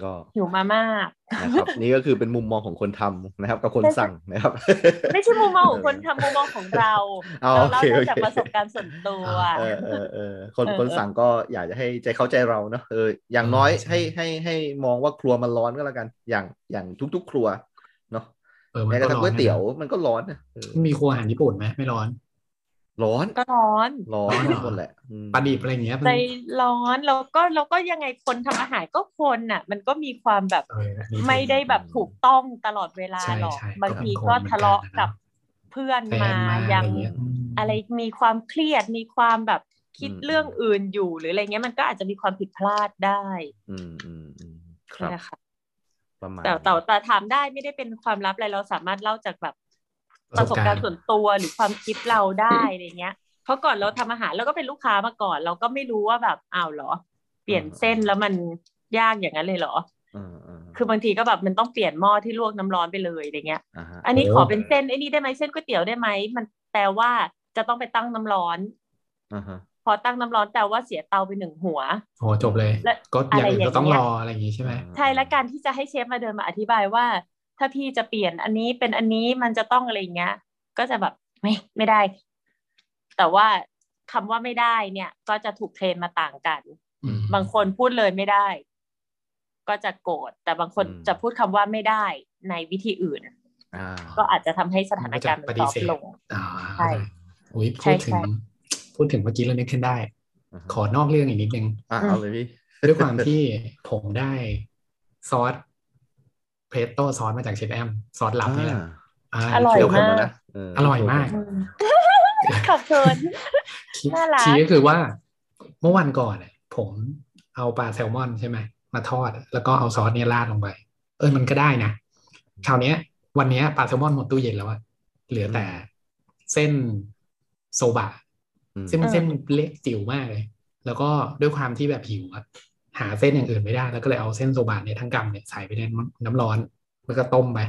Speaker 2: ก็
Speaker 3: หิวมามาก
Speaker 2: นะครับ นี่ก็คือเป็นมุมมองของคนทำนะครับ กับคน
Speaker 3: ใช่
Speaker 2: สั่งนะครับ
Speaker 3: ไม่ใช่มุมมองของคนทำมุมมองของเรา
Speaker 2: เอา
Speaker 3: เรา
Speaker 2: โอ
Speaker 3: เล่า
Speaker 2: เค
Speaker 3: ได้
Speaker 2: โอเค
Speaker 3: จากประสบการณ์ส่วนตัว
Speaker 2: เออเออเออคน
Speaker 3: เออ
Speaker 2: คนสั่งก็อยากจะให้ใจเข้าใจเราเนอะเอออย่างน้อย
Speaker 4: ใช่
Speaker 2: ให้ให้ให้มองว่าครัวมันร้อนก็แล้วกัน อย่างอย่างทุก ๆ ครัวเนาะ
Speaker 4: เออมั
Speaker 2: แม้
Speaker 4: น
Speaker 2: ก
Speaker 4: ก็
Speaker 2: ระทั่ง
Speaker 4: ร้อ
Speaker 2: ก๋วน ย
Speaker 4: นะ
Speaker 2: เตี๋ยวมันก็ร้อนนะเออ
Speaker 4: มีครัวอาหารญี่ปุ่นไหมไม่ร้อน
Speaker 2: ร้อน
Speaker 3: ก็ร้อน
Speaker 2: ร้อน
Speaker 4: ร้อน
Speaker 2: หมดแหละอืม
Speaker 4: ปลาดิบอะไรอย่างเงี้ยมัน
Speaker 3: ใจร้อนแล้วก็แล้วก็ยังไงคนทำอาหารก็คนน่ะ มันก็มีความแบบ
Speaker 4: เอออันนี้
Speaker 3: ไม่ได้แบบถูกต้องตลอดเวลา
Speaker 4: ใช่
Speaker 3: หรอก
Speaker 4: ใช่
Speaker 3: บางที
Speaker 4: ก็
Speaker 3: ก็
Speaker 4: เป็นคน
Speaker 3: ทะเลาะ
Speaker 4: เหมือนกั
Speaker 3: กั
Speaker 4: นนะ
Speaker 3: บเพื่อน
Speaker 4: แฟน
Speaker 3: มา
Speaker 4: มา
Speaker 3: ยัง
Speaker 4: อะไรเงี้ยม
Speaker 3: อะไรมีความเครียดมีความแบบคิดเรื่องอื่นอยู่หรืออะไรเงี้ยมันก็อาจจะมีความผิดพลาดได้
Speaker 2: อืมอืมอืมครับ
Speaker 3: นะคะ
Speaker 2: ประมาณ
Speaker 3: แต่แต่แต่ถามได้ไม่ได้เป็นความลับอะไรเราสามารถเล่าจากแบบ ป
Speaker 4: ประ ระ
Speaker 3: ส
Speaker 4: ส
Speaker 3: บบ กา
Speaker 4: การ รณ์
Speaker 3: ณ์ส่วนตัวหรือความคิดเราได้อะไรเงี้ย เพราะก่อนเราทำอาหารเราก็เป็นลูกค้ามาก่อน เราก็ไม่รู้ว่าแบบอ้าวเหรอ เปลี่ยนเส้นแล้วมันยากอย่างนั้นเลยเหรอ
Speaker 2: อ่าอ่า
Speaker 3: คือบางทีก็แบบมันต้องเปลี่ยนหม้อที่ลวกน้ำร้อนไปเลยอะไรเงี้ย
Speaker 2: าฮะ
Speaker 3: อันนี้
Speaker 4: โอ้
Speaker 3: ขอเป็นเส้นไอ้นี่ได้ไหมเส้นก๋วยเตี๋ยวได้ไหมมันแปลว่าจะต้องไปตั้งน้ำร้อน
Speaker 2: อ่าฮะ
Speaker 3: พอตั้งน้ำร้อนแปลว่าเสียเตาไปหนึ่งหัว
Speaker 4: โหจบเลย
Speaker 3: และ
Speaker 4: ก็อย่างอื่นก็ต้อง
Speaker 3: อะไรอ
Speaker 4: ร
Speaker 3: ย่างเงี้
Speaker 4: อย อะไรอย่างงี้ใช่ไหม
Speaker 3: ใช่และการที่จะให้เชฟมาเดินมาอธิบายว่า ถ้าพี่จะเปลี่ยนอันนี้เป็นอันนี้มันจะต้องอะไรอย่างเงี้ย ก็จะแบบไม่ไม่ได้ แต่ว่าคำว่าไม่ได้เนี่ย ก็จะถูกเทรนมาต่างกัน
Speaker 4: อืม
Speaker 3: บางคนพูดเลยไม่ได้ ก็จะโกรธแต่บางคน
Speaker 2: อืม
Speaker 3: จะพูดคำว่าไม่ได้ในวิธีอื่น
Speaker 2: อ่า
Speaker 3: ก็อาจจะทำให้สถานการณ์มัน
Speaker 4: มัน
Speaker 3: ซ
Speaker 4: ก็จะปฏิ
Speaker 3: อฟ
Speaker 4: เสธ
Speaker 3: ต์ลง
Speaker 4: อ่า
Speaker 3: ใช่
Speaker 4: อุ้ย
Speaker 3: ใช่
Speaker 4: พูดถึง
Speaker 3: ใช่
Speaker 4: พูดถึงเมื่อกี้เรานึกขึ้นได้
Speaker 2: อ่าฮะ
Speaker 4: ขอนอกเรื่องอีกนิดนึง
Speaker 2: อ่าเอาเลยพี่
Speaker 4: ด้วยความที่ผมได้ซอสเพสโต้ซอสมาจากเชฟแอม ซอสลับนี่แหละา
Speaker 3: อร่อย
Speaker 2: เคี้วเผ็ดแล้วนะเ
Speaker 4: อร่อยมาก
Speaker 3: อืมขอบคุณ
Speaker 4: คี
Speaker 3: น่ารัก
Speaker 4: คีย์ก็คือว่าเมื่อวันก่อนเนี่ยผมเอาปลาแซลมอนใช่ไหมมาทอด แล้วก็เอาซอสเนี่ยราดลงไป เออมันก็ได้นะคราวเนี้ย วันเนี้ยปลาแซลมอนหมดตู้เย็นแล้วอะเหลือแต่เส้นโซบะ
Speaker 2: อืม
Speaker 4: ซึ่งมั
Speaker 3: เอ
Speaker 4: น
Speaker 3: อ
Speaker 4: เส้นเล็กจิ๋วมากเลย แล้วก็ด้วยความที่แบบหิวอะหาเส้นอย่างอื่นไม่ได้ แล้วก็เลยเอาเส้นโซบะเนี่ยทั้งกำเนี่ยใส่ไปในน้ำร้อนแล้วก็ต้มไป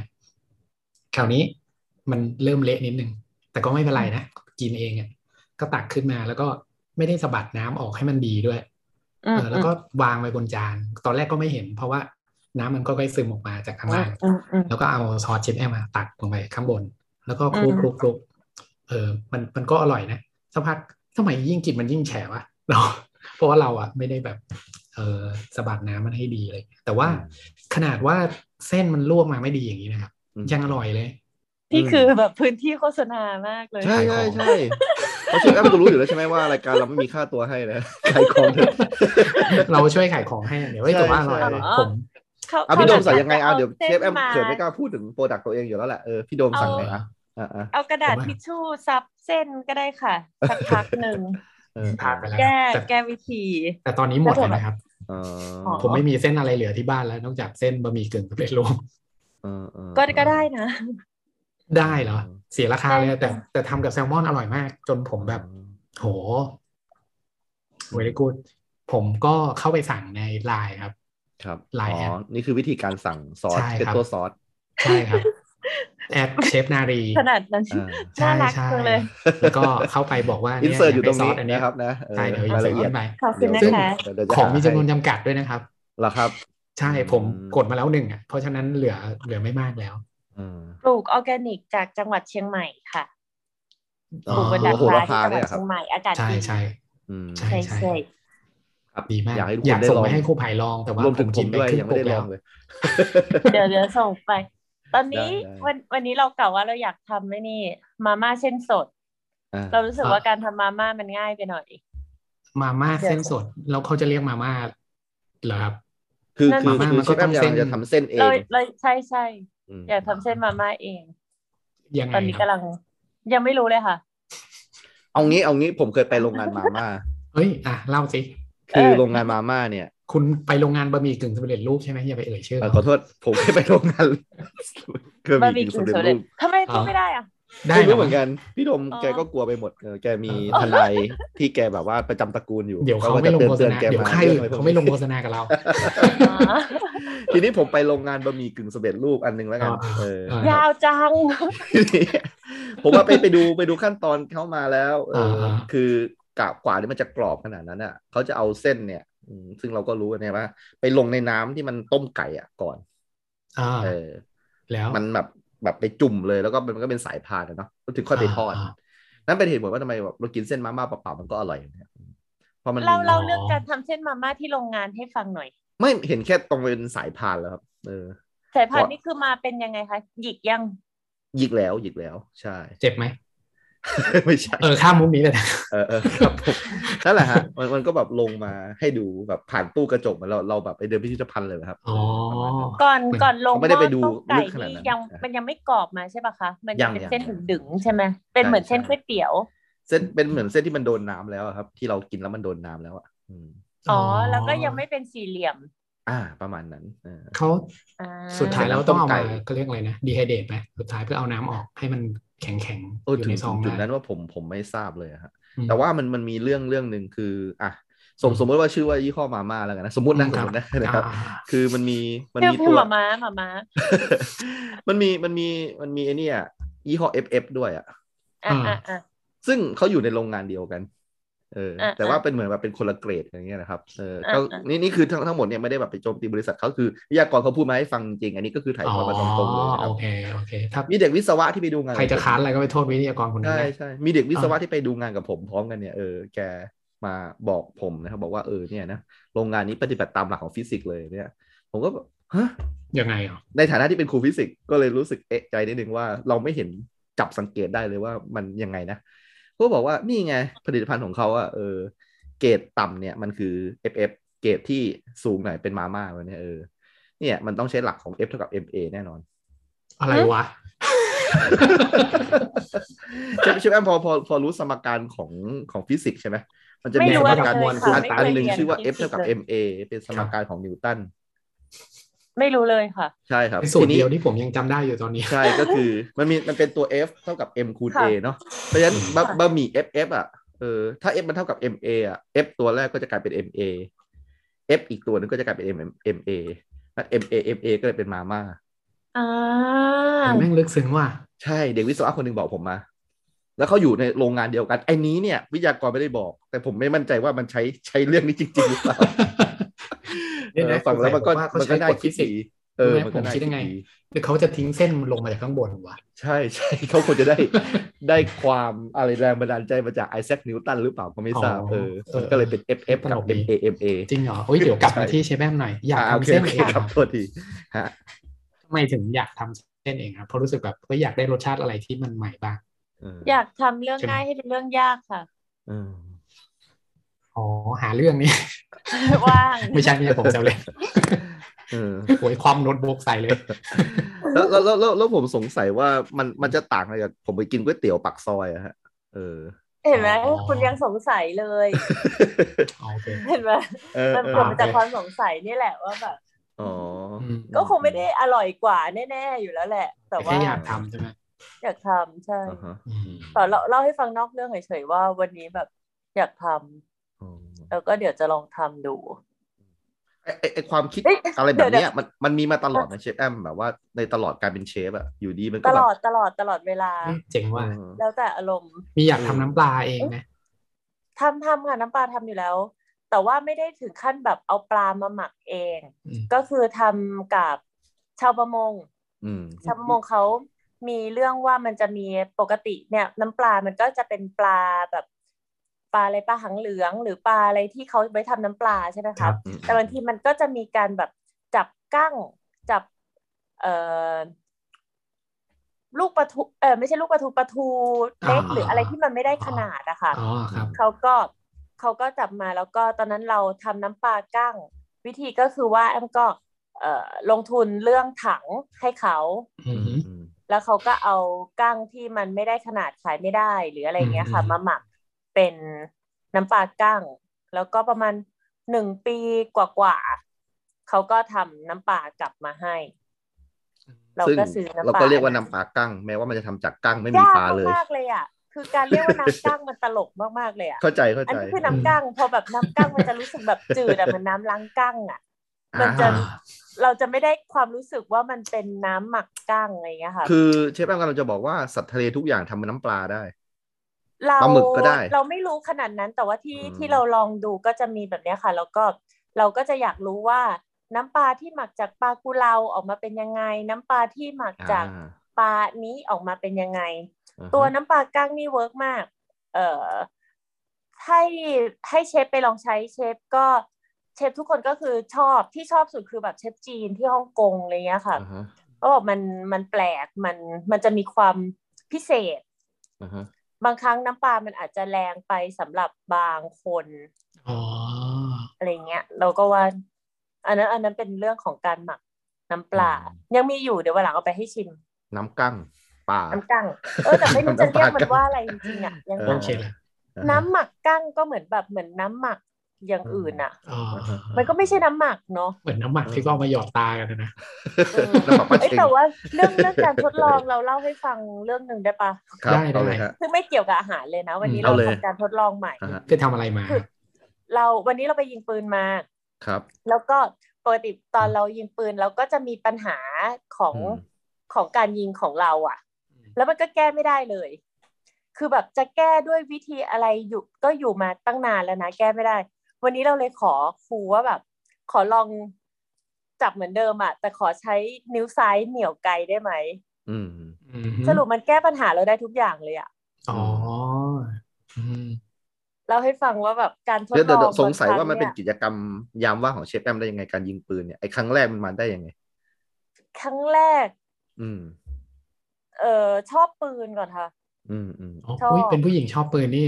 Speaker 4: คราวนี้มันเริ่มเละนิดนึง แต่ก็ไม่เป็นไรนะกินเองอะ ก็ตักขึ้นมาแล้วก็ไม่ได้สะบัดน้ำออกให้มันดีด้วย
Speaker 3: อื
Speaker 4: เอ
Speaker 3: ม
Speaker 4: อ แล้วก็วางไว้บนจาน ตอนแรกก็ไม่เห็น เพราะว่าน้ำมันก็ค่อยซึมออกมาจากข้าง
Speaker 3: อื
Speaker 4: ล่าม ง
Speaker 3: อืมอืม
Speaker 4: แล้วก็เอาซอสเชฟแอมมาตักลงไปข้างบน แล้วก็คลุ
Speaker 3: อื
Speaker 4: ก
Speaker 3: ม
Speaker 4: คลุกคลุกเออ มันมันก็อร่อยนะสักพักทำไมยิ่งกินมันยิ่งแฉะว ะเรา เพราะว่าเราอะไม่ได้แบบ เออสะบัดน้ำมันให้ดีเลย แต่ว่าขนาดว่าเส้นมันลวกมาไม่ดีอย่างนี้นะครับ
Speaker 2: อืม
Speaker 4: ยังอร่อยเลย
Speaker 3: นี่คือแบบพื้นที่โฆษณามากเลย
Speaker 2: ใช่
Speaker 4: ขา
Speaker 2: ใช่
Speaker 4: ยของ
Speaker 2: ใช่เพราะเชฟแอมก็รู้อยู่แล้วใช่ไหมว่ารายการเราไม่มีค่าตัวให้นะขายของเถอะ
Speaker 4: เราช่วยขายของให้เดี๋ยวไว้ยแต่ว่าอร่อยเลย
Speaker 3: ใช่ใช่
Speaker 4: ผม
Speaker 3: เขา
Speaker 2: อ่ะพี่โดมใส่
Speaker 3: ขน
Speaker 2: ยังไงอ่ะเดี๋ยว
Speaker 3: ส้
Speaker 2: เช
Speaker 3: น
Speaker 2: ฟแอมเขินไม่กล้าพูดถึงโปรดักต์ตัวเองอยู่แล้วแหละเออพี่โดม
Speaker 3: เอา
Speaker 2: สั่งไงอ่ะ อ่ะอ่ะ
Speaker 3: เอากระดาษ
Speaker 4: ผมว่า
Speaker 3: ทิชชู่ซับเส้นก็ได้ค่ะสักพักหนึ่ง
Speaker 2: เออ
Speaker 4: ผ่านไปแล้ว
Speaker 3: แก้
Speaker 4: แต่
Speaker 3: แก้วิธี
Speaker 4: แต่ตอนนี้หมดแล้วนะครับ
Speaker 2: เออ
Speaker 3: อ๋อ
Speaker 4: ผมไม่มีเส้นอะไรเหลือที่บ้านแล้ว นอกจากเส้นบะหมี่กึ่งสำเร็จรูป
Speaker 2: เออเออ
Speaker 3: ก็ก็ได้นะ
Speaker 4: ได้เหรอ เสียราคาเลยแต่แต่ทำกับแซลมอนอร่อยมาก จนผมแบบ โหเวลกูดผมก็เข้าไปสั่งในไลน์ครับ
Speaker 2: ครับ
Speaker 4: ลาย
Speaker 2: อ๋
Speaker 4: แอ
Speaker 2: อ
Speaker 4: ป
Speaker 2: นี่คือวิธีการสั่งซอส
Speaker 4: ใช่ครับ
Speaker 2: เป็นตัวซอส
Speaker 4: ใช่ ครับ แอดเชฟนารี
Speaker 3: ขนาดนั้น
Speaker 2: อ่า
Speaker 4: ใช่
Speaker 3: น่ารัก
Speaker 4: ใช่
Speaker 3: จังเลย
Speaker 4: แล้วก็เข้าไปบอกว่า
Speaker 2: อินเสิร์ตอยู่ตรงนี้
Speaker 4: ากได้ซสอั
Speaker 2: นะครับนะเออ
Speaker 4: ใช่เดี๋ยวอิน
Speaker 2: ราย
Speaker 4: เสิ
Speaker 2: ละ
Speaker 4: ร์ต
Speaker 2: เอียด
Speaker 4: เข้า
Speaker 3: ขอบคุณ
Speaker 4: ไป
Speaker 3: นะคะ
Speaker 2: เดี๋ยวเดี๋ยวจะ
Speaker 4: ของมีจำนวน
Speaker 2: หาให้
Speaker 4: จำกัดด้วยนะครับ
Speaker 2: เหรอครับ
Speaker 4: ใช่ผม
Speaker 2: อืม
Speaker 4: กดมาแล้วหนึ่งอ่ะ เพราะฉะนั้นเหลือเหลือไม่มากแล้ว
Speaker 2: อืม
Speaker 3: ปลูกออร์แกนิกจากจังหวัดเชียงใหม่ค่ะ
Speaker 2: อ๋
Speaker 3: ป
Speaker 2: อ
Speaker 3: ลูกบนดาด
Speaker 2: โห
Speaker 3: ฟ้า
Speaker 2: รา
Speaker 3: ที่
Speaker 2: คา
Speaker 3: จังห
Speaker 2: เนี่
Speaker 3: วัด
Speaker 2: ยค
Speaker 3: เชียงใหม่อา
Speaker 2: รับ
Speaker 3: กาศ
Speaker 4: ใช่
Speaker 3: ดี
Speaker 4: ใช่
Speaker 2: อืม
Speaker 4: ใช่
Speaker 3: ใช่ใช่
Speaker 2: ครับ
Speaker 4: ดีมาก
Speaker 2: อยากให้ทุก
Speaker 4: อ
Speaker 2: ค
Speaker 4: ยาน ก
Speaker 2: ได้
Speaker 4: ส่ง
Speaker 2: ลอง
Speaker 4: ไปให้ผู้ภัยลองแต่ว่าร
Speaker 2: วมถึงผม
Speaker 4: ผมกินไป
Speaker 2: ด้วยยัง
Speaker 4: ครึ่ง
Speaker 2: ไม่ได้ล
Speaker 4: ปกแล้
Speaker 2: อ
Speaker 4: ว
Speaker 2: งเลย
Speaker 3: เดี๋ยวเดี๋ยวส่งไป ตอนนี้
Speaker 2: ได้
Speaker 3: วันวันนี้เรากล่าวว่าเราอยากทำไม่นี่ มาม่าเส้นสด
Speaker 2: อ่า
Speaker 3: เรารู้สึก
Speaker 4: อ่ะ
Speaker 3: ว่าการทำมาม่ามันง่ายไปหน่อย
Speaker 4: มาม่าเส้นสดแล้วเขาจะเรียกมาม่าเหรอครับ
Speaker 2: คือ
Speaker 3: นั่น
Speaker 2: คือ
Speaker 4: มาม่า
Speaker 2: คือ
Speaker 4: มัน
Speaker 2: เช
Speaker 4: ก็
Speaker 2: ฟแอมอ
Speaker 4: ต้อง
Speaker 2: ยาก
Speaker 4: เส้น
Speaker 2: จะทำเส้นเอ
Speaker 3: เรา
Speaker 2: ง
Speaker 3: เราใช่ใช่
Speaker 2: ม
Speaker 3: อยากทำเส้นมาม่าเอง
Speaker 4: ยังไง
Speaker 3: ตอนนี้
Speaker 4: ครั
Speaker 3: กำ
Speaker 4: บ
Speaker 3: ลังยังไม่รู้เลยค่ะ
Speaker 2: เอางี้เอางี้ผมเคยไปโรงงานมาม่า
Speaker 4: เฮ้ยอ่ะเล่าสิ
Speaker 2: คือ
Speaker 3: เออ
Speaker 2: โรงงานมาม่าเนี่ย
Speaker 4: คุณไปโรงงานบะหมี่กึ่งสำเร็จรูปใช่ไหมอย่าไปเอ่ยชื่อ
Speaker 2: เอ่อขอโทษผมไม่ไปโรงงาน เคย
Speaker 3: บะห
Speaker 2: มี
Speaker 3: มี่
Speaker 2: กิน
Speaker 3: กึ่
Speaker 2: สำ
Speaker 3: งสำ
Speaker 2: เร็จ
Speaker 3: เร็
Speaker 2: รู
Speaker 3: จ
Speaker 2: ป
Speaker 3: ทำไมพูดไม่ได้อ่ะ
Speaker 4: ได้
Speaker 2: ไม่
Speaker 4: เหร
Speaker 2: รู้
Speaker 4: อ
Speaker 2: เหมือนกัน พี่ดม
Speaker 3: อ๋อ
Speaker 2: แกก็กลัวไปหมดเออแกมีทนายที่แกแบบว่าประจำตระกูลอยู่
Speaker 4: เดี๋ยวเขาไม่ลงโฆษณาเดี๋ยวใครอื่นเขาไม่ลงโฆษณากับเรา
Speaker 2: ทีนี้ผมไปโรงงานบะหมี่กึ่งสำเร็จรูปอันหนึงแล้วกัน
Speaker 4: อ่า
Speaker 2: เออ
Speaker 4: อ่าย
Speaker 3: าวจัง
Speaker 2: ผมว่าไปไปดูไปดูขั้นตอนเข้ามาแล้วเอออา คือกะกว่าที่มันจะกรอบขนาดนั้นอ่ะเขาจะเอาเส้นเนี่ยอืมซึ่งเราก็รู้กันเนี่ยว่าไปลงในน้ำที่มันต้มไก่อ่ะก่อน
Speaker 4: อ่า
Speaker 2: เออ
Speaker 4: แล้ว
Speaker 2: มันแบบแบบไปจุ่มเลยแล้วก็มันก็เป็นสายพานอะเนาะแล้วถึงค่อยไปทอด
Speaker 4: อ่า
Speaker 2: นั่นเป็นเหตุผลว่าทำไมแบบเรากินเส้นมาม่าเปล่าๆมันก็อร่อยอย่างเงี้ยเพราะมันมี
Speaker 3: เล่าเล่า
Speaker 4: อ๋อ
Speaker 3: เรื่องการทำเส้นมาม่าที่โรงงานให้ฟังหน่อย
Speaker 2: ไม่เห็นแค่ตรงเป็นสายพานแล้วครับ เออ
Speaker 3: สายพัน
Speaker 2: ว่า
Speaker 3: ธุ์นี่คือมาเป็นยังไงคะ หยิกยัง
Speaker 2: หยิกแล้วหยิกแล้ว ใช่
Speaker 4: เจ็บไหม
Speaker 2: ไม่ใช่
Speaker 4: เออข้ามมุกนี้เลยนะ
Speaker 2: เออเออครับผมนั่นแหละฮะมันมันก็แบบลงมาให้ดูแบบผ่านตู้กระจกเหมือนเราเราแบบไปเดินพิพิธภัณฑ์เลยครับ
Speaker 4: อ๋อ
Speaker 2: ประมาณนั้น
Speaker 3: ก่อน
Speaker 4: มัน
Speaker 3: ก่อนลง
Speaker 2: เขาไม่ได้ไปดู
Speaker 3: หม้อต้มไก่
Speaker 2: ลึกขนาดนั้
Speaker 3: นี่
Speaker 2: น
Speaker 3: ยัง
Speaker 2: อ่ะ
Speaker 3: มันยังไม่กรอบมาใช่ปะคะ มัน
Speaker 2: ยั
Speaker 3: จะเป็
Speaker 2: ง
Speaker 3: น
Speaker 2: ยัง
Speaker 3: เส้น
Speaker 2: ยัง
Speaker 3: ดึงๆใช่ไหมเป็นเหมือน
Speaker 2: ใช่
Speaker 3: เส้น
Speaker 2: ใช่
Speaker 3: ก๋วยเตี๋ยว
Speaker 2: เส้นเป็นเหมือนเส้นที่มันโดนน้ำแล้วอะครับ ที่เรากินแล้วมันโดนน้ำแล้วอ่ะอืม
Speaker 3: อ๋อ แล้วก็ยังไม่เป็นสี่เหลี่ยม
Speaker 2: อ่า ประมาณนั้นเออ
Speaker 4: เขา
Speaker 3: อ่า
Speaker 4: สุดท้าย
Speaker 2: ใส่
Speaker 4: เรา
Speaker 2: น้ำต้
Speaker 4: ต้อ
Speaker 2: ม
Speaker 4: งเอา
Speaker 2: ไก่
Speaker 4: มาก็เรียกอะไรนะดีไฮเดตไหมสุดท้ายเพื่อเอาน้ำออกให้มันแข็งแข็งๆ
Speaker 2: โอ้
Speaker 4: อยู่
Speaker 2: ถึง
Speaker 4: ในซ
Speaker 2: ถึ
Speaker 4: องง
Speaker 2: จุด
Speaker 4: ได้
Speaker 2: นั้นว่าผมผมไม่ทราบเลยอะฮะ
Speaker 4: อืม
Speaker 2: แต่ว่ามันมันมีเรื่องเรื่องหนึ่งคืออ่ะสม
Speaker 4: อืม
Speaker 2: สมมติว่าชื่อว่ายี่ห้อมาม่าแล้วกันนะสมมตินะ
Speaker 4: อืม
Speaker 2: สม
Speaker 4: ครับ
Speaker 2: มตินะนะครับ
Speaker 4: อ่า
Speaker 2: คือมันมีมัน
Speaker 3: เรียก
Speaker 2: มี
Speaker 3: พี่
Speaker 2: ตัว
Speaker 3: หมาม้าหมาม้า
Speaker 2: มันมีมันมีมันมีไอเนี่ยยี่ห้อ FF ด้วยอ่ะ
Speaker 3: อ่า
Speaker 4: อ่า
Speaker 3: อ่าอ่า
Speaker 2: ซึ่งเขาอยู่ในโรงงานเดียวกันเออ
Speaker 3: อ่ะ
Speaker 2: แต่ว่าเป็นเหมือนแบบเป็นคนละเกรดอย่างเงี้ยนะครับเออ
Speaker 3: อ่ะ
Speaker 2: ก็
Speaker 3: อ่ะ
Speaker 2: นี่นี่คือทั้งทั้งหมดเนี่ยไม่ได้แบบไปโจมตีบริษัทเขาคือวิทยากรเขาพูดมาให้ฟังจริง อันนี้ก็คือถ่าย
Speaker 4: อ๋
Speaker 2: ท
Speaker 4: อ
Speaker 2: อดมาตรงๆเลยนะครั
Speaker 4: โอบ เคโอเคถ้า
Speaker 2: มีเด็กวิศวะที่ไปดูงาน
Speaker 4: ใครจะค้านอะไรก็ไปโทษวิทยากรคนนั้น
Speaker 2: ใช่
Speaker 4: นะ
Speaker 2: ใช่ มีเด็กวิศวะ
Speaker 4: อ่า
Speaker 2: ที่ไปดูงานกับผมพร้อมกันเนี่ยเออแกมาบอกผมนะครับบอกว่าเออเนี่ยนะโรงงานนี้ปฏิบัติตามหลักของฟิสิกส์เลยเนี่ย ผมก็แบบฮะ
Speaker 4: ยังไงอ่ะ
Speaker 2: ในฐานะที่เป็นครูฟิสิกส์ก็เลยรู้สึกเอะใจนิดนึงว่าเราไม่เห็นจับสังเกตได้เลยว่ามันยังไงนะก็บอกว่านี่ไงผลิตภัณฑ์ของเขาอะเออเกรดต่ำเนี่ยมันคือ FF เกรดที่สูงหน่อยเป็นมาม่าวันเนี้ยเออเนี่ยมันต้องใช้หลักของ F เท่ากับ MA แน่นอน
Speaker 4: อะไรวะ
Speaker 2: เชฟเชฟแอมพอพอพอรู้สมการของของฟิสิกส์ใช่ไหมมันจะมี
Speaker 3: ไม่
Speaker 2: ส
Speaker 3: รู้
Speaker 2: ม
Speaker 3: อะ
Speaker 2: การ
Speaker 3: เลย
Speaker 4: ค่ะ
Speaker 2: อัน
Speaker 4: ไม่เคย
Speaker 2: อันหนึ่ง
Speaker 3: เรียน
Speaker 2: ชื่อว่า
Speaker 3: ฟิสิก
Speaker 2: F
Speaker 3: ส์
Speaker 2: เท่ากับ
Speaker 3: เลย
Speaker 2: ma เป็นสม
Speaker 4: ครับ
Speaker 2: การของนิวตัน
Speaker 3: ไม่รู้เลยค่ะ
Speaker 2: ใช่ครับ
Speaker 4: เป็นสู
Speaker 2: ที
Speaker 4: ตร
Speaker 2: นี้
Speaker 4: เดียวที่ผมยังจำได้อยู่ตอนนี้
Speaker 2: ใช่ก็คือมันมีมันเป็นตัว F เท่ากับ m คูณ a
Speaker 3: ค่ะ
Speaker 2: เนาะเพราะฉะนั้นบะ
Speaker 3: ค่ะ
Speaker 2: บะหมี่ ff อ่ะเออถ้า f มันเท่ากับ ma อ่ะ f ตัวแรกก็จะกลายเป็น ma f อีกตัวหนึงก็จะกลายเป็น m ma แล้ว ma ma ก็เลยเป็นมาม่า
Speaker 3: อ่า
Speaker 4: แม่งลึกซึ้งว่ะ
Speaker 2: ใช่เด็กวิศวะคนหนึ่งบอกผมมา แล้วเขาอยู่ในโรงงานเดียวกันไอ้นี้เนี่ย วิทยากรไม่ได้บอก แต่ผมไม่มั่นใจว่ามันใช้ใช้เรื่องนี้จริงๆหรือเปล่า
Speaker 4: เนี่ยนะ
Speaker 2: เออฟังแล้วมันก็
Speaker 4: ผมว่าเขา
Speaker 2: มัน
Speaker 4: ใช้
Speaker 2: ก็ได้
Speaker 4: กฎ
Speaker 2: คิ
Speaker 4: ฟิ
Speaker 2: ด
Speaker 4: สิก
Speaker 2: ดี
Speaker 4: ส์
Speaker 2: เออ
Speaker 4: รู้ไหม
Speaker 2: มันก็
Speaker 4: ผมคิดยังไง
Speaker 2: ดี
Speaker 4: หรือเขาจะทิ้งเส้นลงมาจากข้างบนวะ
Speaker 2: ใช่ใช่ เขาควร จะได้ได้ความอะไรแรงบันดาลใจมาจากไอแซคนิวตันหรือเปล่าก็ไม่ทราบเออมันก็เลยเป็น FF กับ MA MA
Speaker 4: จริงเหรอโอ้ยเดี๋ยวกลับมาที่เชฟแอมหน่อยอยาก
Speaker 2: อ่าโอเค
Speaker 4: ทำเส้น
Speaker 2: โอเค
Speaker 4: เอง
Speaker 2: ครั
Speaker 4: อะ
Speaker 2: บโทษทีฮะ
Speaker 4: ทำไมถึงอยากทำเส้นเองครับเพราะรู้สึกแบบก็อยากได้รสชาติอะไรที่มันใหม่บ้าง
Speaker 2: เ
Speaker 3: อยากทำเรื่องง่ายให้เป็นเรื่องยากค่ะ
Speaker 2: เออ
Speaker 4: อ๋อหาเรื่องนี่
Speaker 3: ว่าง
Speaker 4: ไม่ใช่ไม่ใช่ผมแซวเล่น
Speaker 2: เออ
Speaker 4: โวยความโน้ตบุ๊กใส่เลย
Speaker 2: แล้วแล้วแล้วแล้วแล้วผมสงสัยว่ามันมันจะต่างอะไรกับผมไปกินก๋วยเตี๋ยวปักซอยอะฮะ เออ
Speaker 3: เห็นไหม
Speaker 4: อ๋อ
Speaker 3: คุณยังสงสัยเลย
Speaker 4: อ๋อโอเค
Speaker 3: เห็นไหม
Speaker 2: เออ
Speaker 3: มัน
Speaker 2: เอ
Speaker 3: เกิด
Speaker 2: อ
Speaker 3: มาจากความสงสัยนี่แหละว่าแบบ
Speaker 2: อ๋ออ
Speaker 4: ม
Speaker 3: ก็คงไม่ได้อร่อยกว่าแน่ๆอยู่แล้วแหละ แต่
Speaker 4: แต่
Speaker 3: ว่า
Speaker 4: แค่อยากทำใช่ไหม
Speaker 3: อยากทำใช่
Speaker 2: อ่าฮะ
Speaker 4: อืม
Speaker 3: ต่อเล่าเล่าให้ฟังนอกเรื่องเฉยๆว่าวันนี้แบบอยากท
Speaker 2: อ๋อ
Speaker 3: ำแล้วก็เดี๋ยวจะลองทำดู
Speaker 2: ไอ้ไอ้ไอ้ความคิด
Speaker 3: เอ้ย
Speaker 2: อะไรแบบ
Speaker 3: เดี๋ยวเดี๋
Speaker 2: เนี้ย
Speaker 3: ยว
Speaker 2: มันมันมีมาตลอดนะเชฟแอมแบบว่าในตลอดการเป็นเชฟอะอยู่ดีมัน
Speaker 3: ต
Speaker 2: ก็แบ
Speaker 3: ล
Speaker 2: บ
Speaker 3: อดตลอดตลอดเวลา
Speaker 4: เอ๊ะเจ๋งว่ะ
Speaker 2: อืม
Speaker 3: แล้วแต่อารมณ์
Speaker 4: มีอยากทำน้ำปลาเองไหม
Speaker 3: ทำทำค่ะน้ำปลาทำอยู่แล้ว แต่ว่าไม่ได้ถึงขั้นแบบเอาปลามาหมักเอง
Speaker 4: อืม
Speaker 3: ก็คือทำกับชาวประมง
Speaker 2: อืม
Speaker 3: ชาวประมงเขามีเรื่องว่ามันจะมีปกติเนี่ย น้ำปลา มันก็จะเป็นปลาแบบปลาอะไรปลาหางเหลือง หรือปลาอะไรที่เขาไว้ทำน้ำปลาใช่ไหม
Speaker 4: ครั
Speaker 3: คะ
Speaker 4: บ
Speaker 3: แต่บางทีมันก็จะมีการแบบจับกั้งจับเอ่อลูกปลาทูเออไม่ใช่ลูกปลาทูปลาทูเล็กหรืออะไรที่มันไม่ได้ขนาดอะค่ะ
Speaker 4: อ๋อครับ
Speaker 3: เขาก็เขาก็จับมาแล้วก็ตอนนั้นเราทำน้ำปลากั้ง วิธีก็คือว่าแอมก็เอ่อลงทุนเรื่องถังให้เขา
Speaker 4: อืม
Speaker 3: แล้วเขาก็เอากั้งที่มันไม่ได้ขนาดขายไม่ได้ หรืออะไรเงี้ยค่ะ
Speaker 4: อืม
Speaker 3: มาหมักเป็นน้ำปลากั้ง แล้วก็ประมาณหนึ่งปีกว่าๆเขาก็ทำน้ำปลากลับมาให้ เรา
Speaker 2: ซึ่ง
Speaker 3: ก็ซื้อน้ำปลา
Speaker 2: เราก็เรียกว่าน้ำปลากั้ง แม้ว่ามันจะทำจากกั้งไม่มี
Speaker 3: ยาก
Speaker 2: ปลาเลย
Speaker 3: มากๆเลยอ่ะคือการเรียกว่าน้ำกั้งมันตลกมากๆเลยอ่ะ
Speaker 2: เข้าใจเข้า
Speaker 3: อัน
Speaker 2: ใจ
Speaker 3: นี้คือน้ำกั้งพอแบบน้ำกั้งมันจะรู้สึกแบบจืดอะเหมันน้ำล้างกั้งอะ มันจะ
Speaker 2: อ่า
Speaker 3: เราจะไม่ได้ความรู้สึกว่ามันเป็นน้ำหมักกั้งอะไรอย่างเงี้ยค่ะ
Speaker 2: คือเชฟแอมกำลังจะบอกว่าสัตว์ทะเลทุกอย่างทำเป็นน้ำปลาได้
Speaker 3: เรา
Speaker 2: ปลาหมึกก็ได้
Speaker 3: เราไม่รู้ขนาดนั้นแต่ว่าที่
Speaker 2: อืม
Speaker 3: ที่เราลองดูก็จะมีแบบเนี้ยค่ะ แล้วก็เราก็จะอยากรู้ว่าน้ำปลาที่หมักจากปลากุเลาออกมาเป็นยังไง น้ำปลาที่หมักจาก
Speaker 2: อ่
Speaker 3: ปลานี้ออกมาเป็นยังไง
Speaker 2: อ่า
Speaker 3: ตัว
Speaker 2: ฮะ
Speaker 3: น้ำปลากั้งนี่เวิร์กมาก เอ่อให้ให้เชฟไปลองใช้เชฟก็เชฟทุกคนก็คือชอบที่ชอบสุดคือแบบเชฟจีนที่ฮ่องกงอะไรเงี้ยค่ะ
Speaker 2: อ่าฮะ
Speaker 3: ก็บอกมันมันแปลกมันมันจะมีความพิเศษ
Speaker 2: อ่าฮะ
Speaker 3: บางครั้งน้ำปลามันอาจจะแรงไปสำหรับบางคน
Speaker 4: อ๋อ
Speaker 3: อะไรเงี้ย เราก็ว่า อันนั้นอันนั้นเป็นเรื่องของการหมักน้ำปลา ยังมีอยู่เดี๋ยววันหลังเอาไปให้ชิม
Speaker 2: น้ำกั้งปลา
Speaker 3: น้ำกั้งเออแต่ไม่รู้จะเรียกมัน
Speaker 2: น้ำปลากั้ง
Speaker 3: ว่าอะไรจริงๆอ่ะยัง
Speaker 2: เอ
Speaker 3: หา
Speaker 4: โอเคละ
Speaker 3: น้ำหมักกั้งก็เหมือนแบบเหมือนน้ำหมักอย่างอื่นอ่ะ
Speaker 4: อ๋อ
Speaker 2: อ่าฮะ
Speaker 3: มันก็ไม่ใช่น้ำหมัก เนาะ
Speaker 4: เหมือนน้ำหมักที่ก็เอามาหยอดตากันนะนะ
Speaker 3: เออ
Speaker 2: น้ำปลาปลา
Speaker 3: เอ้ย
Speaker 2: เชง
Speaker 3: แต่ว่าเรื่องเรื่องการทดลองเราเล่าให้ฟังเรื่องหนึ่งได้ปะ
Speaker 2: ครับเอาเลยฮะ
Speaker 3: ซึ่งไม่เกี่ยวกับอาหารเลยนะ วันนี้เรา
Speaker 2: เอาเลย
Speaker 3: ทำการทดลองใหม่
Speaker 2: อ่าฮะ
Speaker 4: ไปทำอะไรมา
Speaker 3: คือ เราวันนี้เราไปยิงปืนมา
Speaker 2: ครับ
Speaker 3: แล้วก็ปกติตอนเรายิงปืนเราก็จะมีปัญหาของ
Speaker 2: อืม
Speaker 3: ของการยิงของเราอ่ะ แล้วมันก็แก้ไม่ได้เลย คือแบบจะแก้ด้วยวิธีอะไรอยู่ก็อยู่มาตั้งนานแล้วนะแก้ไม่ได้ วันนี้เราเลยขอครูว่าแบบ ขอลองจับเหมือนเดิมอะแต่ขอใช้นิ้วซ้ายเหนี่ยวไกลได้ไหม
Speaker 2: อืม
Speaker 4: อืมฮึ
Speaker 3: สรุปมันแก้ปัญหาเราได้ทุกอย่างเลยอะ
Speaker 4: อ๋ออืม
Speaker 3: เราให้ฟังว่าแบบการทด
Speaker 2: เดี๋ย
Speaker 3: ล
Speaker 2: วเดี๋
Speaker 3: อ
Speaker 2: ย
Speaker 3: ง
Speaker 2: วเดี๋ยวสงสัยว่ามัน
Speaker 3: บครั้
Speaker 2: เป็นกิจกรรมยามว่างของเชฟแอมได้ยังไงการยิงปืนเนี่ยไอ้ครั้งแรกมันมาได้ยังไง
Speaker 3: ครั้งแรก
Speaker 2: อืม
Speaker 3: เอ่อชอบปืนก่อนค่ะ
Speaker 2: อืมอืม
Speaker 4: อ๋อ
Speaker 3: ชอบ
Speaker 4: อุ๊ยเป็นผู้หญิงชอบปืนนี่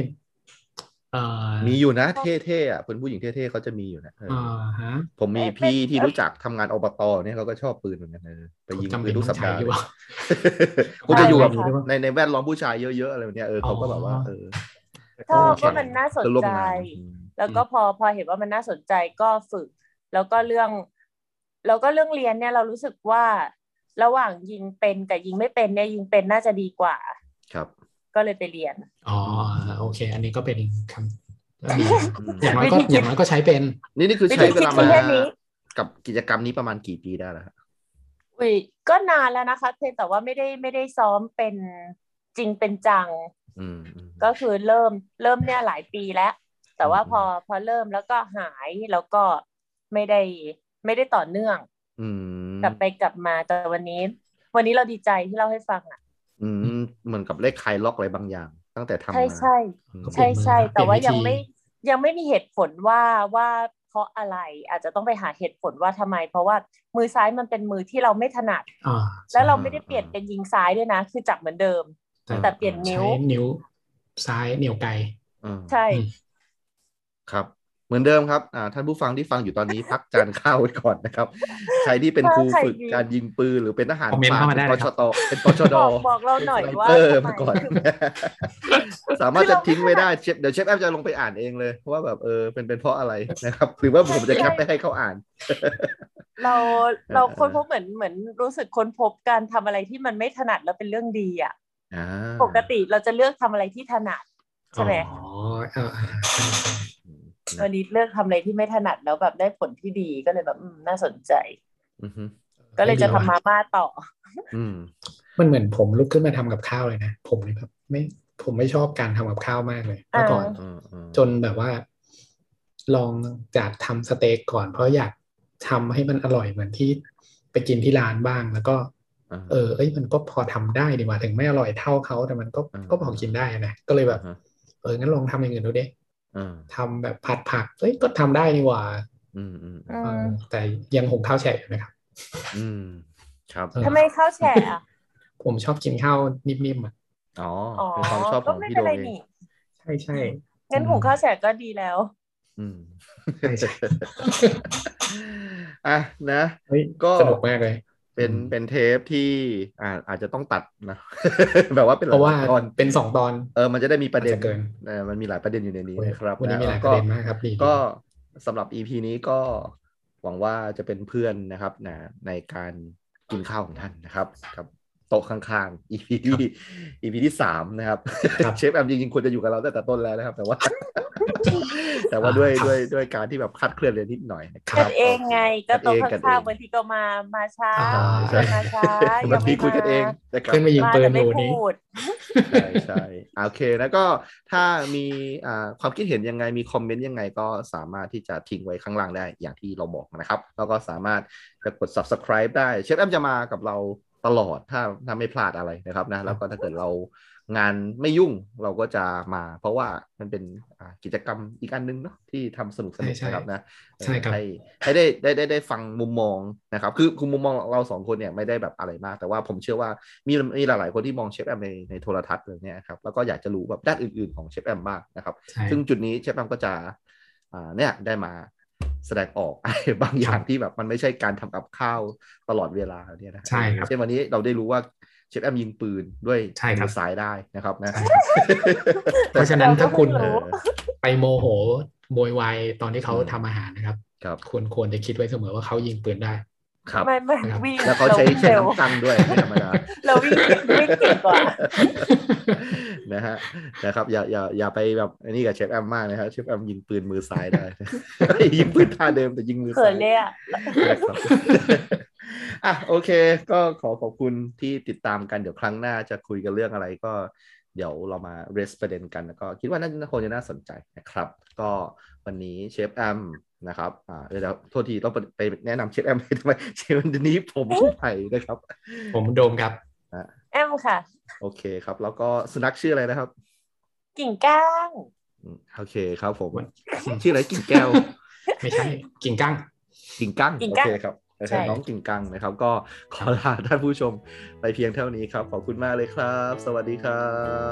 Speaker 4: เอ่อ
Speaker 2: มีอยู่นะเท่ๆอ่ะเพื่อนผู้หญิงเท่ๆเขาจะมีอยู่นะเออ
Speaker 4: อ่าฮะ
Speaker 2: ผมมี
Speaker 3: เอ่อเป็น
Speaker 2: พี่ที่
Speaker 3: เอ่อ
Speaker 2: รู้จักทำงานอบตเนี่ยเขาก็ชอบปืนเหมือนกันเออไปยิง
Speaker 4: จำ
Speaker 2: ปื
Speaker 4: เป็น
Speaker 2: นทุก
Speaker 4: ต้
Speaker 2: สั
Speaker 4: อ
Speaker 2: ป
Speaker 4: งใช้
Speaker 2: ดาห์
Speaker 4: หรือเปล่า
Speaker 2: กูจะอยู่กับ
Speaker 3: ใช่ค่ะ
Speaker 2: ในในแวดล้อมผู้ชายเยอะๆอะไรแบบเนี้ยเออเขาก็แบบว่าเออ
Speaker 3: ชอบ
Speaker 2: แข่
Speaker 3: ว่าง มันน่าสน
Speaker 2: เพื่อร่วม
Speaker 3: ใจ
Speaker 2: งาน
Speaker 3: แล้วก็พอพอเห็นว่ามันน่าสนใจก็ฝึก แล้วก็เรื่อง แล้วก็เรื่องเรียนเนี่ยเรารู้สึกว่า ระหว่างยิงเป็นกับยิงไม่เป็นเนี่ยยิงเป็นน่าจะดีกว่า
Speaker 2: ครับ
Speaker 3: ก็เลยไปเรียน
Speaker 4: อ๋อโอเค อันนี้ก็เป็นค ำเอ่อ
Speaker 2: อืม
Speaker 4: อย่างน้อยก็
Speaker 3: วิธีคิด
Speaker 4: อย่างน้อยก็ใช้เป็น
Speaker 2: นี่นี่คือ
Speaker 3: วิ
Speaker 2: ใช้
Speaker 3: ธี
Speaker 2: เว
Speaker 3: คิด
Speaker 2: ลา
Speaker 3: คือ
Speaker 2: มา
Speaker 3: แค่นี้
Speaker 2: กับกิจกรรมนี้ประมาณกี่ปีได้แล้วฮะ
Speaker 3: อุ้ยก็นานแล้วนะคะเพียงแต่ว่าไม่ได้ไม่ได้ซ้อมเป็นจริงเป็นจัง
Speaker 2: อืมอืม
Speaker 3: ก็คือเริ่มเริ่มเนี่ยหลายปีแล้ว แต่ว่า
Speaker 2: อืม
Speaker 3: พอพอเริ่มแล้วก็หายแล้วก็ไม่ได้ไม่ได้ต่อเนื่อง
Speaker 2: อืม
Speaker 3: กลับไปกลับมาแต่วันนี้ วันนี้เราดีใจที่เล่าให้ฟังอ่ะ
Speaker 2: อืมเหมือนกับเลขคลายล็อกอะไรบางอย่าง ตั้งแต่ทำมา
Speaker 3: ใช่ใช่
Speaker 2: อืม
Speaker 4: ก็ เปลี่
Speaker 3: ใช่
Speaker 4: ยนมือ
Speaker 3: ใช่
Speaker 4: นะ
Speaker 3: แต่ว่า
Speaker 4: เปลี่
Speaker 3: ยั
Speaker 4: ยน
Speaker 3: ง
Speaker 4: วิธี
Speaker 3: ไม่ยังไม่มีเหตุผลว่าว่าเพราะอะไรอาจจะต้องไปหาเหตุผลว่าทำไม เพราะว่ามือซ้ายมันเป็นมือที่เราไม่ถนัด
Speaker 4: อ่า
Speaker 3: แล้วเราไม่ได้เปลี่ยนเป็นยิงซ้ายด้วยนะ คือจับเหมือนเดิม แต่เปลี่ยนนิ้ว
Speaker 4: ใช้นิ้วซ้ายเหนี่ยวไกล
Speaker 2: อืม
Speaker 3: ใช่
Speaker 4: อืม
Speaker 2: ครับ เหมือนเดิมครับอ่าท่านผู้ฟังที่ฟังอยู่ตอนนี้ พักจานข้าวไว้ก่อนนะครับ ใครที่เป็นครูฝึกการยิงปืนหรือเป็นทหาร
Speaker 4: คอมเมนต์เข้ามาได้
Speaker 2: เป็นป
Speaker 4: นะค
Speaker 2: ช
Speaker 4: รับ
Speaker 2: ตเป็นปชด
Speaker 3: บอกบอกเราหน่อยว่า
Speaker 2: เออ
Speaker 3: ทำไม
Speaker 2: มาก่อน สามารถจะทิ้งไว้ได้เชฟเดี๋ยวเชฟแอปจะลงไปอ่านเองเลยว่าแบบเออเป็นเป็นเพราะอะไรนะครับ หรือว่าผมจะแคปไปให้เขาอ่าน
Speaker 3: เรา
Speaker 2: เออ
Speaker 3: เราค้นพบเหมือนเหมือนรู้สึกค้นพบการทำอะไรที่มันไม่ถนัดแล้วเป็นเรื่องดีอ่ะ
Speaker 2: อ่า
Speaker 3: ปกติเราจะเลือกทำอะไรที่ถนัด ใช่ไหม
Speaker 4: อ๋อเออเออเออ
Speaker 2: อืม
Speaker 3: วันนี้เลือกทำอะไรที่ไม่ถนัดแล้วแบบได้ผลที่ดีก็เลยแบบอืมน่าสนใจ
Speaker 2: อือฮึ
Speaker 3: ก็เลยจะทำมาม่าต่อ
Speaker 2: อืม
Speaker 4: มันเหมือนผมลุกขึ้นมาทำกับข้าวเลยนะ ผมเลยแบบไม่ผมไม่ชอบการทำกับข้าวมากเลยเมื่อก่อน
Speaker 3: อ่า
Speaker 2: อืมอืม
Speaker 4: จนแบบว่า ลองจากทำสเต็กก่อน เพราะอยากทำให้มันอร่อยเหมือนที่ไปกินที่ร้านบ้าง แล้วก็
Speaker 2: า
Speaker 4: เออเอ้ยมันก็พอทำได้ดีว่าถึงไม่อร่อยเท่าเขาแต่มันก็
Speaker 2: อืม
Speaker 4: ก็พอกินได้นะก็เลยแบบ
Speaker 2: อ่าฮะ
Speaker 4: เอองั้นลองทำอย่างอื่นดูดิ
Speaker 2: อ่า
Speaker 4: ทำแบบผัดผักเอ้ยก็ทำได้นี่หว่า
Speaker 2: อืมอืม
Speaker 3: อื
Speaker 4: เออ
Speaker 3: ม
Speaker 4: แต่ยังหุงข้าวแฉะอยู่นะครับ
Speaker 2: อืมครับ
Speaker 4: เออ
Speaker 3: ทำไมข้าวแช่อะ
Speaker 4: ผมชอบกินข้าวนิ่มๆอ่ะ
Speaker 2: อ๋อ
Speaker 3: อ๋อ
Speaker 2: เป็นความชอบข
Speaker 3: ก็
Speaker 2: อง
Speaker 3: ไม่
Speaker 2: พี่
Speaker 3: เป็น
Speaker 2: โดม
Speaker 3: ไร
Speaker 2: เอง
Speaker 3: นี่
Speaker 4: ใช่ใช่
Speaker 3: งั้น
Speaker 4: อืม
Speaker 3: หุงข้าวแช่ก็ดีแล้ว
Speaker 2: อืม
Speaker 4: ใช่ใช่
Speaker 2: อ่ะนะ
Speaker 4: เฮ้ย
Speaker 2: ก็
Speaker 4: สนุกมากเลย
Speaker 2: เป็น
Speaker 4: อืม
Speaker 2: เป็นเทปที่อ่าอาจจะต้องตัดนะ แบบว่าเป็นห
Speaker 4: เพ
Speaker 2: ลาย
Speaker 4: ราะว่า
Speaker 2: ตอน
Speaker 4: เป็นสองตอน
Speaker 2: เออมันจะได้มีประเด็น
Speaker 4: อาจจเกิน
Speaker 2: เออมันมีหลายประเด็นอยู่ในนี้นะครับ
Speaker 4: วันนี้มีหลายป
Speaker 2: ก็
Speaker 4: ระเด็นมากครับดี
Speaker 2: ก็สำหรับ EP นี้ก็หวังว่าจะเป็นเพื่อนนะครับนะในการกินข้าวของท่านนะครับกับโต๊ะข้างๆ EP ที่ EP ที่สามนะครับ
Speaker 4: ครับ
Speaker 2: เชฟแอมจริงๆควรจะอยู่กับเราตั้งแต่ต้นแล้วนะครับ แต่ว่า แต่ว่าด้วยด้วยด้วยการที่แบบคลาดเคลื่อนเลยนิดหน่อยนะครั
Speaker 3: กับ นเองไงก็โตรง
Speaker 2: นเอ
Speaker 3: ข้างๆ
Speaker 2: นเอบ
Speaker 3: างทีก็มามาช้า
Speaker 4: อ่า
Speaker 2: ใช่
Speaker 3: มาช้า
Speaker 2: บาง
Speaker 3: ยัง
Speaker 2: ที
Speaker 3: ไม่
Speaker 2: คุยกันเอง
Speaker 3: มา
Speaker 2: นะครับ
Speaker 4: ขึ้นมายิง
Speaker 3: มา
Speaker 4: ปื
Speaker 3: แต่
Speaker 4: นอ
Speaker 3: ไม่
Speaker 4: ยู่นี้
Speaker 3: พูด
Speaker 2: ใช่ใช่อ่ะโอเคแล้วก็ถ้ามีอ่าความคิดเห็นยังไงมีคอมเมนต์ยังไงก็สามารถที่จะทิ้งไว้ข้างล่างได้อย่างที่เราบอกนะครับ แล้วก็สามารถจะกด subscribe ได้เชฟแอมจะมากับเราตลอดถ้าถ้าไม่พลาดอะไรนะครับนะแล้วก็ถ้าเกิดเรางานไม่ยุ่งเราก็จะมา เพราะว่ามันเป็นอ่ากิจกรรมอีกอันนึงเนาะที่ทำสนุกส
Speaker 4: ใช่
Speaker 2: นุก
Speaker 4: ใช่
Speaker 2: นะครับนะ
Speaker 4: ใช่ครับ
Speaker 2: ให้ให้ได้ได้ได้ได้ฟังมุมมองนะครับ คือคือมุมมองเราสองคนเนี่ยไม่ได้แบบอะไรมาก แต่ว่าผมเชื่อว่า มีมีหลาย ๆ คนที่มองเชฟแอมในในโทรทัศน์เลยเนี่ยครับแล้วก็อยากจะรู้แบบด้านอื่น ๆ ของเชฟแอมบ้างนะครับ
Speaker 4: ใช่
Speaker 2: ซึ่งจุดนี้เชฟแอมก็จะอ่าเนี่ยได้มาแสดงออก อะไรบางอย่างที่แบบมันไม่ใช่การทำกับข้าวตลอดเวลาเนี่ยนะ
Speaker 4: ใช่ครับ
Speaker 2: เช่นวันนี้เราได้รู้ว่าเชฟแอมยิงปืนด้วย
Speaker 4: ใช่ครับ
Speaker 2: มือซ้ายได้นะครับนะ
Speaker 4: เพราะฉะนั้นถ้าคุณ
Speaker 3: เราก็ไม่รู้
Speaker 4: ไปโมโหโวยวายตอนที่เขาทำอาหารนะครับ
Speaker 2: ครับ
Speaker 4: ควรควรจะคิดไว้เสมอว่าเขายิงปืนได้
Speaker 2: ครับ
Speaker 3: ไม่ไม่
Speaker 4: ครับ
Speaker 3: วิ่ง
Speaker 2: แล้วเขาใช้
Speaker 3: วิ่ง
Speaker 2: ใช้
Speaker 3: เร็ว
Speaker 2: น้ำตังด้วยไม่ธรรมดา
Speaker 3: เราวิ่งวิ่งเก่งกว่า
Speaker 2: นะฮะนะครับอย่าอย่าอย่าไปแบบอันนี้กับเชฟแอมมากนะครับเชฟแอมยิงปืนมือซ้ายได้ ยิงปืนท่าเดิมแต่ยิงมือ
Speaker 3: เขิ
Speaker 2: ซ้าน ย
Speaker 3: เลยอ่ะ
Speaker 2: นะครับ อ่ะโอเค ก็ขอขอบคุณที่ติดตามกันเดี๋ยวครั้งหน้าจะคุยกันเรื่องอะไรก็ เดี๋ยวเรามาเรสประเด็นกันแล้วก็คิดว่าน่าจะคงจะน่าสนใจนะครับ ก็วันนี้เชฟแอมนะครับอ่าเออเดี๋ยวโทษทีต้องไปไปแนะนำเชฟแอมไปทำไม เชฟวันนี้ผมไผ่นะครับ
Speaker 4: ผมโดมครับ
Speaker 3: แอมค่ะ
Speaker 2: โอเคครับ แล้วก็สุนัขชื่ออะไรนะครับ
Speaker 3: กิ่งก้าง
Speaker 2: อืมโอเคครับผม
Speaker 4: วัน
Speaker 2: ชื่ออะไรกิ่งแก้ว
Speaker 4: ไม่ใช่กิ่งก้าง
Speaker 2: กิ่งกั้ง
Speaker 3: กิ่ง
Speaker 2: โอ
Speaker 3: กั้ง
Speaker 2: เคครับโอเค
Speaker 3: ใช่
Speaker 2: น้องกิ่งกั้งนะครับ ก็ขอลาท่านผู้ชมไปเพียงเท่านี้ครับ ขอบคุณมากเลยครับ สวัสดีครั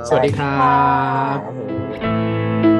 Speaker 2: บ
Speaker 4: สวัสดีครับ
Speaker 2: ครับผม